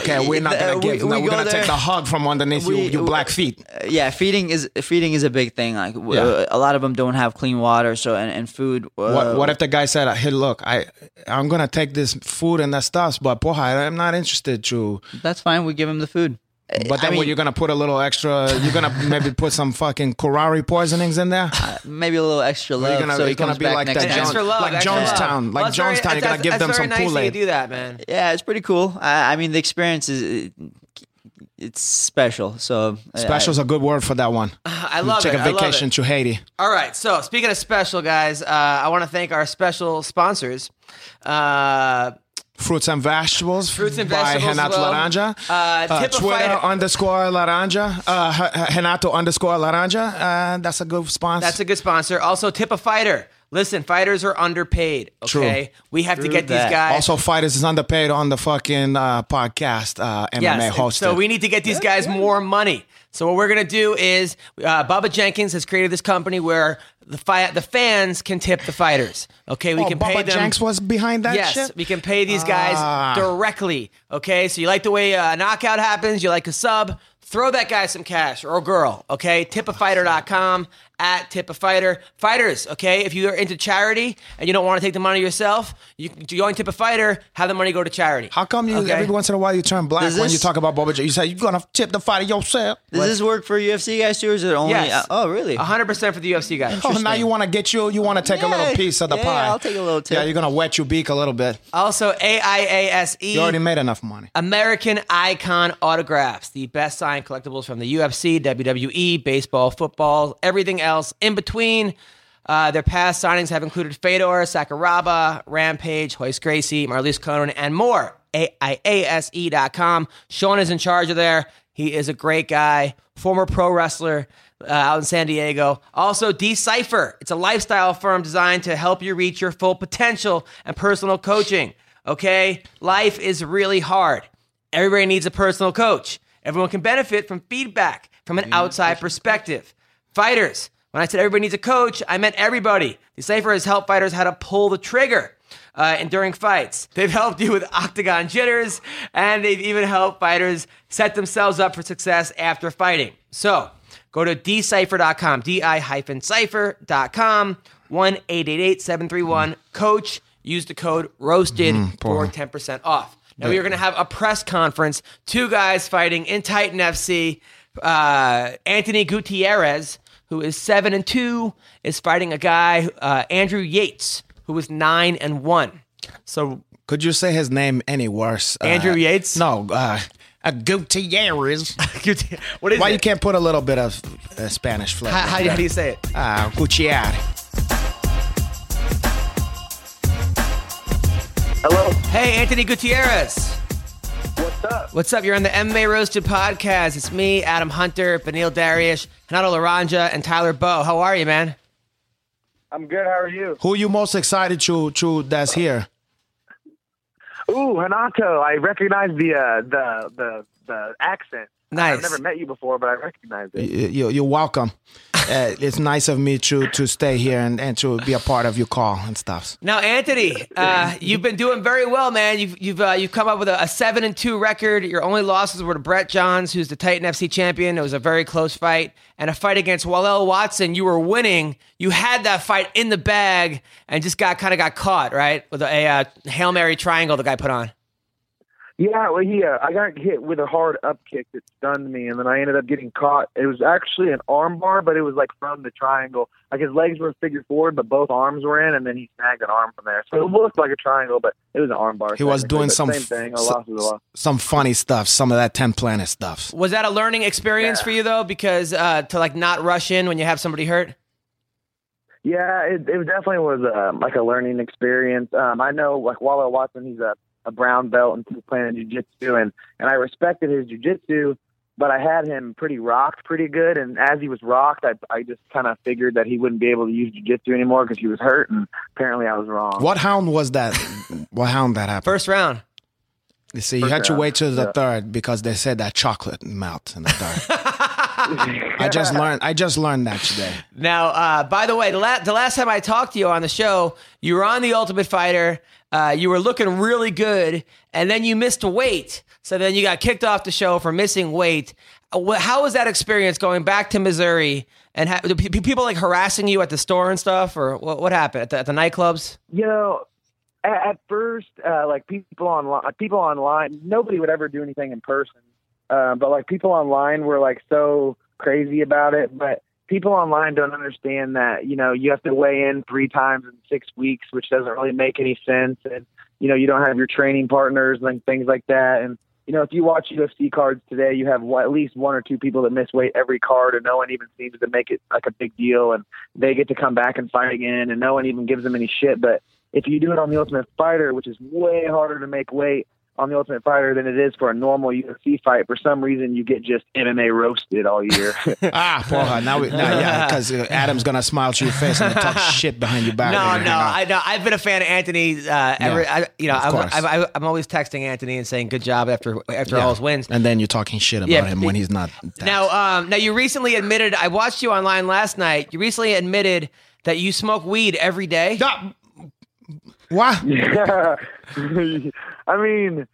Speaker 4: Okay, we're not
Speaker 2: Uh,
Speaker 4: gonna
Speaker 2: we-
Speaker 4: give no,
Speaker 2: we
Speaker 4: we're
Speaker 2: go
Speaker 4: gonna
Speaker 2: there-
Speaker 4: take the hug from underneath you,
Speaker 2: we-
Speaker 4: you black feet.
Speaker 2: Uh, yeah, feeding is feeding is a big thing. Like w- uh,
Speaker 4: Yeah.
Speaker 2: a lot of them don't have clean water, so and, and food. Uh,
Speaker 4: What, what if the guy said, "Hey, look, I, I'm gonna take this food and that stuff, but poha, I'm not interested to."
Speaker 2: That's fine. We give them the food. Uh, I
Speaker 4: But then, what
Speaker 2: mean,
Speaker 4: you're gonna put a little extra? You're gonna maybe put some fucking curare poisonings in there.
Speaker 2: maybe a little extra love.
Speaker 4: gonna-
Speaker 2: so he
Speaker 4: you're gonna
Speaker 2: comes
Speaker 4: be
Speaker 2: back
Speaker 4: like
Speaker 2: next
Speaker 4: that
Speaker 2: time.
Speaker 4: Jones-
Speaker 1: extra love,
Speaker 4: like
Speaker 1: extra love.
Speaker 4: Johnstown, like
Speaker 1: that's very-
Speaker 4: Johnstown, you
Speaker 1: that's-
Speaker 4: gotta give
Speaker 1: that's
Speaker 4: them
Speaker 1: very
Speaker 4: some
Speaker 1: nice that you
Speaker 4: Kool-Aid.
Speaker 1: do that, man.
Speaker 2: Yeah, it's pretty cool. I, I mean, the experience is uh, it's special. So I-
Speaker 4: Special's a good word for that one.
Speaker 1: I love
Speaker 4: Take
Speaker 1: it. I love
Speaker 4: a vacation
Speaker 1: it.
Speaker 4: to Haiti.
Speaker 1: All right. So speaking of special guys, uh, I want to thank our special sponsors. Uh,
Speaker 4: Fruits and vegetables.
Speaker 1: Fruits and
Speaker 4: by
Speaker 1: vegetables
Speaker 4: Renato
Speaker 1: as well.
Speaker 4: Laranja.
Speaker 1: Uh, typified-
Speaker 4: Twitter underscore Laranja. Uh, H- H- Renato underscore Laranja. Uh, that's a good sponsor.
Speaker 1: that's a good sponsor. Also, tip a fighter. Listen, fighters are underpaid. Okay, we have to
Speaker 2: True
Speaker 1: get
Speaker 2: that.
Speaker 1: these guys.
Speaker 4: also, fighters is underpaid on the fucking uh, podcast uh, MMA
Speaker 1: Yes. and
Speaker 4: hosted.
Speaker 1: So we need to get these guys more money. So what we're gonna do is, uh, Bubba Jenkins has created this company where the fi- the fans can tip the fighters. Okay, we
Speaker 4: oh,
Speaker 1: can
Speaker 4: Bubba
Speaker 1: pay them.
Speaker 4: Jenks was behind that
Speaker 1: yes,
Speaker 4: shit.
Speaker 1: we can pay these guys
Speaker 4: Ah.
Speaker 1: directly. Okay, so you like the way a knockout happens, you like a sub, throw that guy some cash or girl. Okay, tipafighter.com at tipafighter. Fighters, okay, if you are into charity and you don't want to take the money yourself, you can join Tip a Fighter, have the money go to charity.
Speaker 4: How come you
Speaker 1: Okay.
Speaker 4: every once in a while you turn black
Speaker 2: Does
Speaker 4: when
Speaker 2: this-
Speaker 4: you talk about Bubba Jenks? You say you're gonna tip the fighter yourself.
Speaker 2: Does this work for UFC guys too, or is it only?
Speaker 1: Yes.
Speaker 2: uh, oh, really?
Speaker 4: Uh-huh.
Speaker 1: 100% for the UFC guys.
Speaker 4: Oh, now you want to get you? You want to take a
Speaker 2: Yeah,
Speaker 4: little piece of the
Speaker 2: yeah,
Speaker 4: pie?
Speaker 2: I'll take a little tip.
Speaker 4: Yeah, you're gonna wet your beak a little bit.
Speaker 1: Also, AIASE.
Speaker 4: You already made enough money.
Speaker 1: E, uh, American Icon Autographs, the best signed collectibles from the UFC, WWE, E, baseball, football, everything else in between. Uh, their past signings have included Fedor, Sakuraba, Rampage, Hoist Gracie, Marlies Conan, and more. AIASE.com. E Sean is in charge of there. He is a great guy, former pro wrestler uh, out in San Diego. Also, Decipher. It's a lifestyle firm designed to help you reach your full potential and personal coaching. Okay? Life is really hard. Everybody needs a personal coach. Everyone can benefit from feedback from an outside perspective. Fighters. When I said everybody needs a coach, I meant everybody. Decipher has helped fighters how to pull the trigger uh, and during fights. They've helped you with octagon jitters, and they've even helped fighters set themselves up for success after fighting. So go to decipher.com, di-cipher.com, 1-888-731-COACH. Use the code ROASTED for 10% off. Now we are going to have a press conference. Two guys fighting in Titan FC. Uh, Anthony Gutierrez, who is seven and two, is fighting a guy uh, Andrew Yates, who is nine and one. So
Speaker 4: Could you say his name any worse? Uh,
Speaker 1: Andrew Yates?
Speaker 4: No, uh, a Gutierrez.
Speaker 1: What is
Speaker 4: Why
Speaker 1: it?
Speaker 4: you can't put a little bit of uh, Spanish flavor?
Speaker 1: how, how, do- how do you say it? Uh,
Speaker 4: Ah, Gutierrez.
Speaker 5: Hello,
Speaker 1: Hey, Anthony Gutierrez.
Speaker 5: what's up?
Speaker 1: What's up? You're on the MMA Roasted podcast. It's me, Adam Hunter, Benil Dariush, Hanato Laranja, and Tyler Bow. How are you, man?
Speaker 5: I'm good. How are you?
Speaker 4: Who you most excited to to that's here?
Speaker 5: Ooh, Hanato. I recognize the uh, the the the accent.
Speaker 1: Nice.
Speaker 5: I've never met you before, but I recognize it.
Speaker 4: You, you- you're welcome. Uh, it's nice of me to to stay here and, and to be a part of your call and stuff.
Speaker 1: Now, Anthony, uh, you've been doing very well, man. You've you've uh, you've come up with a, a seven and two record. Your only losses were to Brett Johns, who's the Titan FC champion. It was a very close fight, and a fight against Walel Watson. You were winning. You had that fight in the bag, and just got kind of got caught right with a, uh, hail mary triangle the guy put on.
Speaker 5: Yeah, well, he, uh, I got hit with a hard up kick that stunned me, and then I ended up getting caught. It was actually an arm bar, but it was like from the triangle. Like his legs were figure forward, but both arms were in, and then he snagged an arm from there. So it looked like a triangle, but it was an arm bar.
Speaker 4: He was
Speaker 5: technically,
Speaker 4: doing
Speaker 5: but
Speaker 4: some
Speaker 5: same thing. A
Speaker 4: s-
Speaker 5: loss is a loss.
Speaker 4: some funny stuff, some of that ten planet stuff.
Speaker 1: Was that a learning experience for you though? Because uh, to like not rush in when you have somebody hurt.
Speaker 5: Yeah, it, it definitely was um, like a learning experience. Um, I know like Wallo Watson, he's a, a brown belt and he's playing jiu-jitsu, and, and I respected his jiu-jitsu, but I had him pretty rocked pretty good, and as he was rocked, I, I just kind of figured that he wouldn't be able to use jiu-jitsu anymore because he was hurt, and apparently I was wrong.
Speaker 4: What hound was that? what hound that happened?
Speaker 1: First round.
Speaker 4: you see, you had to
Speaker 5: round,
Speaker 4: wait till the
Speaker 5: yeah.
Speaker 4: third because they said that chocolate melts in the third. I just learned. I just learned that today.
Speaker 1: Now, uh, by the way, the, la- the last time I talked to you on the show, you were on the Ultimate Fighter. Uh, you were looking really good, and then you missed weight. So then you got kicked off the show for missing weight. Uh, wh- How was that experience going back to Missouri? And ha- do pe- pe- people like harassing you at the store and stuff, or what, what happened at the, at the nightclubs?
Speaker 5: you know, at, at first, uh, like people online, people online, nobody would ever do anything in person. Uh, but like people online were like so crazy about it. But people online don't understand that you know you have to weigh in three times in six weeks, which doesn't really make any sense. And you know you don't have your training partners and things like that. And you know if you watch UFC cards today, you have one- at least one or two people that miss weight every card, and no one even seems to make it like a big deal. And they get to come back and fight again, and no one even gives them any shit. But if you do it on the Ultimate Fighter, which is way harder to make weight on the Ultimate Fighter than it is for a normal UFC fight, for some reason you get just MMA roasted all year.
Speaker 4: Ah, porra! Now, we, now yeah, because Adam's gonna smile to your face and talk shit behind your back.
Speaker 1: No,
Speaker 4: when you
Speaker 1: no,
Speaker 4: hang out.
Speaker 1: I know. I've been a fan of Anthony. Uh, every, I, you know,
Speaker 4: of
Speaker 1: I'm,
Speaker 4: course.
Speaker 1: I'm, I'm- I'm always texting Anthony and saying good job after after
Speaker 4: Yeah.
Speaker 1: all his wins.
Speaker 4: And then you're talking shit about
Speaker 1: Yeah,
Speaker 4: him when he's not. That.
Speaker 1: Now, um, now you recently admitted. I watched you online last night. You recently admitted that you smoke weed every day.
Speaker 4: Ah, what?
Speaker 5: I mean,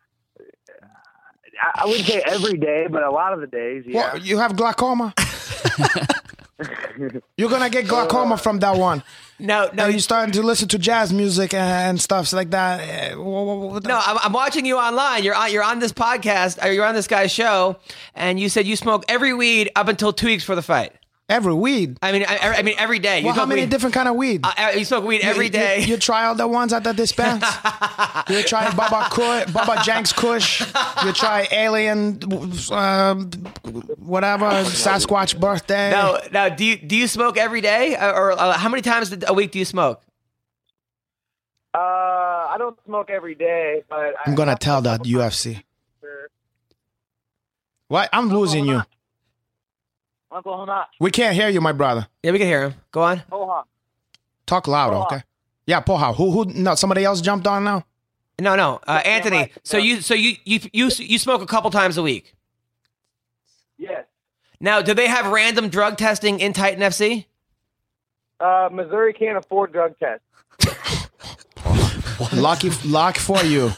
Speaker 5: I, I wouldn't say every day, but a lot of the days, yeah.
Speaker 4: What? You have glaucoma. You're gonna get glaucoma from that one.
Speaker 1: No, no,
Speaker 4: Now you're starting to listen to jazz music and, and stuff like that. Eh, wha- wha- wha- what the-
Speaker 1: no. I'm, I'm watching you online. You're on. You're on this podcast. Or you're on this guy's show, and you said you smoke every weed up until two weeks before the fight.
Speaker 4: Every weed.
Speaker 1: I mean, I, I mean, every day. You
Speaker 4: Well, how
Speaker 1: smoke
Speaker 4: many
Speaker 1: weed-
Speaker 4: different kind of weed?
Speaker 1: uh, you smoke weed every
Speaker 4: You-
Speaker 1: day.
Speaker 4: You, you try all the ones at the dispense. you try Baba Kush, Baba Jenks Kush. You try Alien, um, whatever Sasquatch birthday.
Speaker 1: no, no. Do you do you smoke every day, Uh, or uh, how many times a week do you smoke?
Speaker 5: Uh, I don't smoke every day, but
Speaker 4: I'm
Speaker 5: I-
Speaker 4: gonna tell that UFC. What? I'm losing you.
Speaker 5: Uncle Hanat,
Speaker 4: We can't hear you, my brother.
Speaker 1: Yeah, we can hear him. Go on.
Speaker 5: Hoha.
Speaker 4: Talk louder, okay? Yeah, Poha. Who? Who? No, somebody else jumped on now.
Speaker 1: No, no, uh, Anthony.
Speaker 5: right.
Speaker 1: So
Speaker 5: Yeah.
Speaker 1: you, so you, you, you, you smoke a couple times a week.
Speaker 5: Yes.
Speaker 1: Now, do they have random drug testing in Titan FC?
Speaker 5: Uh, Missouri can't afford drug tests.
Speaker 4: Lucky, luck for you.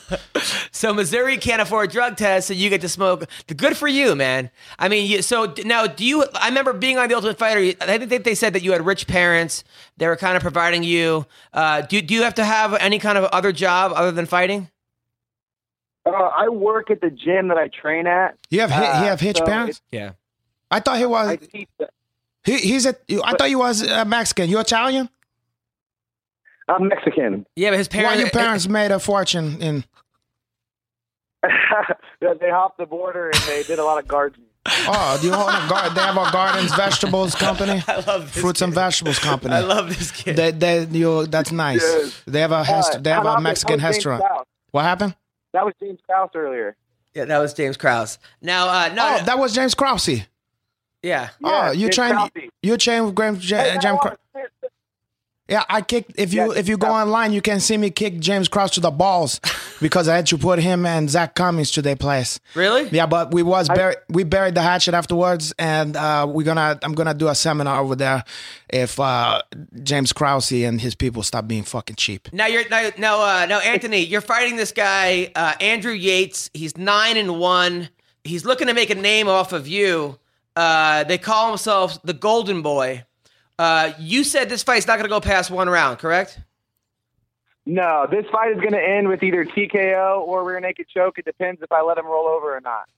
Speaker 1: So Missouri can't afford drug tests, so you get to smoke. Good for you, man. I mean, you, so d- now do you? I remember being on the Ultimate Fighter. you- I think they said that you had rich parents. They were kind of providing you. Uh, do do you have to have any kind of other job other than fighting?
Speaker 5: Uh, I work at the gym that I train at.
Speaker 4: You have hi-
Speaker 5: Uh,
Speaker 4: you have hitch
Speaker 5: so
Speaker 4: parents.
Speaker 1: Yeah.
Speaker 4: I thought he was
Speaker 5: I teach.
Speaker 4: he, he's a. I thought you was uh, Mexican. You Italian?
Speaker 5: I'm Mexican.
Speaker 1: Yeah, but his
Speaker 4: Why
Speaker 1: parents.
Speaker 4: your parents made a fortune in?
Speaker 6: they hopped the border and they did a lot of gardening.
Speaker 4: Oh, do you own a gar- They have a gardens vegetables company. I love fruits and vegetables company. I
Speaker 1: love this kid.
Speaker 4: They, they, you, that's nice.
Speaker 6: Yes.
Speaker 4: They have a hest-
Speaker 6: Uh,
Speaker 4: they have
Speaker 6: that
Speaker 4: a
Speaker 6: was-
Speaker 4: Mexican
Speaker 6: that was James
Speaker 4: restaurant.
Speaker 6: South.
Speaker 4: What happened?
Speaker 6: That was James South earlier.
Speaker 1: Yeah, that was James Krause. Now, uh, no,
Speaker 4: Oh,
Speaker 1: no-
Speaker 4: that was James Crousey.
Speaker 1: yeah,
Speaker 4: Oh, you
Speaker 6: James
Speaker 4: trying?
Speaker 6: Crousey.
Speaker 4: You chain James James. James Cro- yeah, I kicked. If you
Speaker 6: Yeah,
Speaker 4: if you go
Speaker 6: Crousey.
Speaker 4: online, you can see me kick James Cross to the balls because I had to put him and Zach Cummings to their place.
Speaker 1: really?
Speaker 4: Yeah, but we was buried, we buried the hatchet afterwards, and uh, we're gonna I'm gonna do a seminar over there if uh, James Crousey and his people stop being fucking cheap.
Speaker 1: Now you're now now, uh, now Anthony, you're fighting this guy uh, Andrew Yates. He's nine and one. He's looking to make a name off of you. Uh, they call themselves the Golden Boy. Uh, you said this fight's not going to go past one round, correct?
Speaker 6: No, this fight is going to end with either TKO or rear naked choke. It depends if I let him roll over or not.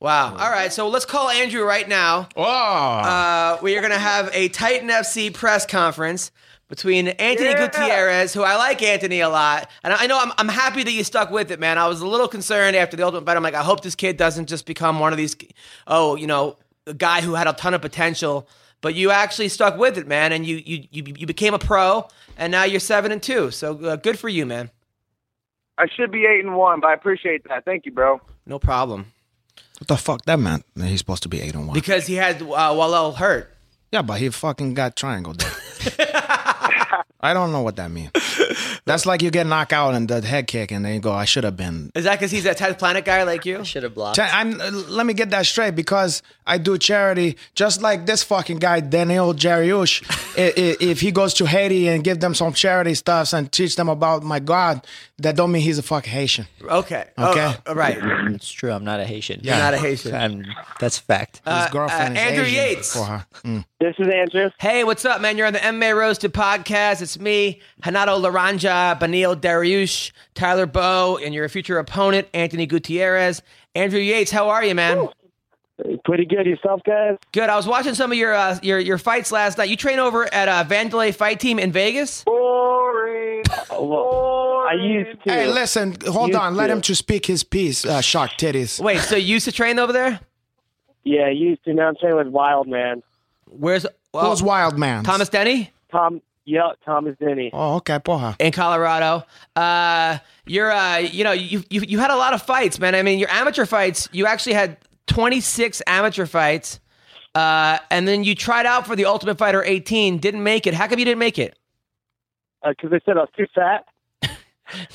Speaker 1: Wow. All right. So let's call Andrew right now.
Speaker 4: Oh,
Speaker 1: Uh, we are going to have a Titan FC press conference between Anthony
Speaker 6: Yeah.
Speaker 1: Gutierrez, who I like Anthony a lot, and I I know I'm, I'm happy that you stuck with it, man. I was a little concerned after the ultimate fight. I'm like, I hope this kid doesn't just become one of these, oh, you know, a guy who had a ton of potential. But you actually stuck with it, man, and you you you, you became a pro, and now you're seven and two. So uh, good for you, man.
Speaker 6: I should be eight and one, but I appreciate that. Thank you, bro.
Speaker 1: No problem,
Speaker 4: what the fuck that meant? He's supposed to be eight and one.
Speaker 1: because he had uh, Walel hurt.
Speaker 4: yeah, but he fucking got triangle there. I don't know what that means. That's like you get knocked out and the head kick, and then you go, "I should have been
Speaker 1: Is that because he's a tenth planet guy like you?
Speaker 2: Should have blocked.
Speaker 4: Ch- I'm, uh, let me get that straight because I do charity just like this fucking guy, Daniel Jariush. I- i- if he goes to Haiti and give them some charity stuffs and teach them about my God, that don't mean he's a fucking Haitian.
Speaker 1: Okay.
Speaker 4: Okay.
Speaker 1: Oh, right.
Speaker 2: It's true. I'm not a Haitian.
Speaker 4: Yeah.
Speaker 1: Not a Haitian.
Speaker 2: I'm, that's a fact.
Speaker 4: His girlfriend
Speaker 1: uh,
Speaker 4: is
Speaker 1: Andrew
Speaker 4: Asian
Speaker 1: Yates.
Speaker 4: for her. Mm.
Speaker 6: This is Andrew.
Speaker 1: Hey, what's up, man? You're on the MMA Roasted podcast. It's me, Hanato Laranja, Benil Dariush, Tyler Bow, and your future opponent, Anthony Gutierrez. Andrew Yates, how are you, man?
Speaker 6: Pretty good yourself, guys.
Speaker 1: Good. I was watching some of your uh, your your fights last night. You train over at uh, Vandalay Fight Team in Vegas.
Speaker 6: Boring. I used to.
Speaker 4: Hey, listen, hold
Speaker 6: You
Speaker 4: on. Let
Speaker 6: too.
Speaker 4: him to speak his piece, uh, Shark Titties.
Speaker 1: Wait, so you used to train over there?
Speaker 6: yeah, I used to. Now I'm training with Wild Man.
Speaker 1: Where's well,
Speaker 4: Those wild man.
Speaker 1: Thomas Denny
Speaker 6: Tom. Yep, Thomas Denny.
Speaker 4: Oh, okay, porra.
Speaker 1: in Colorado? Uh, you're uh, you know you, you you had a lot of fights, man. I mean, your amateur fights. You actually had 26 amateur fights. Uh, and then you tried out for the Ultimate Fighter 18, didn't make it. How come you didn't make it?
Speaker 6: Because Uh, they said I was too fat.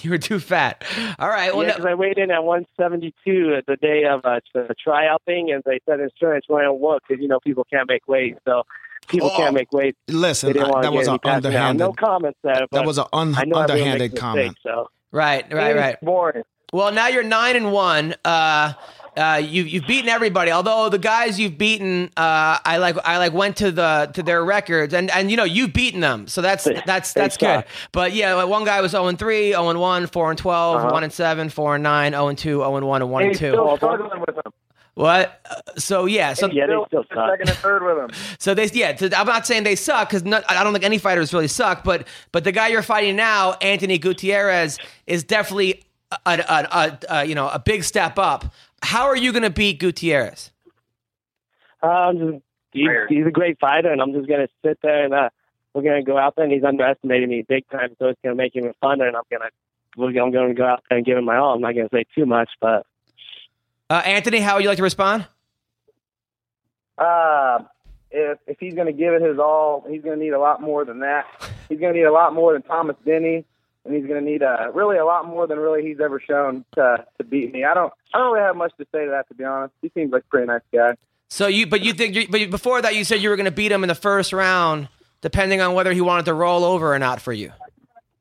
Speaker 1: You were too fat. All right. Well, Oh,
Speaker 6: Yeah,
Speaker 1: no-
Speaker 6: 'cause I weighed in at 172 at the day of uh, the tryout thing, and they said insurance won't work because you know people can't make weight, so people
Speaker 4: Oh.
Speaker 6: can't make weight. They
Speaker 4: Listen,
Speaker 6: didn't
Speaker 4: I,
Speaker 6: want
Speaker 4: that
Speaker 6: to get
Speaker 4: was
Speaker 6: any
Speaker 4: an
Speaker 6: passes out.
Speaker 4: underhanded.
Speaker 6: No comments there. But
Speaker 4: that was an un-
Speaker 6: I know everyone
Speaker 4: underhanded
Speaker 6: makes mistakes,
Speaker 4: comment.
Speaker 6: So
Speaker 1: right, right,
Speaker 6: It was
Speaker 1: right.
Speaker 6: Boring.
Speaker 1: Well, now you're nine and one. Uh, uh, you you've beaten everybody. Although the guys you've beaten, uh, I like I like went to the to their records and and you know you've beaten them, so that's that's that's good.
Speaker 6: suck.
Speaker 1: But yeah, like one guy was 0 and 3, 0 and 1, 4 and 12, 1 and 7, 4 and 9, 0 and 2, 0 and 1, and 1
Speaker 6: They
Speaker 1: and 2.
Speaker 6: still struggling with them.
Speaker 1: What? Uh, So yeah, so
Speaker 6: Yeah, they still suck. Second and third with them.
Speaker 1: so they yeah. so I'm not saying they suck because I don't think any fighters really suck, but but the guy you're fighting now, Anthony Gutierrez, is definitely a, a, a, a you know a big step up. How are you going to beat Gutierrez?
Speaker 6: Uh, I'm just, he's, he's a great fighter, and I'm just gonna sit there and uh, we're gonna go out there, and he's underestimating me big time, so it's gonna make him funner, and I'm gonna we're gonna, I'm gonna go out there and give him my all. I'm not gonna say too much, but
Speaker 1: Uh, Anthony, how would you like to respond?
Speaker 6: uh, if if he's gonna give it his all, he's gonna need a lot more than that. He's gonna need a lot more than Thomas Denny. And he's going to need uh, really a lot more than really he's ever shown to, to beat me. I don't, I don't really have much to say to that, to be honest. He seems like a pretty nice guy.
Speaker 1: So you but you think you, but you- before that you said you were going to beat him in the first round, depending on whether he wanted to roll over or not for you.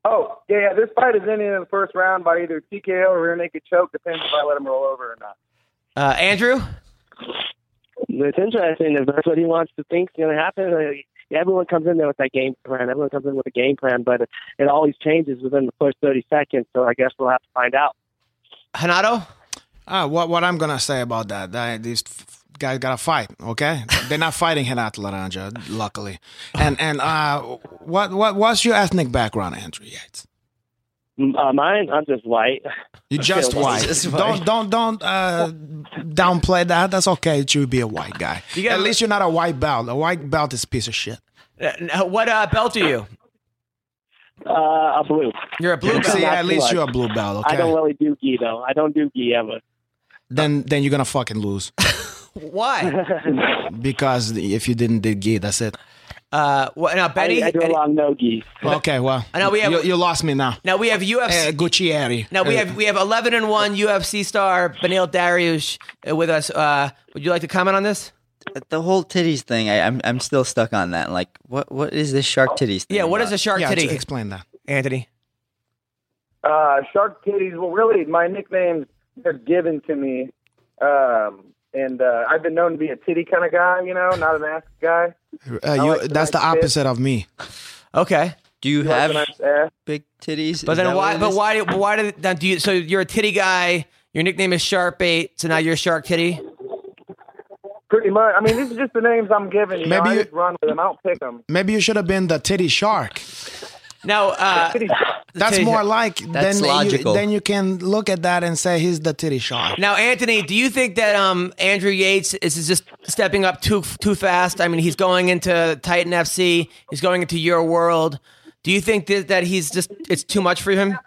Speaker 6: Oh, yeah, yeah. This fight is ending in the first round by either TKO or rear naked choke. Depends if I let him roll over or not.
Speaker 1: Uh, Andrew,
Speaker 6: It's interesting. If that's what he wants to think is going to happen, like, everyone comes in there with that game plan. Everyone comes in with a game plan, but it, it always changes within the first 30 seconds. So I guess we'll have to find out.
Speaker 1: Hanato.
Speaker 4: Ah, what what I'm gonna say about that? that these f- guys gotta fight. Okay, they're not fighting Henat Laranja, luckily. And and uh, what what what's your ethnic background, Andrew Yates?
Speaker 6: Uh, mine, I'm just white.
Speaker 4: You just
Speaker 6: Yeah,
Speaker 4: white.
Speaker 2: just
Speaker 4: Don't
Speaker 2: white.
Speaker 4: don't don't uh, downplay that. That's okay. It should be a white guy. At least you're not a white belt. A white belt is a piece of shit.
Speaker 1: Uh, now, what uh, belt are you?
Speaker 6: Uh, a blue.
Speaker 1: You're a blue belt.
Speaker 4: See,
Speaker 6: not
Speaker 4: at
Speaker 6: too
Speaker 4: least
Speaker 6: much.
Speaker 4: you're a blue belt.
Speaker 6: I don't
Speaker 4: Okay.
Speaker 6: really do gi though. I don't do gi ever.
Speaker 4: Then then you're gonna fucking lose
Speaker 1: Why?
Speaker 4: because if you didn't did gi, that's it.
Speaker 1: Uh, what, now Benny.
Speaker 6: I, I do a
Speaker 1: and-
Speaker 6: lot of no gi.
Speaker 4: Okay. Well,
Speaker 1: I know we have-
Speaker 4: you, you lost me now.
Speaker 1: now we have
Speaker 4: Uh,
Speaker 1: UFC.
Speaker 4: Guccieri.
Speaker 1: now we
Speaker 4: Uh,
Speaker 1: have we have 11 and one UFC star Benil Dariush uh, with us. Uh, would you like to comment on this?
Speaker 2: the whole titties thing. I, I'm I'm still stuck on that. Like, what what is this shark titties? Thing
Speaker 1: Yeah. What is
Speaker 2: about?
Speaker 1: a shark
Speaker 4: yeah,
Speaker 1: titty?
Speaker 4: to explain that.
Speaker 1: Anthony.
Speaker 6: Uh, Shark Titties. Well, really, my nicknames they're given to me, um, and uh, I've been known to be a titty kind of guy. You know, not an ass guy.
Speaker 4: Uh, you,
Speaker 6: like to
Speaker 4: that's the
Speaker 6: like this.
Speaker 4: opposite of me.
Speaker 1: Okay.
Speaker 2: Do you
Speaker 6: Like
Speaker 2: have
Speaker 6: a nice ass.
Speaker 2: big titties?
Speaker 1: But
Speaker 2: Is
Speaker 1: then
Speaker 2: that
Speaker 1: why?
Speaker 2: what it
Speaker 1: But
Speaker 2: is?
Speaker 1: why? do- Why did? Now do you? So you're a titty guy. Your nickname is Sharp Bait. So now you're a Shark Titty.
Speaker 6: Pretty much. I mean, these are just the names I'm given. You know,
Speaker 4: Maybe
Speaker 6: I
Speaker 4: you-
Speaker 6: just run with them. I don't pick them.
Speaker 4: Maybe you should have been the titty shark.
Speaker 1: Now uh,
Speaker 6: Titty
Speaker 4: That's
Speaker 1: titty
Speaker 4: more
Speaker 1: shark.
Speaker 4: like
Speaker 2: That's
Speaker 4: then
Speaker 2: logical.
Speaker 4: You, then you can look at that and say he's the titty shark.
Speaker 1: Now, Anthony, do you think that um, Andrew Yates is just stepping up too too fast? I mean, he's going into Titan FC. He's going into your world. Do you think that, that he's just it's too much for him?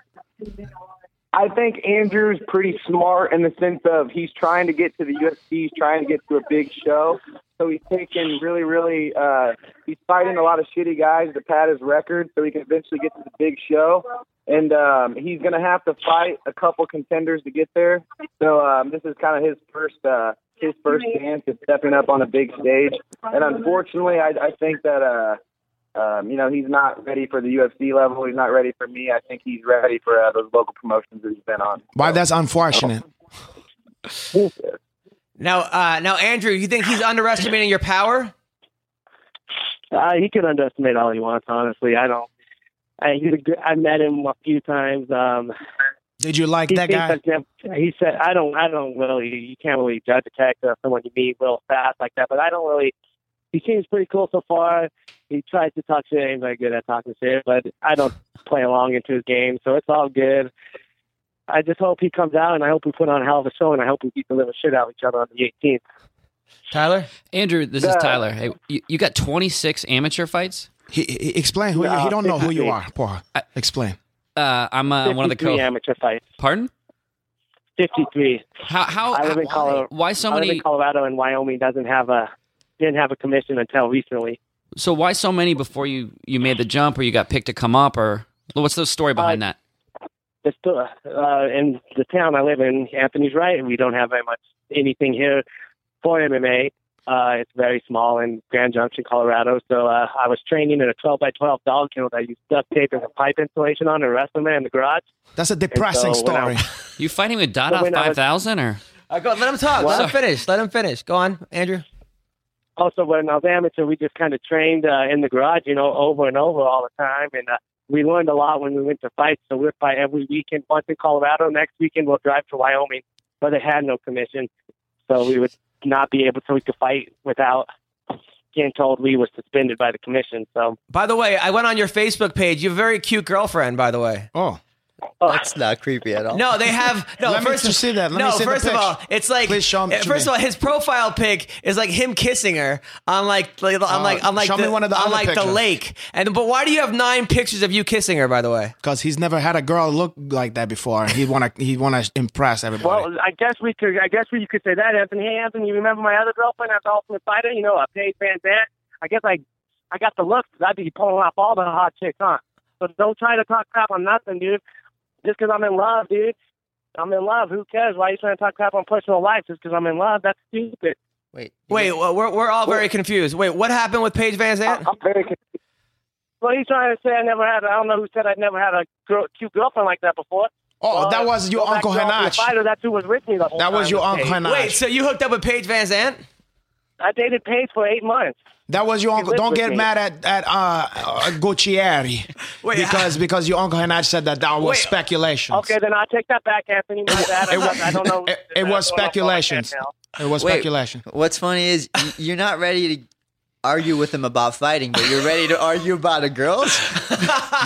Speaker 6: I think Andrew's pretty smart in the sense of he's trying to get to the UFC, he's trying to get to a big show. So he's taking really, really, uh, he's fighting a lot of shitty guys to pad his record so he can eventually get to the big show. And um, he's going to have to fight a couple contenders to get there. So um, this is kind of his first. Uh, his first chance is stepping up on a big stage, and unfortunately, I, I think that uh, um, you know, he's not ready for the UFC level. He's not ready for me. I think he's ready for uh, those local promotions that he's been on.
Speaker 4: Why? That's unfortunate.
Speaker 6: Oh.
Speaker 1: Now, uh, now, Andrew, you think he's underestimating your power?
Speaker 6: Uh, he can underestimate all he wants. Honestly, I don't. I, he's a good, I met him a few times. Um,
Speaker 4: Did you like
Speaker 6: he
Speaker 4: that
Speaker 6: thinks
Speaker 4: guy?
Speaker 6: I can't- he said, "I don't. I don't really. You can't really judge a character of someone you meet real fast like that." But I don't really. He seems pretty cool so far. He tries to talk shit. He's very good at talking shit, but I don't play along into his game, so it's all good. I just hope he comes out, and I hope we put on a hell of a show, and I hope we beat the living shit out of each other on the 18th.
Speaker 1: Tyler,
Speaker 3: Andrew, this is
Speaker 6: Yeah.
Speaker 3: Tyler. Hey, you, you got 26 amateur fights?
Speaker 4: He, he explain who you, he
Speaker 6: No,
Speaker 4: don't know who you
Speaker 6: fifty-three.
Speaker 4: are. Porra. Explain.
Speaker 3: Uh, I'm uh, one of the
Speaker 6: 53
Speaker 3: co.
Speaker 6: amateur fights.
Speaker 3: Pardon?
Speaker 6: 53.
Speaker 3: How? How?
Speaker 6: I live in
Speaker 3: Oh, why-
Speaker 6: Colorado.
Speaker 3: Why so
Speaker 6: I live
Speaker 3: many?
Speaker 6: in Colorado, and Wyoming doesn't have a didn't have a commission until recently.
Speaker 3: So why so many before you you made the jump or you got picked to come up or what's the
Speaker 6: Uh,
Speaker 3: story behind that?
Speaker 6: It's still, uh, in the town I live in, Anthony's right, and we don't have very much anything here for MMA. Uh, it's very small in Grand Junction, Colorado. So uh, I was training in a 12 by 12 dog kennel that I used duct tape and a pipe insulation on and wrestling in the garage.
Speaker 4: That's a depressing
Speaker 6: so when I-
Speaker 4: story.
Speaker 3: You fighting with Dada
Speaker 6: when I was-
Speaker 3: 5000 or?
Speaker 1: uh, go, let him talk. Let him
Speaker 3: What?
Speaker 1: finish. Let him finish. Go on, Andrew.
Speaker 6: also when I was amateur, we just kind of trained uh, in the garage, you know, over and over all the time, and uh, we learned a lot when we went to fights. So we're fight every weekend, once in Colorado. Next weekend we'll drive to Wyoming, where they had no commission, so we would not be able to we could fight without getting told we were suspended by the commission. So
Speaker 1: By the way, I went on your Facebook page. You have a very cute girlfriend, by the way.
Speaker 4: Oh,
Speaker 2: That's not creepy at all.
Speaker 1: No, they have no.
Speaker 4: Let me
Speaker 1: first
Speaker 4: to see that. Let
Speaker 1: no,
Speaker 4: me see the
Speaker 1: first of
Speaker 4: pic.
Speaker 1: all, it's like
Speaker 4: Please show 'em
Speaker 1: uh,
Speaker 4: to
Speaker 1: First
Speaker 4: me.
Speaker 1: of all, his profile pic is like him kissing her on like, like on like on like
Speaker 4: Uh, show
Speaker 1: the,
Speaker 4: me one of the
Speaker 1: on
Speaker 4: other
Speaker 1: like the
Speaker 4: pictures.
Speaker 1: lake. And but why do you have nine pictures of you kissing her? By the way,
Speaker 4: because he's never had a girl look like that before. He wanna he wanna impress everybody.
Speaker 6: well, I guess we could. I guess we you could say that, Anthony. Hey, Anthony, you remember my other girlfriend at the Ultimate Fighter? You know, a paid fan that. I guess I, I got the looks. I'd be pulling off all the hot chicks, huh? So don't try to talk crap on nothing, dude. Just 'cause I'm in love, dude. I'm in love. Who cares? Why are you trying to talk crap on personal life just 'cause I'm in love? That's stupid.
Speaker 2: Wait. you
Speaker 1: wait, well, we're we're all very confused. Wait, what happened with Paige Van Zandt?
Speaker 6: I'm very confused. What are you trying to say? I never had. I don't know who said I never had a girl, cute girlfriend like that before.
Speaker 4: oh,
Speaker 6: Well,
Speaker 4: that was your
Speaker 6: go back
Speaker 4: uncle
Speaker 6: to Ultimate
Speaker 4: Hanach.
Speaker 6: Fighter, that's who was with me the whole
Speaker 4: That was
Speaker 6: time
Speaker 4: your
Speaker 6: with
Speaker 4: uncle
Speaker 6: Paige.
Speaker 4: Hanach.
Speaker 1: Wait, so you hooked up with Paige Van Zandt?
Speaker 6: I dated Paige for eight months.
Speaker 4: That was your uncle.
Speaker 6: lived
Speaker 4: Don't
Speaker 6: with
Speaker 4: get
Speaker 6: me.
Speaker 4: mad at at uh, uh Guccieri
Speaker 1: Wait,
Speaker 4: because because your uncle Hanach said that that was
Speaker 1: Wait.
Speaker 4: speculation.
Speaker 6: Okay, then I'll take that back, Anthony. My bad. I,
Speaker 4: It wa-
Speaker 6: I don't know.
Speaker 4: It, it was
Speaker 6: I don't know if I like that
Speaker 4: speculations.
Speaker 6: now.
Speaker 4: It was
Speaker 2: Wait.
Speaker 4: speculation.
Speaker 2: What's funny is y- you're not ready to argue with him about fighting, but you're ready to argue about a Ah, girl's?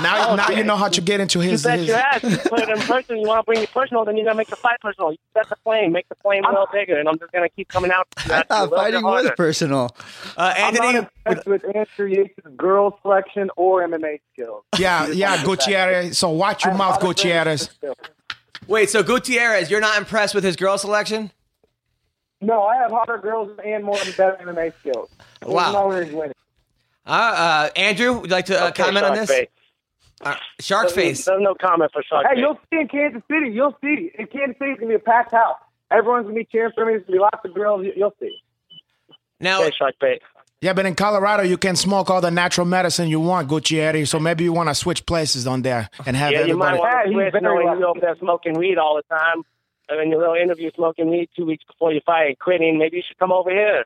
Speaker 4: Now, now you know how to get into his.
Speaker 6: You bet
Speaker 4: his-
Speaker 6: your ass. You put it in person. You want to bring it personal, then you got to make the fight personal. You set the flame, make the flame a little bigger, and I'm just gonna keep coming out.
Speaker 2: I thought fighting was personal.
Speaker 1: Uh,
Speaker 5: I'm
Speaker 1: Anthony,
Speaker 5: not impressed with Andrew Yates' girl selection or MMA skills.
Speaker 4: yeah, yeah, Gutierrez. So watch your mouth, Gutierrez.
Speaker 1: wait. So Gutierrez, you're not impressed with his girl selection?
Speaker 5: No, I have hotter girls and more and better MMA skills.
Speaker 1: Wow.
Speaker 5: No one is winning.
Speaker 1: Uh, uh, Andrew, would you like to uh, comment on this?
Speaker 6: Face.
Speaker 1: Uh, shark face.
Speaker 6: There's no comment for shark
Speaker 5: Hey,
Speaker 6: face.
Speaker 5: you'll see in Kansas City. You'll see. In Kansas City, it's going to be a packed house. Everyone's going to be cheering for me. There's going to be lots of girls. You- You'll see.
Speaker 1: Now,
Speaker 6: Hey, shark face.
Speaker 4: Yeah, but in Colorado, you can smoke all the natural medicine you want, Gutierrez. So maybe you want to switch places on there and have
Speaker 6: Yeah, you might
Speaker 4: everybody.
Speaker 6: want
Speaker 5: Hey,
Speaker 6: to
Speaker 5: he's
Speaker 6: quit
Speaker 5: very
Speaker 6: knowing
Speaker 5: lucky.
Speaker 6: you over there smoking weed all the time. And then your little interview smoking weed two weeks before you fight and quitting. Maybe you should come over here.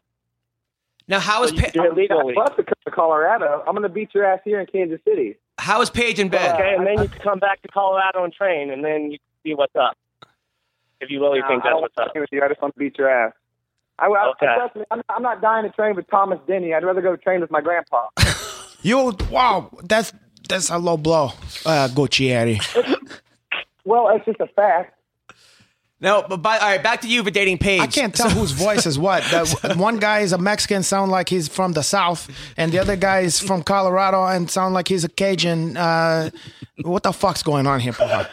Speaker 1: now how is
Speaker 6: So you
Speaker 1: pa-
Speaker 6: can do it legally.
Speaker 5: Plus, to come to Colorado, I'm going to beat your ass here in Kansas City.
Speaker 1: how is Paige in bed?
Speaker 6: Okay, and then you can come back to Colorado and train, and then you can see what's up. If you really
Speaker 5: Nah, I
Speaker 6: think that's
Speaker 5: don't
Speaker 6: what's
Speaker 5: wanna
Speaker 6: up.
Speaker 5: train with you. I just want to beat your ass. I, I,
Speaker 6: Okay.
Speaker 5: trust me, I'm, I'm not dying to train with Thomas Denny. I'd rather go train with my grandpa.
Speaker 4: You wow, that's that's a low blow, uh, Gutierrez.
Speaker 5: well, it's just a fact.
Speaker 1: No, but by, all right, back to you for dating Paige.
Speaker 4: I can't tell whose voice is what. That one guy is a Mexican, sound like he's from the South, and the other guy is from Colorado and sound like he's a Cajun. Uh, what the fuck's going on here, Paul?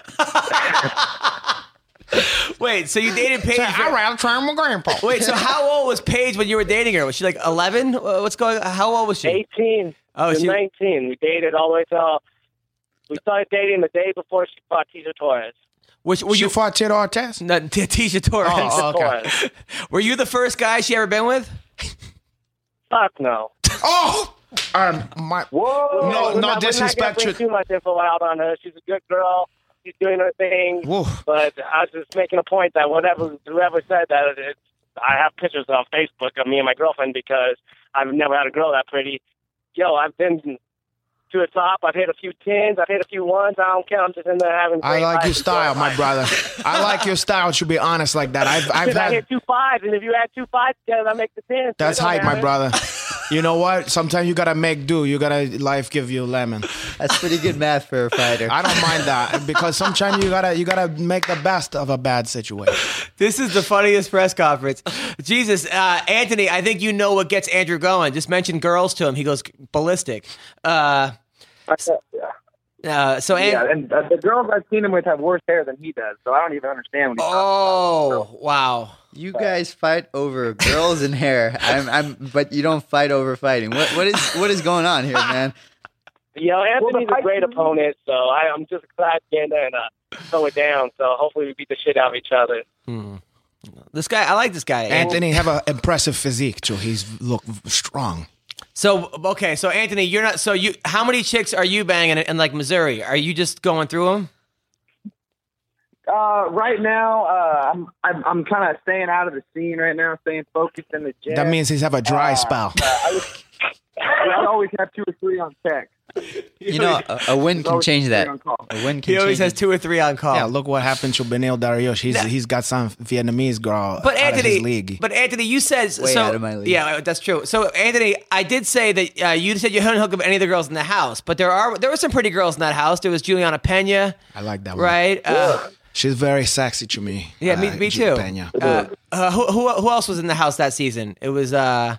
Speaker 1: Wait, so you dated Paige?
Speaker 4: All right, I'll try my grandpa.
Speaker 1: Wait, so how old was Paige when you were dating her? Was she like 11? What's going? How old was she?
Speaker 6: 18
Speaker 1: Oh,
Speaker 6: to
Speaker 1: she-
Speaker 6: 19. We dated all the way till we started dating the day before she fought Tisha Torres.
Speaker 1: Was, were
Speaker 4: Will you
Speaker 1: you
Speaker 4: fought Tito Ortiz?
Speaker 1: no, T- Tisha Torres?
Speaker 4: Oh, okay.
Speaker 6: Torres.
Speaker 1: Were you the first guy she ever been with?
Speaker 6: Fuck no.
Speaker 4: Oh, um, my.
Speaker 5: Whoa.
Speaker 4: No, no
Speaker 6: We're not- we're not gonna
Speaker 4: disrespect
Speaker 6: bring
Speaker 4: to-
Speaker 6: too much info out on her. She's a good girl. She's doing her thing.
Speaker 4: Whoa.
Speaker 6: But I was just making a point that whatever whoever said that, it, I have pictures on Facebook of me and my girlfriend because I've never had a girl that pretty. Yo, I've been to the top. I've hit a few tens. I've hit a few ones. I don't care. I'm just in there having.
Speaker 4: I
Speaker 6: great
Speaker 4: like your
Speaker 6: life.
Speaker 4: style, my brother. I like your style. To be honest, like that, I've I've
Speaker 6: Because I
Speaker 4: had
Speaker 6: hit two fives, and if you add two fives together, I make the ten.
Speaker 4: that's
Speaker 6: It don't
Speaker 4: hype, my
Speaker 6: matter.
Speaker 4: brother. You know what? Sometimes you gotta make do. You gotta life give you lemon.
Speaker 2: That's pretty good math for a fighter.
Speaker 4: I don't mind that because sometimes you gotta you gotta make the best of a bad situation.
Speaker 1: This is the funniest press conference. Jesus, uh, Anthony, I think you know what gets Andrew going. Just mention girls to him. He goes ballistic. Uh,
Speaker 5: yeah.
Speaker 1: uh, so, An-
Speaker 5: Yeah, and uh, the girls I've seen him with have worse hair than he does, so I don't even understand what he's talking
Speaker 1: oh, wow.
Speaker 2: You guys fight over girls and hair. I'm, I'm, but you don't fight over fighting. What, what is, what is going on here, man?
Speaker 6: Yo, Anthony's
Speaker 5: fight-
Speaker 6: a great opponent, so I, I'm just glad to get in there and uh, slow it down. So hopefully we beat the shit out of each other.
Speaker 1: This guy, I like this guy.
Speaker 4: Anthony have an impressive physique too. He's look strong.
Speaker 1: So, okay, so Anthony, you're not, so you, how many chicks are you banging in, in like Missouri? Are you just going through them?
Speaker 5: Uh, right now, uh, I'm I'm, I'm kind of staying out of the scene right now, staying focused in the gym.
Speaker 4: That means he's have a
Speaker 1: Ah.
Speaker 4: dry spell.
Speaker 5: I always have two or three on tech.
Speaker 2: You know, a, a win can
Speaker 5: always
Speaker 2: change that.
Speaker 5: three on call.
Speaker 2: A win can
Speaker 1: He always
Speaker 2: change.
Speaker 1: has
Speaker 2: it.
Speaker 1: two or three on call.
Speaker 4: Yeah, look what happened to Benil Dariush. He's he's got some Vietnamese girl
Speaker 1: But
Speaker 4: out of
Speaker 1: Anthony,
Speaker 4: his league.
Speaker 1: but Anthony, you said
Speaker 2: Way
Speaker 1: so.
Speaker 2: out of my league.
Speaker 1: Yeah, that's true. So Anthony, I did say that uh, you said you hadn't hooked up with any of the girls in the house, but there are there were some pretty girls in that house. There was Juliana Pena,
Speaker 4: I like that one.
Speaker 1: right? Uh,
Speaker 4: She's very sexy to me.
Speaker 1: yeah, me,
Speaker 4: uh,
Speaker 1: me
Speaker 4: Ju-
Speaker 1: too.
Speaker 4: Peña.
Speaker 1: Uh, uh, who, who who else was in the house that season? It was uh,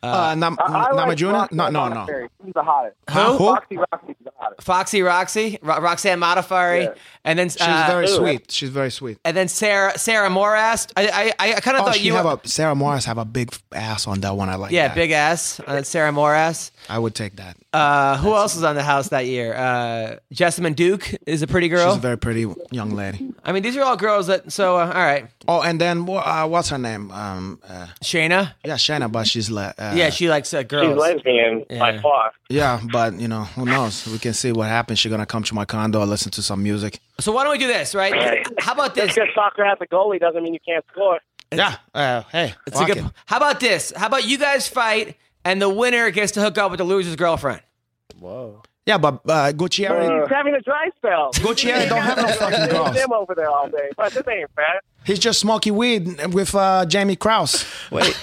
Speaker 4: Uh, Nam-
Speaker 5: I like
Speaker 4: Nama Juna?
Speaker 5: Roxy
Speaker 4: No, no, no.
Speaker 5: Modafferi. She's the hottest.
Speaker 4: Huh? Who?
Speaker 5: Roxy Roxy's the hottest.
Speaker 1: Foxy Roxy, Ro- Roxanne Modafari,
Speaker 5: Yeah.
Speaker 1: and then
Speaker 4: She's
Speaker 1: uh,
Speaker 4: very sweet. She's very sweet.
Speaker 1: and then Sarah Sarah Morass. I I, I kind of
Speaker 4: Oh,
Speaker 1: thought
Speaker 4: she
Speaker 1: you
Speaker 4: have a Sarah Morris have a big ass on that one. I like.
Speaker 1: yeah
Speaker 4: that.
Speaker 1: big ass uh, Sarah Morass.
Speaker 4: I would take that.
Speaker 1: Uh, who else was on the house that year? Uh, Jessamine Duke is a pretty girl.
Speaker 4: She's a very pretty young lady.
Speaker 1: I mean, these are all girls that. So, uh, all right,
Speaker 4: Oh, and then wha- uh, what's her name? Um, uh,
Speaker 1: Shayna.
Speaker 4: yeah, Shanna, but she's like, uh,
Speaker 1: Yeah, she likes uh,
Speaker 6: She's
Speaker 1: girls.
Speaker 6: lesbian by
Speaker 1: Yeah.
Speaker 6: far.
Speaker 4: yeah, but you know, who knows? We can see what happens. She's gonna come to my condo and listen to some music.
Speaker 1: so why don't we do this, right? How about
Speaker 6: Just
Speaker 1: this?
Speaker 6: because soccer has a goalie doesn't mean you can't score.
Speaker 4: Yeah. Uh, hey,
Speaker 1: It's a good- how about this? How about you guys fight and the winner gets to hook up with the loser's girlfriend?
Speaker 4: Yeah, but uh, Gutierrez,
Speaker 6: He's having a dry spell.
Speaker 4: Gutierrez don't have no fucking
Speaker 6: There's
Speaker 4: girls.
Speaker 6: Them over there all day. But this ain't fat.
Speaker 4: He's just smoky weed with uh, Jamie Krause.
Speaker 2: Wait.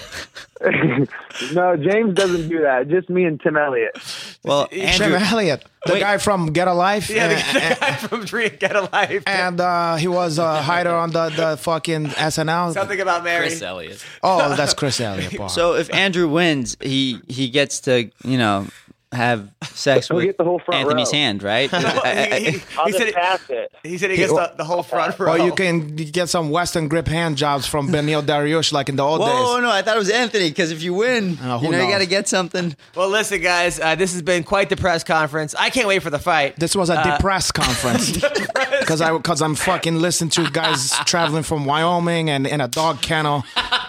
Speaker 5: no, James doesn't do that. Just me and Tim Elliott.
Speaker 2: Well,
Speaker 4: Jim
Speaker 2: Andrew,
Speaker 4: Elliott, the
Speaker 2: Wait.
Speaker 4: guy from Get a Life.
Speaker 7: Yeah,
Speaker 4: and-
Speaker 7: the, the guy from Dream Get Alive.
Speaker 4: and uh, he was a hider on the, the fucking SNL.
Speaker 7: Something about Mary.
Speaker 3: Chris Elliott.
Speaker 4: Oh, that's Chris Elliott. Paul.
Speaker 2: so if Andrew wins, he he gets to you know have sex
Speaker 5: He'll
Speaker 2: with
Speaker 5: get the whole front
Speaker 2: Anthony's
Speaker 5: row.
Speaker 2: hand, right? I- I-
Speaker 7: he, he-
Speaker 6: I'll
Speaker 7: he
Speaker 6: just
Speaker 7: said it,
Speaker 6: pass it.
Speaker 7: he said he gets the, the whole front row.
Speaker 4: or you can get some Western grip hand jobs from Benil Dariush like in the old days.
Speaker 2: Whoa, no, I thought it was Anthony because if you win,
Speaker 4: Uh, who
Speaker 2: you know you
Speaker 4: knows?
Speaker 2: got to get something.
Speaker 7: Well, listen, guys, uh, this has been quite the press conference. I can't wait for the fight.
Speaker 4: This was a depressed conference because I because I'm fucking listening to guys traveling from Wyoming and in a dog kennel,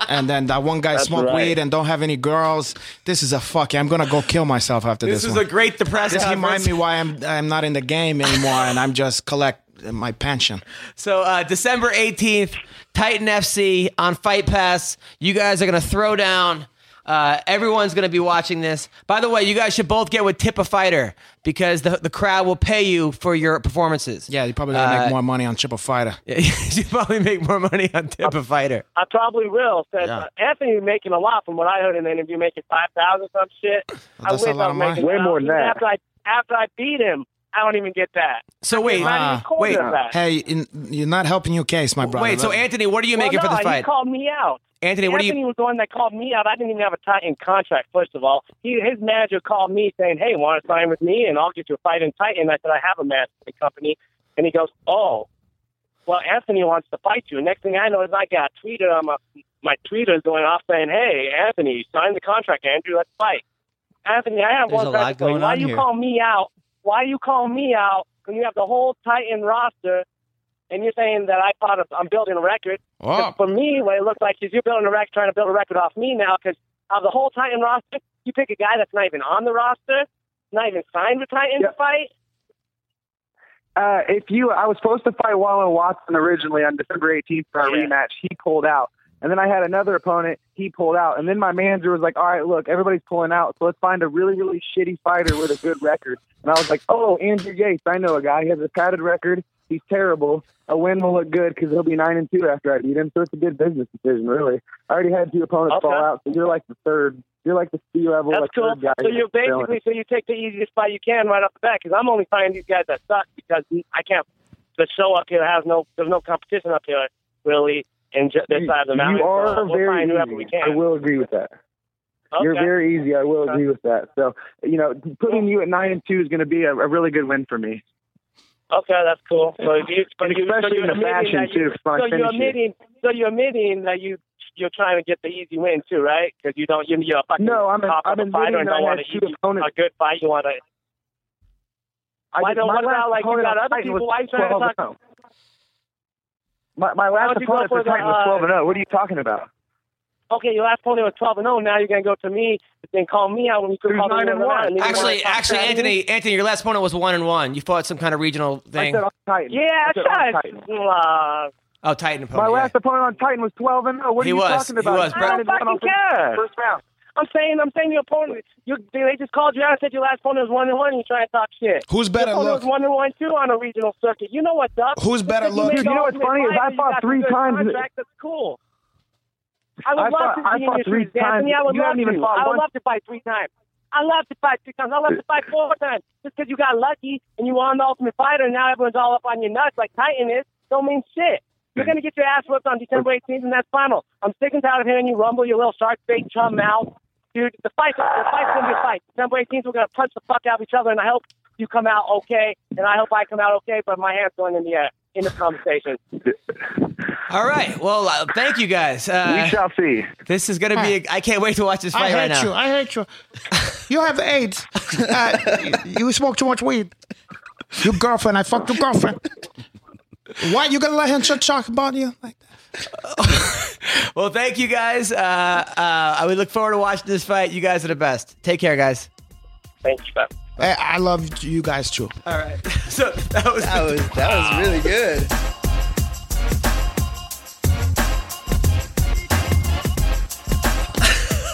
Speaker 4: and then that one guy smoked
Speaker 6: right.
Speaker 4: weed and don't have any girls. This is a fucking. I'm gonna go kill myself after this.
Speaker 7: this was
Speaker 4: one.
Speaker 7: a great depressed
Speaker 4: this
Speaker 7: conference.
Speaker 4: reminds me why I'm I'm not in the game anymore and I'm just collect my pension.
Speaker 7: So uh, December 18th, Titan FC on Fight Pass. You guys are going to throw down. Uh, everyone's going to be watching this. By the way, you guys should both get with Tip a Fighter because the, the crowd will pay you for your performances.
Speaker 4: Yeah, you probably gonna
Speaker 7: Uh,
Speaker 4: make more money on Chip a Fighter.
Speaker 7: you probably make more money on Tip a Fighter.
Speaker 6: I probably will. Said uh, Anthony making a lot from what I heard in the interview, making five thousand some shit. I
Speaker 4: that's a
Speaker 6: wish I
Speaker 4: lot
Speaker 6: was
Speaker 4: of money.
Speaker 6: making
Speaker 5: Way
Speaker 6: that.
Speaker 5: more than
Speaker 6: Even
Speaker 5: that.
Speaker 6: After I after I beat him, I don't even get that.
Speaker 7: So wait,
Speaker 6: Not even
Speaker 4: Ah,
Speaker 6: a quarter
Speaker 7: wait,
Speaker 6: of that.
Speaker 4: Hey, in, you're not helping your case, my brother.
Speaker 7: wait. So Anthony, what are you
Speaker 6: Well,
Speaker 7: making
Speaker 6: no,
Speaker 7: for the
Speaker 6: He
Speaker 7: fight?
Speaker 6: called me out.
Speaker 7: Anthony, what are
Speaker 6: Anthony
Speaker 7: you?
Speaker 6: was the one that called me out. I didn't even have a Titan contract. First of all, he, his manager called me saying, "Hey, want to sign with me, and I'll get you a fight in Titan." I said, "I have a match with the company," and he goes, "Oh, well, Anthony wants to fight you." And next thing I know is I got tweeted on my my tweeters going off saying, "Hey, Anthony, sign the contract, Andrew. Let's fight." Anthony, I have
Speaker 2: There's
Speaker 6: one
Speaker 2: a lot
Speaker 6: question for you.
Speaker 2: going
Speaker 6: Why
Speaker 2: on
Speaker 6: you
Speaker 2: here.
Speaker 6: call me out? Why you call me out when you have the whole Titan roster? And you're saying that I thought of, I'm building a record.
Speaker 4: Oh.
Speaker 6: For me, what it looks like is you're building a record, trying to build a record off me now because of the whole Titan roster, you pick a guy that's not even on the roster, not even signed with Titan to
Speaker 5: Yep.
Speaker 6: fight.
Speaker 5: Uh, if you, I was supposed to fight Wallen Watson originally on December 18th for our
Speaker 6: Yeah.
Speaker 5: rematch. He pulled out, and then I had another opponent. He pulled out, and then my manager was like, "All right, look, everybody's pulling out, so let's find a really, really shitty fighter with a good record." And I was like, "Oh, Andrew Yates, I know a guy. He has a padded record. He's terrible. A win will look good because he'll be nine and two after I beat him. So it's a good business decision, really. I already had two opponents
Speaker 6: Okay.
Speaker 5: fall out, so you're like the third. You're like the C level.
Speaker 6: That's
Speaker 5: like
Speaker 6: cool.
Speaker 5: third guy
Speaker 6: So you
Speaker 5: that's failing.
Speaker 6: basically, so you take the easiest fight you can right off the bat because I'm only fighting these guys that suck because I can't. The show up here has no, there's no competition up here really in ju- this
Speaker 5: You-
Speaker 6: side of the mountain.
Speaker 5: You are
Speaker 6: so we'll
Speaker 5: very
Speaker 6: find whoever
Speaker 5: easy.
Speaker 6: we can.
Speaker 5: I will agree with that.
Speaker 6: Okay.
Speaker 5: You're very easy. I will
Speaker 6: Okay.
Speaker 5: agree with that. So, you know, putting you at nine and two is going to be a, a really good win for me.
Speaker 6: Okay, that's cool. So if you, but
Speaker 5: And
Speaker 6: you, so
Speaker 5: especially
Speaker 6: you're
Speaker 5: in the
Speaker 6: admitting
Speaker 5: fashion,
Speaker 6: that you,
Speaker 5: too, for my
Speaker 6: so you're
Speaker 5: finish here.
Speaker 6: admitting, so you're admitting that you you're trying to get the easy win too, right? Because you don't, you're, you're a fucking
Speaker 5: No, I'm a-
Speaker 6: top
Speaker 5: I'm
Speaker 6: of a fighter
Speaker 5: admitting
Speaker 6: and
Speaker 5: that
Speaker 6: don't
Speaker 5: I
Speaker 6: want
Speaker 5: had two
Speaker 6: easy,
Speaker 5: opponents.
Speaker 6: a good fight. You want to.
Speaker 5: I
Speaker 6: Why
Speaker 5: just-
Speaker 6: don't-
Speaker 5: my
Speaker 6: what
Speaker 5: last
Speaker 6: about, like, you
Speaker 5: opponent
Speaker 6: got
Speaker 5: on
Speaker 6: other
Speaker 5: Titan
Speaker 6: people?
Speaker 5: was
Speaker 6: Why you trying to
Speaker 5: 12
Speaker 6: talk-
Speaker 5: and 0. My, my last
Speaker 6: don't you go
Speaker 5: opponent
Speaker 6: for
Speaker 5: for
Speaker 6: the,
Speaker 5: Titan was
Speaker 6: uh,
Speaker 5: 12 and 0. What are you talking about?
Speaker 6: Okay, your last opponent was 12 and 0. Now you're gonna go to me, but then call me out when you could
Speaker 5: Who's
Speaker 6: call me
Speaker 5: 9 and
Speaker 6: out,
Speaker 5: 1?
Speaker 6: then you wanna
Speaker 7: Actually,
Speaker 6: talk
Speaker 7: actually,
Speaker 6: about me?
Speaker 7: Anthony, Anthony, your last opponent was one and one. You fought some kind of regional
Speaker 5: I
Speaker 7: thing.
Speaker 5: said uh, on Titan.
Speaker 6: Yeah,
Speaker 5: I said on
Speaker 6: shut.
Speaker 5: Titan.
Speaker 6: Uh,
Speaker 7: Oh, Titan opponent.
Speaker 5: My
Speaker 7: yeah.
Speaker 5: last opponent on Titan was 12 and 0. What
Speaker 7: He
Speaker 5: are you
Speaker 7: was.
Speaker 5: talking
Speaker 7: He
Speaker 5: about?
Speaker 7: was,
Speaker 5: I
Speaker 6: bro.
Speaker 5: ran it down
Speaker 6: I don't
Speaker 5: off the
Speaker 6: fucking care.
Speaker 5: First round.
Speaker 6: I'm saying, I'm saying your opponent. You, they they just called you out and said your last opponent was one and one. And you trying to talk shit.
Speaker 4: Who's better
Speaker 6: Your
Speaker 4: look?
Speaker 6: opponent was one and one too on a regional circuit. You know what's up?
Speaker 4: Who's
Speaker 6: Just
Speaker 4: better
Speaker 6: because you
Speaker 4: look?
Speaker 6: made
Speaker 4: Dude,
Speaker 6: the
Speaker 5: you know what's
Speaker 6: ultimate
Speaker 5: funny is I
Speaker 6: fight and you
Speaker 5: fought
Speaker 6: got
Speaker 5: three
Speaker 6: the good
Speaker 5: times-
Speaker 6: Contract, that's cool. I would
Speaker 5: I
Speaker 6: love
Speaker 5: fought-
Speaker 6: to
Speaker 5: I
Speaker 6: see
Speaker 5: fought
Speaker 6: you
Speaker 5: three
Speaker 6: shoes, Anthony.
Speaker 5: times.
Speaker 6: I would
Speaker 5: You
Speaker 6: love
Speaker 5: haven't even
Speaker 6: to.
Speaker 5: fought
Speaker 6: I would
Speaker 5: once.
Speaker 6: love to fight three times. I love to fight three times. I love to fight four times. Just because you got lucky and you were on the Ultimate Fighter, and now everyone's all up on your nuts like Titan is, don't mean shit. You're gonna get your ass whipped on December 18th, and that's final. I'm sick and tired of hearing you rumble your little shark bait chum mouth, dude. The fight, the fight's gonna be a fight. December 18th, we're gonna punch the fuck out of each other, and I hope you come out okay, and I hope I come out okay. But my hand's going in the air in this conversation.
Speaker 7: All right. Well, uh, thank you guys.
Speaker 5: We
Speaker 7: Uh,
Speaker 5: shall see.
Speaker 7: this is gonna be. A, I can't wait to watch this
Speaker 4: I
Speaker 7: fight
Speaker 4: hate
Speaker 7: right now.
Speaker 4: you. I hate you. You have AIDS. Uh, you smoke too much weed. Your girlfriend. I fucked your girlfriend. Why you gonna let him shit talk about you like that?
Speaker 7: Well, thank you guys. Uh, uh, we look forward to watching this fight. You guys are the best. Take care, guys.
Speaker 6: Thank you. Bye.
Speaker 4: Hey, I love you guys too.
Speaker 7: All right. So that was.
Speaker 2: That was that was really good.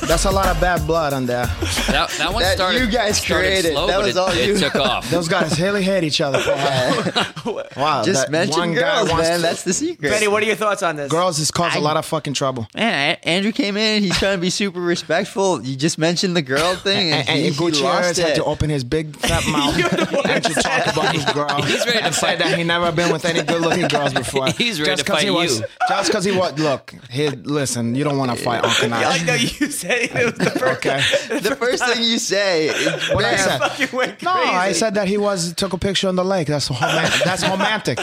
Speaker 4: That's a lot of bad blood on there.
Speaker 3: That, that one
Speaker 8: That
Speaker 3: started.
Speaker 8: you guys
Speaker 3: started
Speaker 8: created.
Speaker 3: Slow,
Speaker 8: That
Speaker 3: but
Speaker 8: was
Speaker 3: it,
Speaker 8: all
Speaker 3: it
Speaker 8: you.
Speaker 3: took off.
Speaker 4: Those guys really hate each other. Paul. wow.
Speaker 8: Just
Speaker 4: that
Speaker 8: mention
Speaker 4: one guy
Speaker 8: girls,
Speaker 4: wants
Speaker 8: man.
Speaker 4: to-
Speaker 8: That's the secret.
Speaker 1: Benny, what are your thoughts on this?
Speaker 4: girls has caused a lot of fucking trouble.
Speaker 8: man, A- Andrew came in. He's trying to be super respectful. You just mentioned the girl thing, and,
Speaker 4: And, and
Speaker 8: he, he
Speaker 4: Gutierrez
Speaker 8: lost
Speaker 4: had
Speaker 8: it.
Speaker 4: to open his big fat mouth and to talk about his girl. He's
Speaker 3: ready to
Speaker 4: and said
Speaker 3: fight.
Speaker 4: that he never been with any good looking girls before.
Speaker 3: He's ready to
Speaker 4: 'cause he
Speaker 3: fight
Speaker 4: was,
Speaker 3: you.
Speaker 4: Just because he was, look, he, listen, you don't want to fight Uncle
Speaker 1: Like, no,
Speaker 4: Nas.
Speaker 1: you said it was the first
Speaker 4: Okay.
Speaker 8: the first thing you say, is,
Speaker 4: What I
Speaker 8: man,
Speaker 4: said.
Speaker 1: fucking went crazy.
Speaker 4: No, I said that he was took a picture on the lake. That's romantic. That's romantic.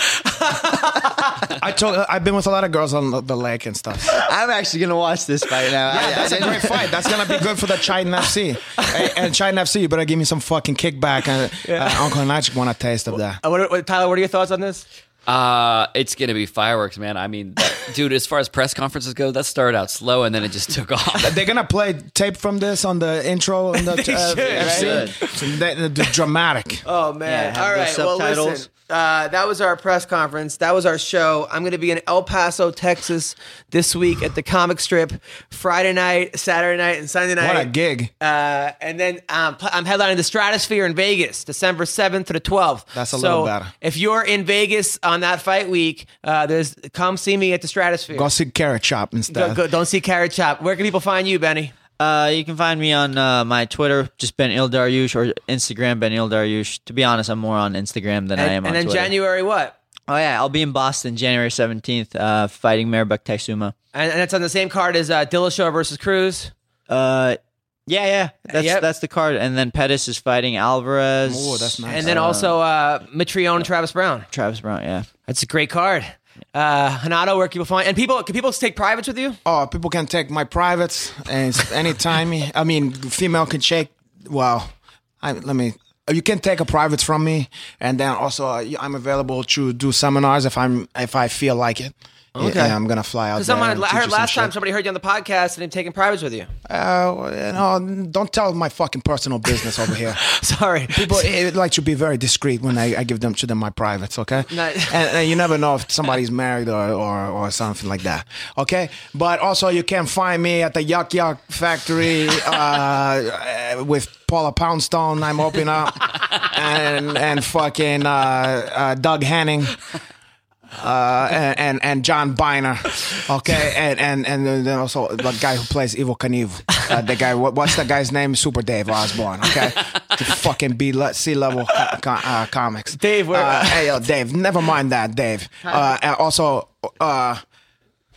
Speaker 4: I told. I've been with a lot of girls on the- the lake and stuff.
Speaker 8: I'm actually gonna watch this fight now. I- I
Speaker 4: That's a
Speaker 8: didn't-
Speaker 4: great fight. That's gonna be good for the China FC. Hey, and China FC, you better give me some fucking kickback. And uh, Uncle Naj want a taste of that.
Speaker 1: Uh, what- what- Tyler, what are your thoughts on this?
Speaker 3: Uh, it's gonna be fireworks, man. I mean, dude, as far as press conferences go, that started out slow and then it just took off.
Speaker 4: They're gonna play tape from this on the intro on the uh, FC. That- that- that's dramatic.
Speaker 1: Oh man!
Speaker 8: have
Speaker 1: All right.
Speaker 8: those
Speaker 1: Well,
Speaker 8: subtitles.
Speaker 1: listen. Uh, that was our press conference. That was our show. I'm going to be in El Paso, Texas, this week at the Comic Strip, Friday night, Saturday night, and Sunday night.
Speaker 4: What a gig!
Speaker 1: Uh, and then um, pl- I'm headlining the Stratosphere in Vegas, December 7th to the 12th.
Speaker 4: That's a
Speaker 1: so
Speaker 4: little better.
Speaker 1: If you're in Vegas on that fight week, uh, there's come see me at the Stratosphere.
Speaker 4: Go see Carrot Chop
Speaker 1: Go-
Speaker 4: instead.
Speaker 1: go- don't see Carrot Chop. Where can people find you, Benny?
Speaker 2: Uh, you can find me on uh, my Twitter, just Ben Ildaryush, or Instagram, Ben Ildaryush. To be honest, I'm more on Instagram than I
Speaker 1: And,
Speaker 2: am on
Speaker 1: and then
Speaker 2: Twitter.
Speaker 1: January what?
Speaker 2: oh, yeah, I'll be in Boston January 17th uh, fighting Maribek Taisuma.
Speaker 1: And, and it's on the same card as uh, Dillashaw versus Cruz.
Speaker 2: Uh, yeah, yeah, that's
Speaker 1: Yep.
Speaker 2: that's the card. And then Pettis is fighting Alvarez.
Speaker 4: Oh, that's nice.
Speaker 1: And then also uh, Mitrione and Travis Brown.
Speaker 2: Travis Brown, yeah.
Speaker 1: That's a great card. Uh, Hanato, where can people find? And people, can people take privates with you?
Speaker 4: Oh, people can take my privates and s- anytime. I mean, female can check. Well, I, let me. You can take a privates from me, and then also uh, you- I'm available to do seminars if I'm if I feel like it. Okay, I'm gonna fly out.
Speaker 1: Because someone,
Speaker 4: there and
Speaker 1: I
Speaker 4: teach
Speaker 1: heard
Speaker 4: you some
Speaker 1: last time
Speaker 4: shit.
Speaker 1: somebody heard you on the podcast and they've taken privates with you.
Speaker 4: Uh, well, you know, don't tell my fucking personal business over here.
Speaker 1: Sorry.
Speaker 4: People eh, like to be very discreet when I, I give them to them my privates, okay?
Speaker 1: No.
Speaker 4: And, and you never know if somebody's married or, or, or something like that, okay? But also, you can find me at the Yuck Yuck Factory uh, eh, with Paula Poundstone. I'm opening up and and fucking uh, uh, Doug Henning. Uh, and, and and John Biner, okay, and and and then then also the guy who plays Evil Knievel, uh, the guy. What, what's the guy's name? Super Dave Osborne, okay. The fucking B le- C level co- co- uh, comics.
Speaker 1: Dave, where-
Speaker 4: Uh, hey yo, Dave. Never mind that, Dave. Uh, and also. Uh,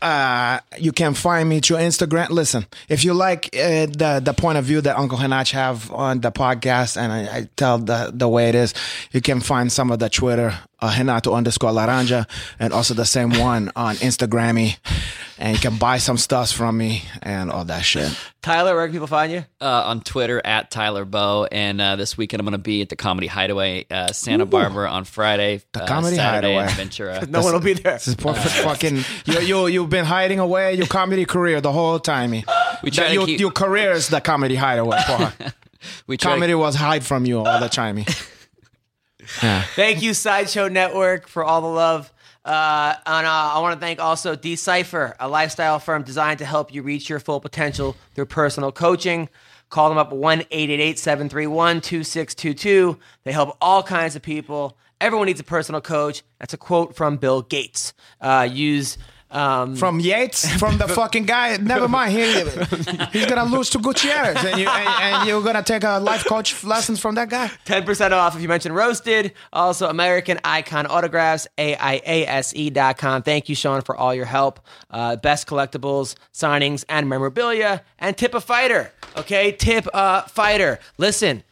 Speaker 4: uh, you can find me through Instagram. Listen, if you like uh, the the point of view that Uncle Hanach have on the podcast, and I, I tell the the way it is, you can find some of the Twitter uh, Hanato underscore Laranja, and also the same one on Instagrammy, and you can buy some stuff from me and all that shit.
Speaker 1: Tyler, where can people find you?
Speaker 3: uh, on Twitter at Tyler Bow, and uh, this weekend I'm going to be at the Comedy Hideaway, uh, Santa Barbara on Friday, the
Speaker 4: Comedy
Speaker 3: Saturday
Speaker 4: Hideaway.
Speaker 3: in Ventura.
Speaker 1: No one will be there.
Speaker 4: This is perfect fucking. You you you've been hiding away your comedy career the whole time. eh?
Speaker 3: We
Speaker 4: That
Speaker 3: try to
Speaker 4: your,
Speaker 3: keep-
Speaker 4: your career is the comedy hideaway. Paul.
Speaker 3: We try
Speaker 4: comedy
Speaker 3: to,
Speaker 4: was hide from you all the time. eh?
Speaker 1: Thank you, Sideshow Network, for all the love. Uh, and uh, I want to thank also Decipher, a lifestyle firm designed to help you reach your full potential through personal coaching. Call them up 1 888 731 2622. They help all kinds of people. Everyone needs a personal coach. That's a quote from Bill Gates. Uh, use. Um,
Speaker 4: from Yates, from the fucking guy. Never mind. He, he's gonna lose to Gutierrez, and, you, and, and you're gonna take a life coach lessons from that guy.
Speaker 1: 10% off if you mention roasted. Also, American Icon Autographs, A-I-A-S-E E dot com. Thank you, Sean, for all your help. Uh, best collectibles, signings, and memorabilia. And tip a fighter, okay? Tip a fighter. Listen,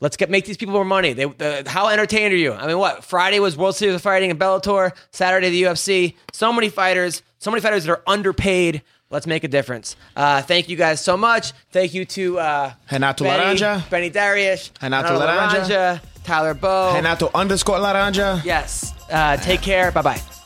Speaker 1: let's get make these people more money. They, uh, how entertained are you? I mean, what? Friday was World Series of Fighting in Bellator. Saturday, the UFC. So many fighters. So many fighters that are underpaid. Let's make a difference. Uh, thank you guys so much. Thank you to uh,
Speaker 4: Renato
Speaker 1: Benny,
Speaker 4: Laranja.
Speaker 1: Benny Darius,
Speaker 4: Renato
Speaker 1: Renato
Speaker 4: Laranja.
Speaker 1: Laranja, Tyler Bow.
Speaker 4: Renato underscore Laranja.
Speaker 1: yes. Uh, take care. Bye bye.